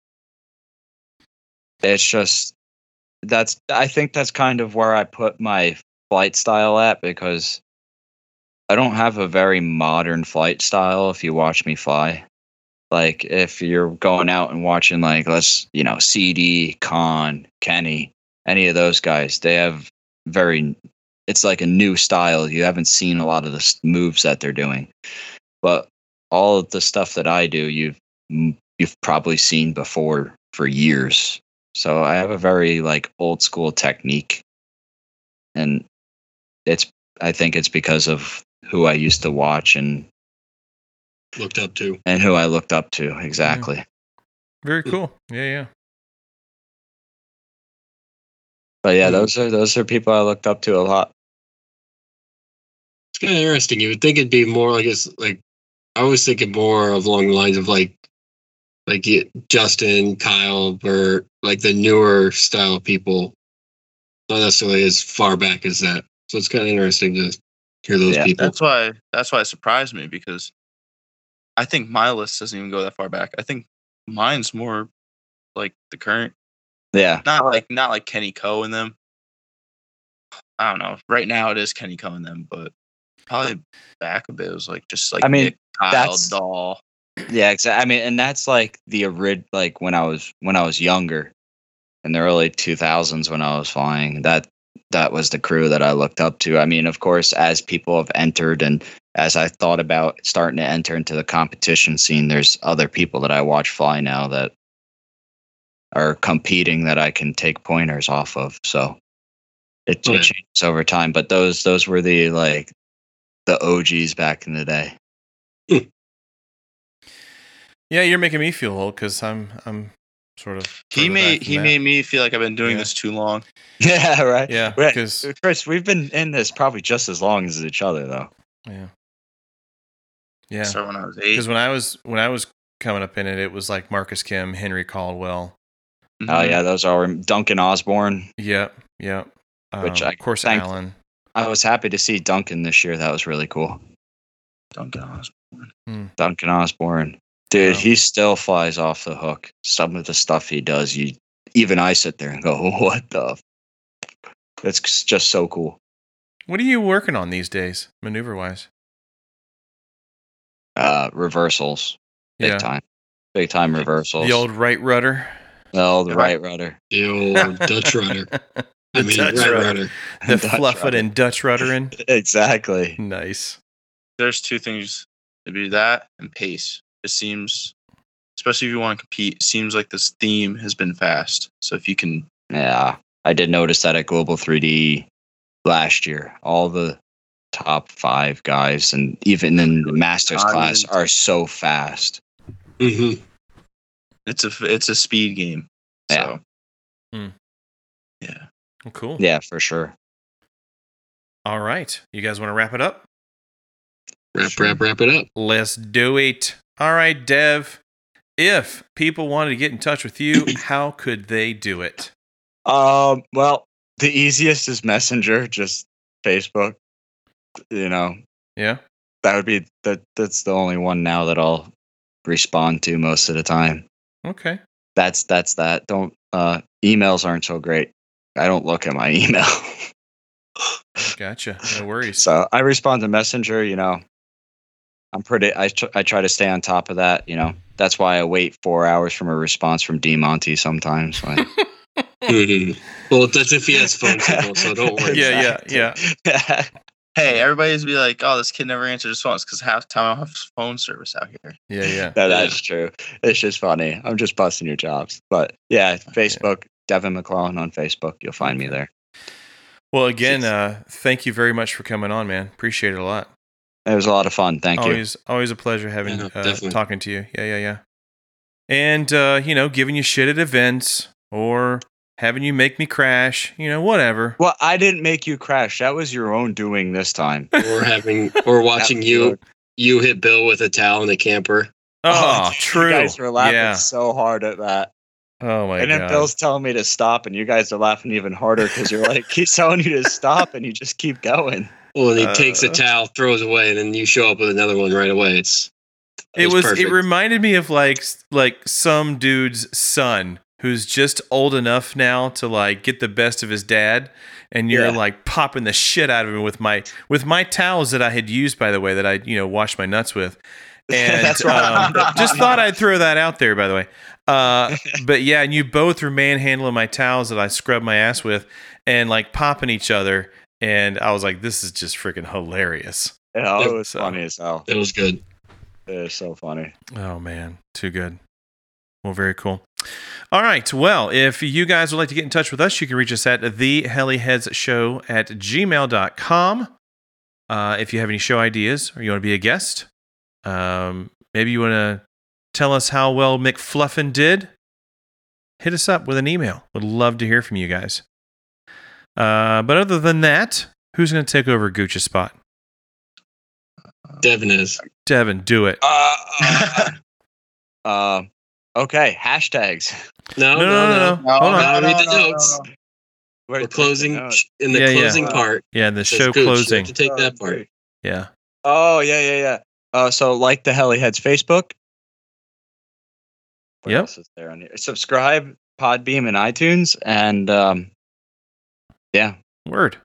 [SPEAKER 3] it's just that's i think that's kind of where i put my flight style at because i don't have a very modern flight style if you watch me fly like if you're going out and watching like let's you know cd con kenny any of those guys they have very it's like a new style you haven't seen a lot of the s- moves that they're doing but all of the stuff that i do you've m- you've probably seen before for years. So I have a very like old school technique. And it's I think it's because of who I used to watch and
[SPEAKER 2] Looked up to.
[SPEAKER 3] and who I looked up to exactly.
[SPEAKER 1] Very cool. Yeah, yeah.
[SPEAKER 3] But yeah,
[SPEAKER 2] Mm.
[SPEAKER 3] those are those are people I looked up to a lot.
[SPEAKER 2] It's kind of interesting. You would think it'd be more like it's like I was thinking more of along the lines of like like you- Justin, Kyle, Bert, like the newer style people, not necessarily as far back as that. So it's kind of interesting to hear those
[SPEAKER 3] Yeah,
[SPEAKER 2] people.
[SPEAKER 4] That's why that's why it surprised me because I think my list doesn't even go that far back. I think mine's more like the current
[SPEAKER 3] Yeah.
[SPEAKER 4] not like not like Kenny Coe and them. I don't know. Right now it is Kenny Coe and them, but probably back a bit it was like just like
[SPEAKER 3] I mean,
[SPEAKER 4] Nick, Kyle
[SPEAKER 3] that's-
[SPEAKER 4] Dahl.
[SPEAKER 3] Yeah, exactly. I mean, and that's like the orig like when I was when I was younger in the early 2000s when I was flying. That that was the crew that I looked up to. I mean, of course, as people have entered and as I thought about starting to enter into the competition scene, there's other people that I watch fly now that are competing that I can take pointers off of. So it,
[SPEAKER 2] Oh, yeah.
[SPEAKER 3] it changes over time, but those those were the like the OGs back in the day.
[SPEAKER 1] Yeah, you're making me feel old because I'm I'm sort of
[SPEAKER 4] He
[SPEAKER 1] further
[SPEAKER 4] made
[SPEAKER 1] back
[SPEAKER 4] he
[SPEAKER 1] than that.
[SPEAKER 4] made me feel like I've been doing
[SPEAKER 1] Yeah.
[SPEAKER 4] this too long.
[SPEAKER 3] yeah, right.
[SPEAKER 1] Yeah,
[SPEAKER 3] Right.
[SPEAKER 1] because
[SPEAKER 3] Chris, we've been in this probably just as long as each other, though.
[SPEAKER 1] yeah. Yeah.
[SPEAKER 4] So when I was
[SPEAKER 1] Because
[SPEAKER 4] eight,
[SPEAKER 1] when I was when I was coming up in it, it was like Marcus Kim, Henry Caldwell.
[SPEAKER 4] mhm.
[SPEAKER 1] Mm-hmm.
[SPEAKER 3] Uh, Oh yeah, those are Duncan Osborne.
[SPEAKER 1] Yep, yep.
[SPEAKER 3] Which
[SPEAKER 1] Um,
[SPEAKER 3] I
[SPEAKER 1] of course
[SPEAKER 3] thank-
[SPEAKER 1] Allen.
[SPEAKER 3] I was happy to see Duncan this year. That was really cool.
[SPEAKER 4] Duncan Osborne.
[SPEAKER 3] Duncan Osborne. Dude,
[SPEAKER 1] Wow.
[SPEAKER 3] he still flies off the hook. Some of the stuff he does, you even I sit there and go, "What the?" F-? It's just so cool.
[SPEAKER 1] What are you working on these days, maneuver wise?
[SPEAKER 3] Uh, reversals, big time, big time reversals.
[SPEAKER 1] The old right rudder.
[SPEAKER 3] The old
[SPEAKER 4] Yeah.
[SPEAKER 3] right rudder.
[SPEAKER 2] The old Dutch rudder. I mean,
[SPEAKER 1] Dutch
[SPEAKER 2] right
[SPEAKER 1] rudder.
[SPEAKER 2] rudder.
[SPEAKER 1] The
[SPEAKER 3] Dutch
[SPEAKER 1] fluff it
[SPEAKER 3] rudder.
[SPEAKER 1] and Dutch ruddering.
[SPEAKER 3] Exactly.
[SPEAKER 1] Nice.
[SPEAKER 4] there's two things it'd be that and pace it seems especially if you want to compete it seems like this theme has been fast so if you can
[SPEAKER 3] Yeah, I did notice that at Global 3D last year, all the top five guys and even in the masters
[SPEAKER 4] Time
[SPEAKER 3] class
[SPEAKER 4] and-
[SPEAKER 3] are so fast.
[SPEAKER 2] hmm
[SPEAKER 4] it's a it's a speed game so
[SPEAKER 1] Hmm.
[SPEAKER 4] yeah
[SPEAKER 1] Well, cool.
[SPEAKER 3] Yeah, for sure.
[SPEAKER 1] All right. You guys want to wrap it up?
[SPEAKER 2] Wrap, wrap, wrap it up.
[SPEAKER 1] Let's do it. All right, Dev. If people wanted to get in touch with you, how could they do it?
[SPEAKER 3] Um, well, the easiest is Messenger, just Facebook. You know,
[SPEAKER 1] Yeah.
[SPEAKER 3] that would be that. That's the only one now that I'll respond to most of the time.
[SPEAKER 1] Okay.
[SPEAKER 3] That's that's that. Don't uh, emails aren't so great. I don't look at my email,
[SPEAKER 1] Gotcha. No worries.
[SPEAKER 3] so I respond to Messenger. You know, I'm pretty. I tr- I try to stay on top of that. You know, that's why I wait four hours from a response from D Monty sometimes. Like,
[SPEAKER 2] hmm Well, that's if he has phone signal, so don't worry.
[SPEAKER 1] Yeah. yeah,
[SPEAKER 3] yeah.
[SPEAKER 4] hey everybody's be like oh this kid never answers his phones because half the time i don't have phone service out here
[SPEAKER 1] Yeah, yeah.
[SPEAKER 3] No, that's true. It's just funny. I'm just busting your jobs. But yeah,
[SPEAKER 2] Oh,
[SPEAKER 3] Facebook, Devin McClellan on Facebook. You'll find me there.
[SPEAKER 1] Well, again, uh, thank you very much for coming on, man. Appreciate it a lot.
[SPEAKER 3] It was a lot of fun. Thank you.
[SPEAKER 1] always, always a pleasure having
[SPEAKER 2] Yeah,
[SPEAKER 1] uh,
[SPEAKER 2] definitely.
[SPEAKER 1] talking to you. Yeah, yeah, yeah. And uh, you know, giving you shit at events or having you make me crash, you know, whatever.
[SPEAKER 3] Well, I didn't make you crash. That was your own doing this time.
[SPEAKER 2] Or having, or watching you, you hit Bill with a towel and a camper.
[SPEAKER 1] Oh, true.
[SPEAKER 3] You guys were laughing
[SPEAKER 1] Yeah.
[SPEAKER 3] so hard at that.
[SPEAKER 1] Oh my
[SPEAKER 3] and then
[SPEAKER 1] god.
[SPEAKER 3] Bill's telling me to stop, and you guys are laughing even harder because you're like, he's telling you to stop, and you just keep going.
[SPEAKER 2] Well, and he takes a
[SPEAKER 1] Uh.
[SPEAKER 2] towel, throws away, and then you show up with another one right away. It's
[SPEAKER 1] it was it
[SPEAKER 2] perfect.
[SPEAKER 1] reminded me of like s- like some dude's son who's just old enough now to like get the best of his dad and you're
[SPEAKER 3] Yeah.
[SPEAKER 1] like popping the shit out of him with my with my towels that I had used by the way that I you know washed my nuts with and
[SPEAKER 3] That's what I
[SPEAKER 1] um,
[SPEAKER 3] ended up
[SPEAKER 1] just
[SPEAKER 3] doing.
[SPEAKER 1] thought I'd throw that out there by the way uh but yeah and you both were manhandling my towels that I scrubbed my ass with and like popping each other and I was like this is just freaking hilarious
[SPEAKER 3] Yeah, it was
[SPEAKER 1] So-
[SPEAKER 3] funny as hell.
[SPEAKER 2] it was good.
[SPEAKER 3] It was so funny.
[SPEAKER 1] Oh man, too good. Well, very cool. All right. Well, if you guys would like to get in touch with us, you can reach us at theheliheadsshow at gmail.com. Uh, if you have any show ideas or you want to be a guest, um, maybe you want to tell us how well McFluffin did, hit us up with an email. Would love to hear from you guys. Uh, but other than that, who's going to take over Gucci's spot?
[SPEAKER 2] Devin is.
[SPEAKER 1] Devin, do it.
[SPEAKER 3] Uh, uh, uh, okay, hashtags.
[SPEAKER 2] No,
[SPEAKER 1] No, no, no, no. Hold on.
[SPEAKER 2] Now read the notes.
[SPEAKER 3] Where's
[SPEAKER 2] We're
[SPEAKER 3] the
[SPEAKER 2] closing
[SPEAKER 3] notes?
[SPEAKER 2] in the
[SPEAKER 1] Yeah, yeah.
[SPEAKER 2] closing part.
[SPEAKER 1] Yeah, the
[SPEAKER 2] it says
[SPEAKER 1] show
[SPEAKER 2] Gooch. You have
[SPEAKER 1] closing.
[SPEAKER 2] to take that part.
[SPEAKER 1] Yeah.
[SPEAKER 3] Oh yeah, yeah, yeah. Uh, so like the Heliheads Facebook. What
[SPEAKER 1] Yep.
[SPEAKER 3] else is there on here? Subscribe Podbeam and iTunes, and um, yeah,
[SPEAKER 1] Word.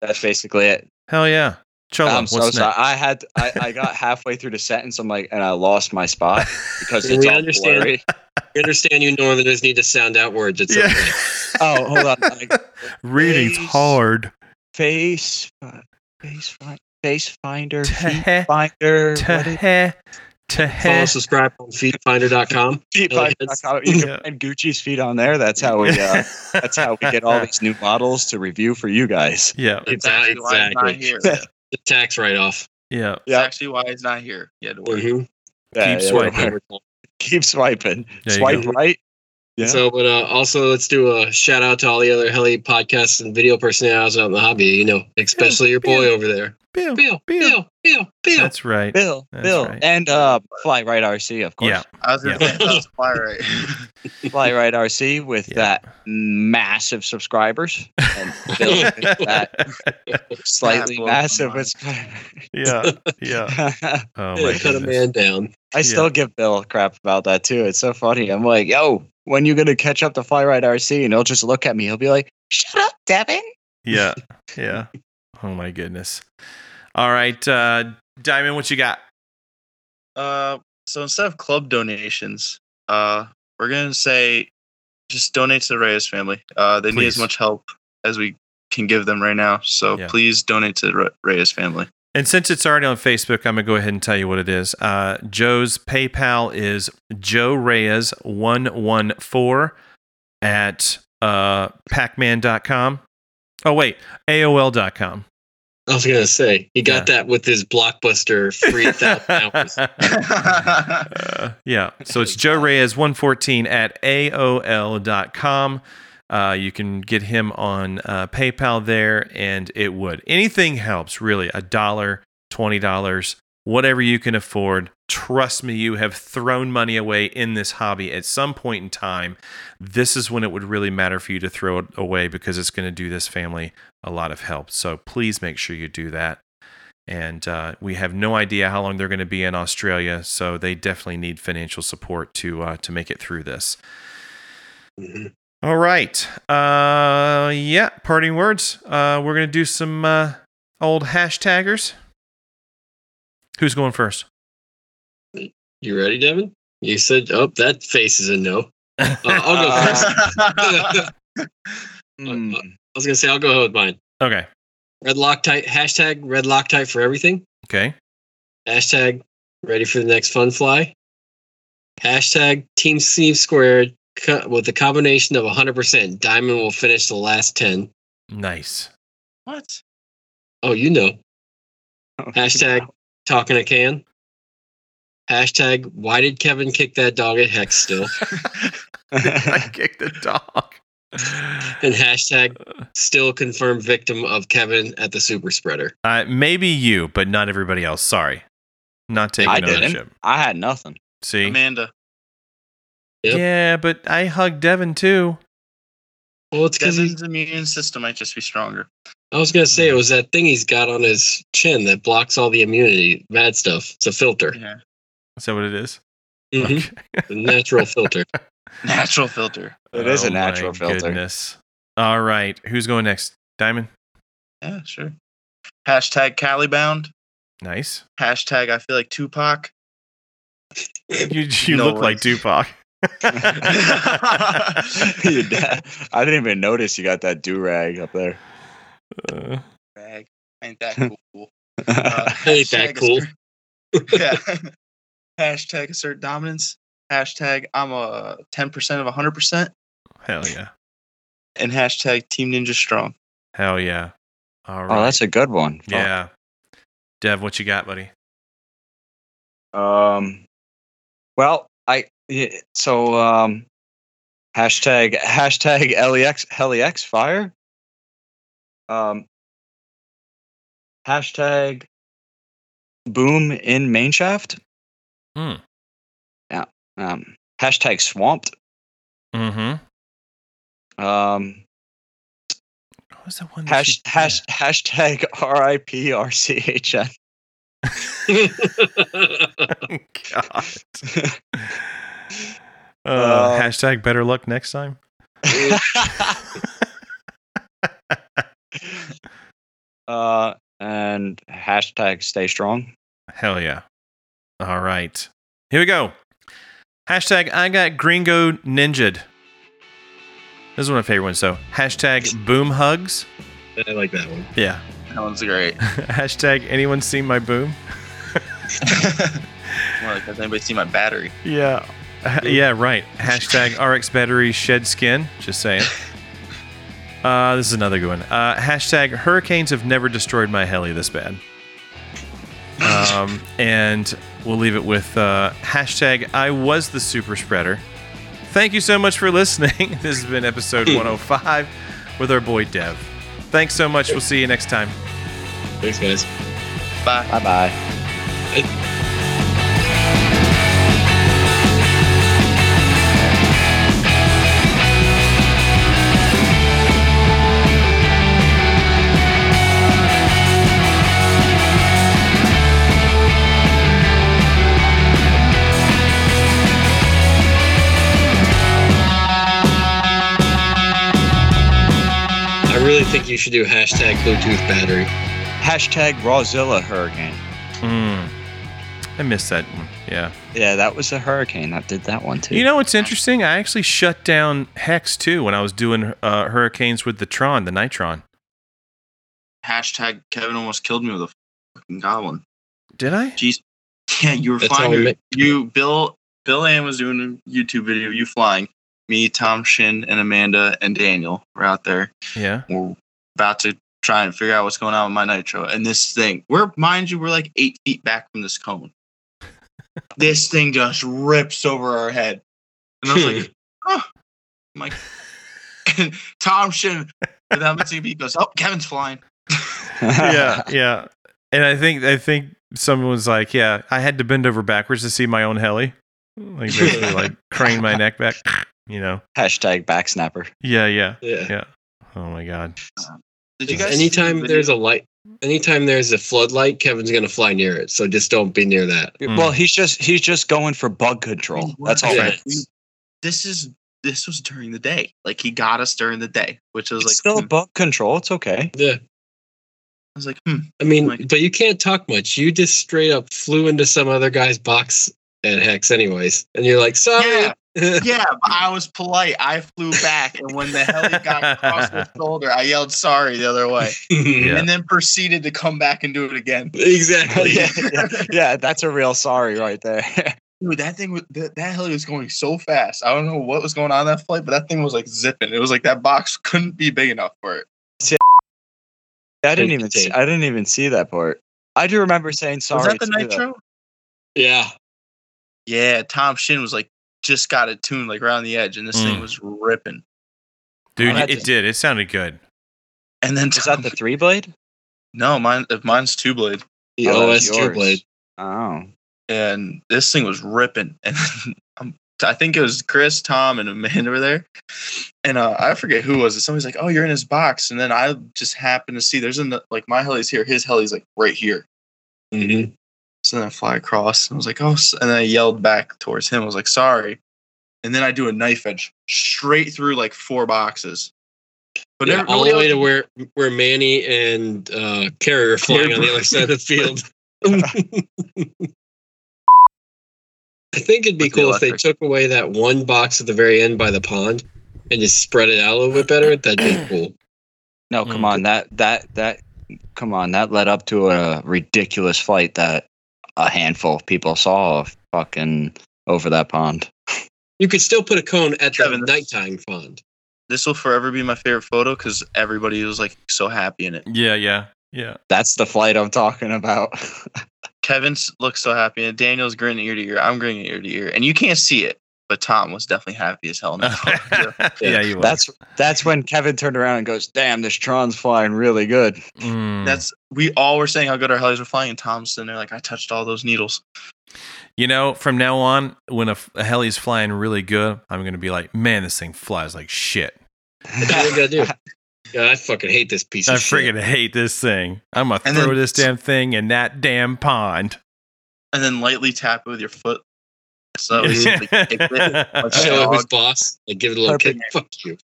[SPEAKER 3] that's basically it.
[SPEAKER 1] Hell yeah. Cholo,
[SPEAKER 3] I'm
[SPEAKER 1] what's
[SPEAKER 3] so
[SPEAKER 1] next?
[SPEAKER 3] sorry. I had I, I got halfway through the sentence. I'm like, and I lost my spot because
[SPEAKER 2] We
[SPEAKER 3] it's all
[SPEAKER 2] understand.
[SPEAKER 3] blurry.
[SPEAKER 2] We understand you Northerners need to sound out words. It's yeah. okay.
[SPEAKER 3] Oh, hold on. Like,
[SPEAKER 1] Reading's
[SPEAKER 3] Please.
[SPEAKER 1] hard.
[SPEAKER 3] face, fi- face, fi- face finder, feet
[SPEAKER 1] Teh.
[SPEAKER 3] finder, what is-
[SPEAKER 1] Teh.
[SPEAKER 2] Follow,
[SPEAKER 1] Teh.
[SPEAKER 2] subscribe on feedfinder.com.
[SPEAKER 3] feet
[SPEAKER 2] Heliheads.
[SPEAKER 3] finder.com. You
[SPEAKER 1] Yeah.
[SPEAKER 3] can find Gucci's feet on there. That's how we. Uh, That's how we get all these new models to review for you guys.
[SPEAKER 1] Yeah.
[SPEAKER 4] That's actually why it's not here.
[SPEAKER 3] Yeah.
[SPEAKER 2] The tax write off.
[SPEAKER 1] Yeah.
[SPEAKER 4] That's
[SPEAKER 3] Yeah.
[SPEAKER 4] actually why it's not here yeah
[SPEAKER 2] hmm
[SPEAKER 3] Yeah,
[SPEAKER 1] Keep
[SPEAKER 3] yeah,
[SPEAKER 1] swiping.
[SPEAKER 3] whatever. Keep swiping.
[SPEAKER 1] There you
[SPEAKER 3] Swipe
[SPEAKER 2] go.
[SPEAKER 3] right. Yeah.
[SPEAKER 2] So, but uh, also let's do a shout out to all the other heli podcasts and video personalities out in the hobby. You know, especially your boy over there.
[SPEAKER 1] Bill,
[SPEAKER 2] Bill, Bill, Bill, Bill.
[SPEAKER 1] That's right.
[SPEAKER 3] Bill,
[SPEAKER 1] That's
[SPEAKER 3] Bill,
[SPEAKER 1] right.
[SPEAKER 3] and uh, Fly Right RC, of course.
[SPEAKER 1] Yeah.
[SPEAKER 4] I was gonna
[SPEAKER 2] Yeah.
[SPEAKER 4] say that was fly right.
[SPEAKER 3] Fly Right RC with
[SPEAKER 1] Yeah.
[SPEAKER 3] that massive subscribers and Bill with that slightly
[SPEAKER 4] blows my
[SPEAKER 3] massive
[SPEAKER 4] mind.
[SPEAKER 3] subscribers.
[SPEAKER 1] yeah, yeah. Oh
[SPEAKER 2] Yeah,
[SPEAKER 1] my
[SPEAKER 2] cut a
[SPEAKER 1] goodness.
[SPEAKER 2] man down.
[SPEAKER 3] I still give Bill crap about that too. It's so funny. I'm like, yo, when you gonna catch up to Fly Right RC? And he'll just look at me. He'll be like, shut up, Devin.
[SPEAKER 1] Yeah, yeah. Oh my goodness. All right, uh, Diamond, what you got?
[SPEAKER 4] Uh, so instead of club donations, uh, we're gonna say just donate to the Reyes family. Uh, they need
[SPEAKER 1] Please.
[SPEAKER 4] as much help as we can give them right now. So
[SPEAKER 1] Yeah.
[SPEAKER 4] please donate to the Re- Reyes family.
[SPEAKER 1] And since it's already on Facebook, I'm gonna go ahead and tell you what it is. Uh, Joe's PayPal is Joe Reyes one one four at uh, pacman.com. Oh wait, AOL.com.
[SPEAKER 2] I was gonna say he got that with his blockbuster three thousand hours.
[SPEAKER 1] Uh, yeah. So it's Joe Reyes 114 at AOL.com. Uh, you can get him on uh, PayPal there, and it would. Anything helps, really. A dollar, $20, whatever you can afford. Trust me, you have thrown money away in this hobby at some point in time. This is when it would really matter for you to throw it away because it's going to do this family a lot of help. So please make sure you do that and uh, we have no idea how long they're going to be in Australia. So they definitely need financial support to uh, to make it through this.
[SPEAKER 2] Mhm.
[SPEAKER 1] All right, uh, yeah. Parting words. Uh, we're going to do some uh, old hashtaggers. Who's going first?
[SPEAKER 2] You ready, Devin? You said, "Oh, that face is a no." Uh, I'll go first.
[SPEAKER 3] Mm.
[SPEAKER 2] I was gonna say I'll go with mine.
[SPEAKER 1] Okay.
[SPEAKER 2] Red Loctite hashtag Red Loctite for everything.
[SPEAKER 1] Okay.
[SPEAKER 2] Hashtag ready for the next fun fly. Hashtag Team Steve squared co- with a combination of 100%. Diamond will finish the last 10.
[SPEAKER 1] Nice.
[SPEAKER 4] what?
[SPEAKER 2] Oh, you know.
[SPEAKER 3] Oh,
[SPEAKER 2] Hashtag talking a can. Hashtag why did Kevin kick that dog at Hex still?
[SPEAKER 1] I kicked the dog.
[SPEAKER 2] And hashtag still confirmed victim of Kevin at the super spreader.
[SPEAKER 1] Uh, maybe you, but not everybody else. Sorry, not taking
[SPEAKER 3] I didn't.
[SPEAKER 1] ownership.
[SPEAKER 3] I had nothing.
[SPEAKER 1] See,
[SPEAKER 4] Amanda.
[SPEAKER 2] Yep.
[SPEAKER 1] yeah, but I hugged Devin too.
[SPEAKER 2] Well, it's because
[SPEAKER 4] Devin's immune system might just be stronger.
[SPEAKER 2] I was gonna say it was that thing he's got on his chin that blocks all the immunity bad stuff. It's a filter,
[SPEAKER 4] Yeah.
[SPEAKER 1] Is that what it is?
[SPEAKER 2] hmm
[SPEAKER 4] Mm-hmm.
[SPEAKER 1] Okay.
[SPEAKER 2] a natural filter.
[SPEAKER 4] Natural filter.
[SPEAKER 3] It is a
[SPEAKER 1] Oh my
[SPEAKER 3] natural filter.
[SPEAKER 1] Goodness. All right. Who's going next? Diamond.
[SPEAKER 4] Yeah, sure. Hashtag Calibound.
[SPEAKER 1] Nice.
[SPEAKER 4] Hashtag I feel like Tupac.
[SPEAKER 1] You, you
[SPEAKER 4] No
[SPEAKER 1] look like
[SPEAKER 4] worries.
[SPEAKER 1] Tupac.
[SPEAKER 3] You da- I didn't even notice you got that do rag up there.
[SPEAKER 1] Uh,
[SPEAKER 4] Bag. Ain't that cool?
[SPEAKER 2] Ain't that
[SPEAKER 4] Uh, hashtag
[SPEAKER 2] cool?
[SPEAKER 4] assert- yeah. hashtag assert dominance. Hashtag I'm a 10% of 100%.
[SPEAKER 1] hell yeah.
[SPEAKER 4] And hashtag Team Ninja Strong.
[SPEAKER 1] Hell yeah. All right.
[SPEAKER 3] Oh, that's a good one. Fuck.
[SPEAKER 1] yeah. Dev, what you got, buddy?
[SPEAKER 3] Um, well, I yeah, so um, hashtag hashtag E lex lex fire. Um, hashtag boom in main shaft.
[SPEAKER 1] Hmm.
[SPEAKER 3] Yeah. Um, hashtag swamped.
[SPEAKER 1] Mm-hmm.
[SPEAKER 3] Um,
[SPEAKER 1] What was the one? that
[SPEAKER 3] hash,
[SPEAKER 1] she-
[SPEAKER 3] hash, hashtag riprchn.
[SPEAKER 1] Yeah. Oh, God. Uh,
[SPEAKER 3] Uh,
[SPEAKER 1] hashtag better luck next time.
[SPEAKER 3] uh, and hashtag stay strong.
[SPEAKER 1] Hell yeah. All right. Here we go. Hashtag I got gringo ninjaed. This is one of my favorite ones though. Hashtag boom hugs.
[SPEAKER 2] I like that one.
[SPEAKER 1] Yeah.
[SPEAKER 4] That one's great.
[SPEAKER 1] Hashtag anyone seen my boom?
[SPEAKER 4] More like, has anybody seen my battery?
[SPEAKER 1] Yeah. yeah, right. Hashtag RX battery shed skin. Just saying. Uh, this is another good one. Uh, hashtag hurricanes have never destroyed my heli this bad. Um, and we'll leave it with uh, hashtag I was the super spreader. Thank you so much for listening. This has been episode 105 with our boy Dev. Thanks so much. We'll see you next time.
[SPEAKER 2] Thanks, guys.
[SPEAKER 4] Bye.
[SPEAKER 3] Bye bye.
[SPEAKER 2] I really think you should do hashtag Bluetooth battery.
[SPEAKER 3] Hashtag Rawzilla Hurricane.
[SPEAKER 1] Mm. I missed that one. Yeah.
[SPEAKER 3] Yeah, that was a hurricane that did that one too.
[SPEAKER 1] You know what's interesting? I actually shut down Hex too when I was doing uh, hurricanes with the Tron, the Nitron.
[SPEAKER 4] Hashtag Kevin almost killed me with a fucking goblin.
[SPEAKER 1] Did I?
[SPEAKER 4] Jeez. Yeah, you were
[SPEAKER 2] That's how we
[SPEAKER 4] flying.
[SPEAKER 2] make.
[SPEAKER 4] You Bill Bill Ann was doing a YouTube video. of You flying. Me, Tom Shin, and Amanda and Daniel were out there.
[SPEAKER 1] Yeah.
[SPEAKER 4] We're about to try and figure out what's going on with my nitro. And this thing, we're mind you, we're like eight feet back from this cone. this thing just rips over our head. And I was like, oh. I'm like, and Tom Shin without missing a beat goes, oh, Kevin's flying.
[SPEAKER 1] Yeah. yeah. And I think I think someone was like, "Yeah, I had to bend over backwards to see my own heli, like basically like crane my neck back." You know.
[SPEAKER 3] Hashtag backsnapper.
[SPEAKER 1] Yeah. Yeah.
[SPEAKER 2] Yeah.
[SPEAKER 1] Oh my god.
[SPEAKER 4] Did you
[SPEAKER 2] Yeah,
[SPEAKER 4] guys? see the
[SPEAKER 2] anytime
[SPEAKER 4] video?
[SPEAKER 2] there's a light, anytime there's a floodlight, Kevin's gonna fly near it. So just don't be near that.
[SPEAKER 1] Mm.
[SPEAKER 3] Well, he's just he's just going for bug control. That's all.
[SPEAKER 4] Yeah.
[SPEAKER 3] that is.
[SPEAKER 4] This is this was during the day. Like he got us during the day, which was
[SPEAKER 3] It's
[SPEAKER 4] like
[SPEAKER 3] still
[SPEAKER 4] hmm. I
[SPEAKER 3] bug control. It's okay.
[SPEAKER 2] Yeah,
[SPEAKER 4] was like, hmm.
[SPEAKER 2] I mean,
[SPEAKER 4] Like-
[SPEAKER 2] but you can't talk much. You just straight up flew into some other guy's box at Hex, anyways, and you're like, sorry.
[SPEAKER 4] Yeah. Yeah, but I was polite. I flew back, and when the heli got across the shoulder, I yelled sorry the other way,
[SPEAKER 1] Yeah.
[SPEAKER 4] and then proceeded to come back and do it again.
[SPEAKER 2] Exactly.
[SPEAKER 3] yeah, yeah, yeah, that's a real sorry right there.
[SPEAKER 4] Dude, that thing was that, that heli was going so fast. I don't know what was going on that flight, but that thing was like zipping. It was like that box couldn't be big enough for it.
[SPEAKER 3] I didn't
[SPEAKER 2] Take
[SPEAKER 3] even
[SPEAKER 2] the
[SPEAKER 3] see,
[SPEAKER 2] tape.
[SPEAKER 3] I didn't even see that part. I do remember saying sorry.
[SPEAKER 4] was that the
[SPEAKER 3] too, though.
[SPEAKER 4] nitro?
[SPEAKER 2] Yeah.
[SPEAKER 4] Oh, Yeah, Tom Shin was like just got it tuned like around the edge, and this
[SPEAKER 1] Mm.
[SPEAKER 4] thing was ripping.
[SPEAKER 1] Dude,
[SPEAKER 3] Oh, that
[SPEAKER 1] it
[SPEAKER 3] just-
[SPEAKER 1] did. It sounded good.
[SPEAKER 4] And then
[SPEAKER 3] Was
[SPEAKER 4] Tom,
[SPEAKER 3] that the three blade?
[SPEAKER 4] no, mine if mine's two blade.
[SPEAKER 2] The
[SPEAKER 3] Oh, that's
[SPEAKER 2] OS two
[SPEAKER 3] yours.
[SPEAKER 2] blade.
[SPEAKER 3] Oh,
[SPEAKER 4] and this thing was ripping. And I'm, I think it was Chris, Tom, and Amanda were there. And uh, I forget who was it. Somebody's like, "Oh, you're in his box," and then I just happened to see there's an like my heli's here, his heli's like right here.
[SPEAKER 2] hmm
[SPEAKER 4] So then I fly across, and I was like, "Oh!" s- And then I yelled back towards him. I was like, "Sorry," and then I do a knife edge straight through like four boxes. But
[SPEAKER 2] Yeah,
[SPEAKER 4] never-
[SPEAKER 2] all
[SPEAKER 4] nobody
[SPEAKER 2] the way to
[SPEAKER 4] else-
[SPEAKER 2] where where Manny and uh, Carrie are flying on the other side of the field. I think it'd be
[SPEAKER 4] With the
[SPEAKER 2] cool if they
[SPEAKER 4] electric.
[SPEAKER 2] took away that one box at the very end by the pond and just spread it out a little bit better. That'd be cool.
[SPEAKER 3] no,
[SPEAKER 1] Mm.
[SPEAKER 3] come on. That that that come on. That led up to a ridiculous fight that a handful of people saw fucking over that pond.
[SPEAKER 2] You could still put a cone at the
[SPEAKER 4] Kevin, this-
[SPEAKER 2] nighttime pond.
[SPEAKER 4] This will forever be my favorite photo because everybody was like so happy in it.
[SPEAKER 1] Yeah, yeah, yeah.
[SPEAKER 3] That's the flight I'm talking about.
[SPEAKER 4] Kevin s- looks so happy, and Daniel's grinning ear to ear. I'm grinning ear to ear, and you can't see it, but Tom was definitely happy as hell. in that photo.
[SPEAKER 1] Oh, yeah, you were.
[SPEAKER 3] that's that's when Kevin turned around and goes, "Damn, this Tron's flying really good."
[SPEAKER 1] Mm.
[SPEAKER 4] That's we all were saying how good our helis were flying, and Tom's sitting there like, I touched all those needles.
[SPEAKER 1] You know, from now on, when a, f- a heli's flying really good, I'm going to be like, man, this thing flies like shit.
[SPEAKER 2] That's all you gotta do. God, I fucking hate this piece
[SPEAKER 1] I
[SPEAKER 2] of shit.
[SPEAKER 1] freaking hate this thing. I'm going to
[SPEAKER 4] And
[SPEAKER 1] throw
[SPEAKER 4] then-
[SPEAKER 1] this damn thing in that damn pond.
[SPEAKER 4] And then lightly tap it with your foot. So he's like, kicked it. Like,
[SPEAKER 2] Show
[SPEAKER 4] dog.
[SPEAKER 2] him his boss. I give it a little kick.
[SPEAKER 3] Perfect.
[SPEAKER 2] Fuck you.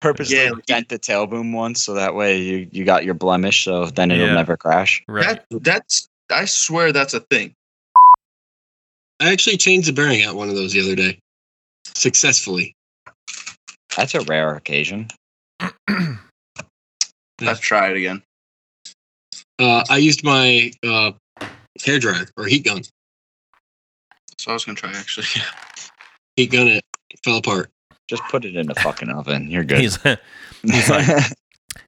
[SPEAKER 3] purposely
[SPEAKER 4] Yeah,
[SPEAKER 3] yeah,
[SPEAKER 4] like-
[SPEAKER 3] bent the tail boom once so that way you, you got your blemish so then it'll
[SPEAKER 1] Yeah.
[SPEAKER 3] never crash.
[SPEAKER 1] right.
[SPEAKER 4] That that's I swear that's a thing.
[SPEAKER 2] I actually changed the bearing at one of those the other day. Successfully.
[SPEAKER 3] That's a rare occasion.
[SPEAKER 1] Hmm.
[SPEAKER 4] Let's try it again.
[SPEAKER 2] Uh, I used my uh, hair dryer or heat gun.
[SPEAKER 4] So I was gonna try actually.
[SPEAKER 2] Heat gun it. Fell apart.
[SPEAKER 3] Just put it in the fucking oven. You're good.
[SPEAKER 1] He's, he's like-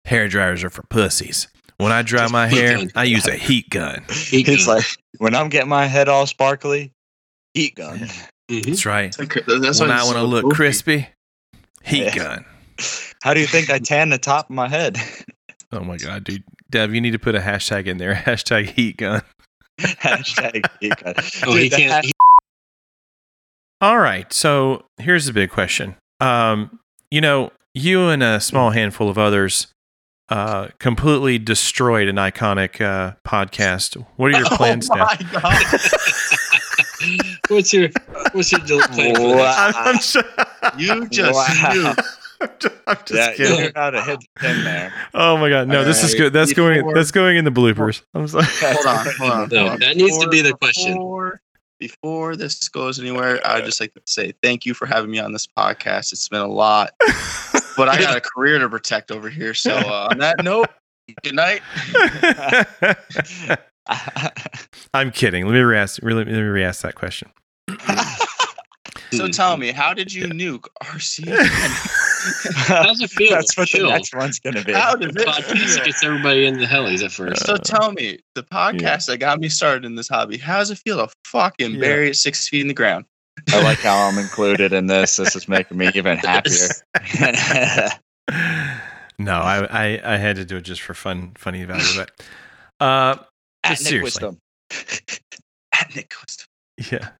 [SPEAKER 1] hair dryers are for pussies. When I dry my
[SPEAKER 2] Heat
[SPEAKER 1] hair,
[SPEAKER 2] gun.
[SPEAKER 1] I use a heat gun.
[SPEAKER 2] Heat
[SPEAKER 3] He's
[SPEAKER 2] gun.
[SPEAKER 3] like, when I'm getting my head all sparkly, heat gun.
[SPEAKER 2] Mhm.
[SPEAKER 1] That's right.
[SPEAKER 4] That's
[SPEAKER 1] when
[SPEAKER 4] why
[SPEAKER 1] I
[SPEAKER 4] it's
[SPEAKER 1] want to
[SPEAKER 4] so
[SPEAKER 1] look
[SPEAKER 4] goofy.
[SPEAKER 1] crispy, heat
[SPEAKER 3] Yeah.
[SPEAKER 1] gun.
[SPEAKER 3] How do you think I tan the top of my head?
[SPEAKER 1] Oh my God, dude. Dev, you need to put a hashtag in there. Hashtag heat gun.
[SPEAKER 3] Hashtag geek on.
[SPEAKER 2] Oh,
[SPEAKER 4] Dude,
[SPEAKER 2] he
[SPEAKER 4] the
[SPEAKER 2] can't.
[SPEAKER 4] hash-
[SPEAKER 2] He,
[SPEAKER 1] All right. So here's the big question. Um, you know, you and a small handful of others uh, completely destroyed an iconic uh, podcast. What are your plans
[SPEAKER 4] oh
[SPEAKER 1] now?
[SPEAKER 4] my god!
[SPEAKER 2] what's your what's your del- plan for the next?
[SPEAKER 3] Wow.
[SPEAKER 1] I'm, I'm, just,
[SPEAKER 4] You just
[SPEAKER 3] Wow.
[SPEAKER 4] knew.
[SPEAKER 1] I'm just, I'm just
[SPEAKER 3] Yeah,
[SPEAKER 1] kidding.
[SPEAKER 3] you're out of hit in there.
[SPEAKER 1] Oh my god. No, this is
[SPEAKER 4] Alright,
[SPEAKER 1] good. That's going.
[SPEAKER 4] before-
[SPEAKER 1] That's going in the bloopers. I'm sorry.
[SPEAKER 4] Hold on, hold on.
[SPEAKER 2] No,
[SPEAKER 4] hold on.
[SPEAKER 2] that needs to be the question.
[SPEAKER 4] Before, before this goes anywhere, I'd just like to say thank you for having me on this podcast. It's been a lot, but I got a career to protect over here. So uh, on that note, good night.
[SPEAKER 1] I'm kidding. Let me re-ask. Really, let me re-ask that question.
[SPEAKER 4] So
[SPEAKER 2] Hmm.
[SPEAKER 4] tell me, how did you nuke RC?
[SPEAKER 3] That's
[SPEAKER 2] How's it feel?
[SPEAKER 3] what the
[SPEAKER 2] Chill.
[SPEAKER 3] next one's gonna be.
[SPEAKER 4] How did
[SPEAKER 2] podcast
[SPEAKER 4] it?
[SPEAKER 2] gets everybody in the hellies at first.
[SPEAKER 4] So tell me, the podcast that got me started in this hobby, how does it feel to fucking
[SPEAKER 1] Yeah.
[SPEAKER 4] bury it six feet in the ground?
[SPEAKER 3] I like how I'm included in this. This is making me even happier.
[SPEAKER 1] No, I, I I had to do it just for fun, funny value. But uh,
[SPEAKER 3] At
[SPEAKER 1] Seriously.
[SPEAKER 3] Wisdom.
[SPEAKER 4] At Nick Costa.
[SPEAKER 1] yeah,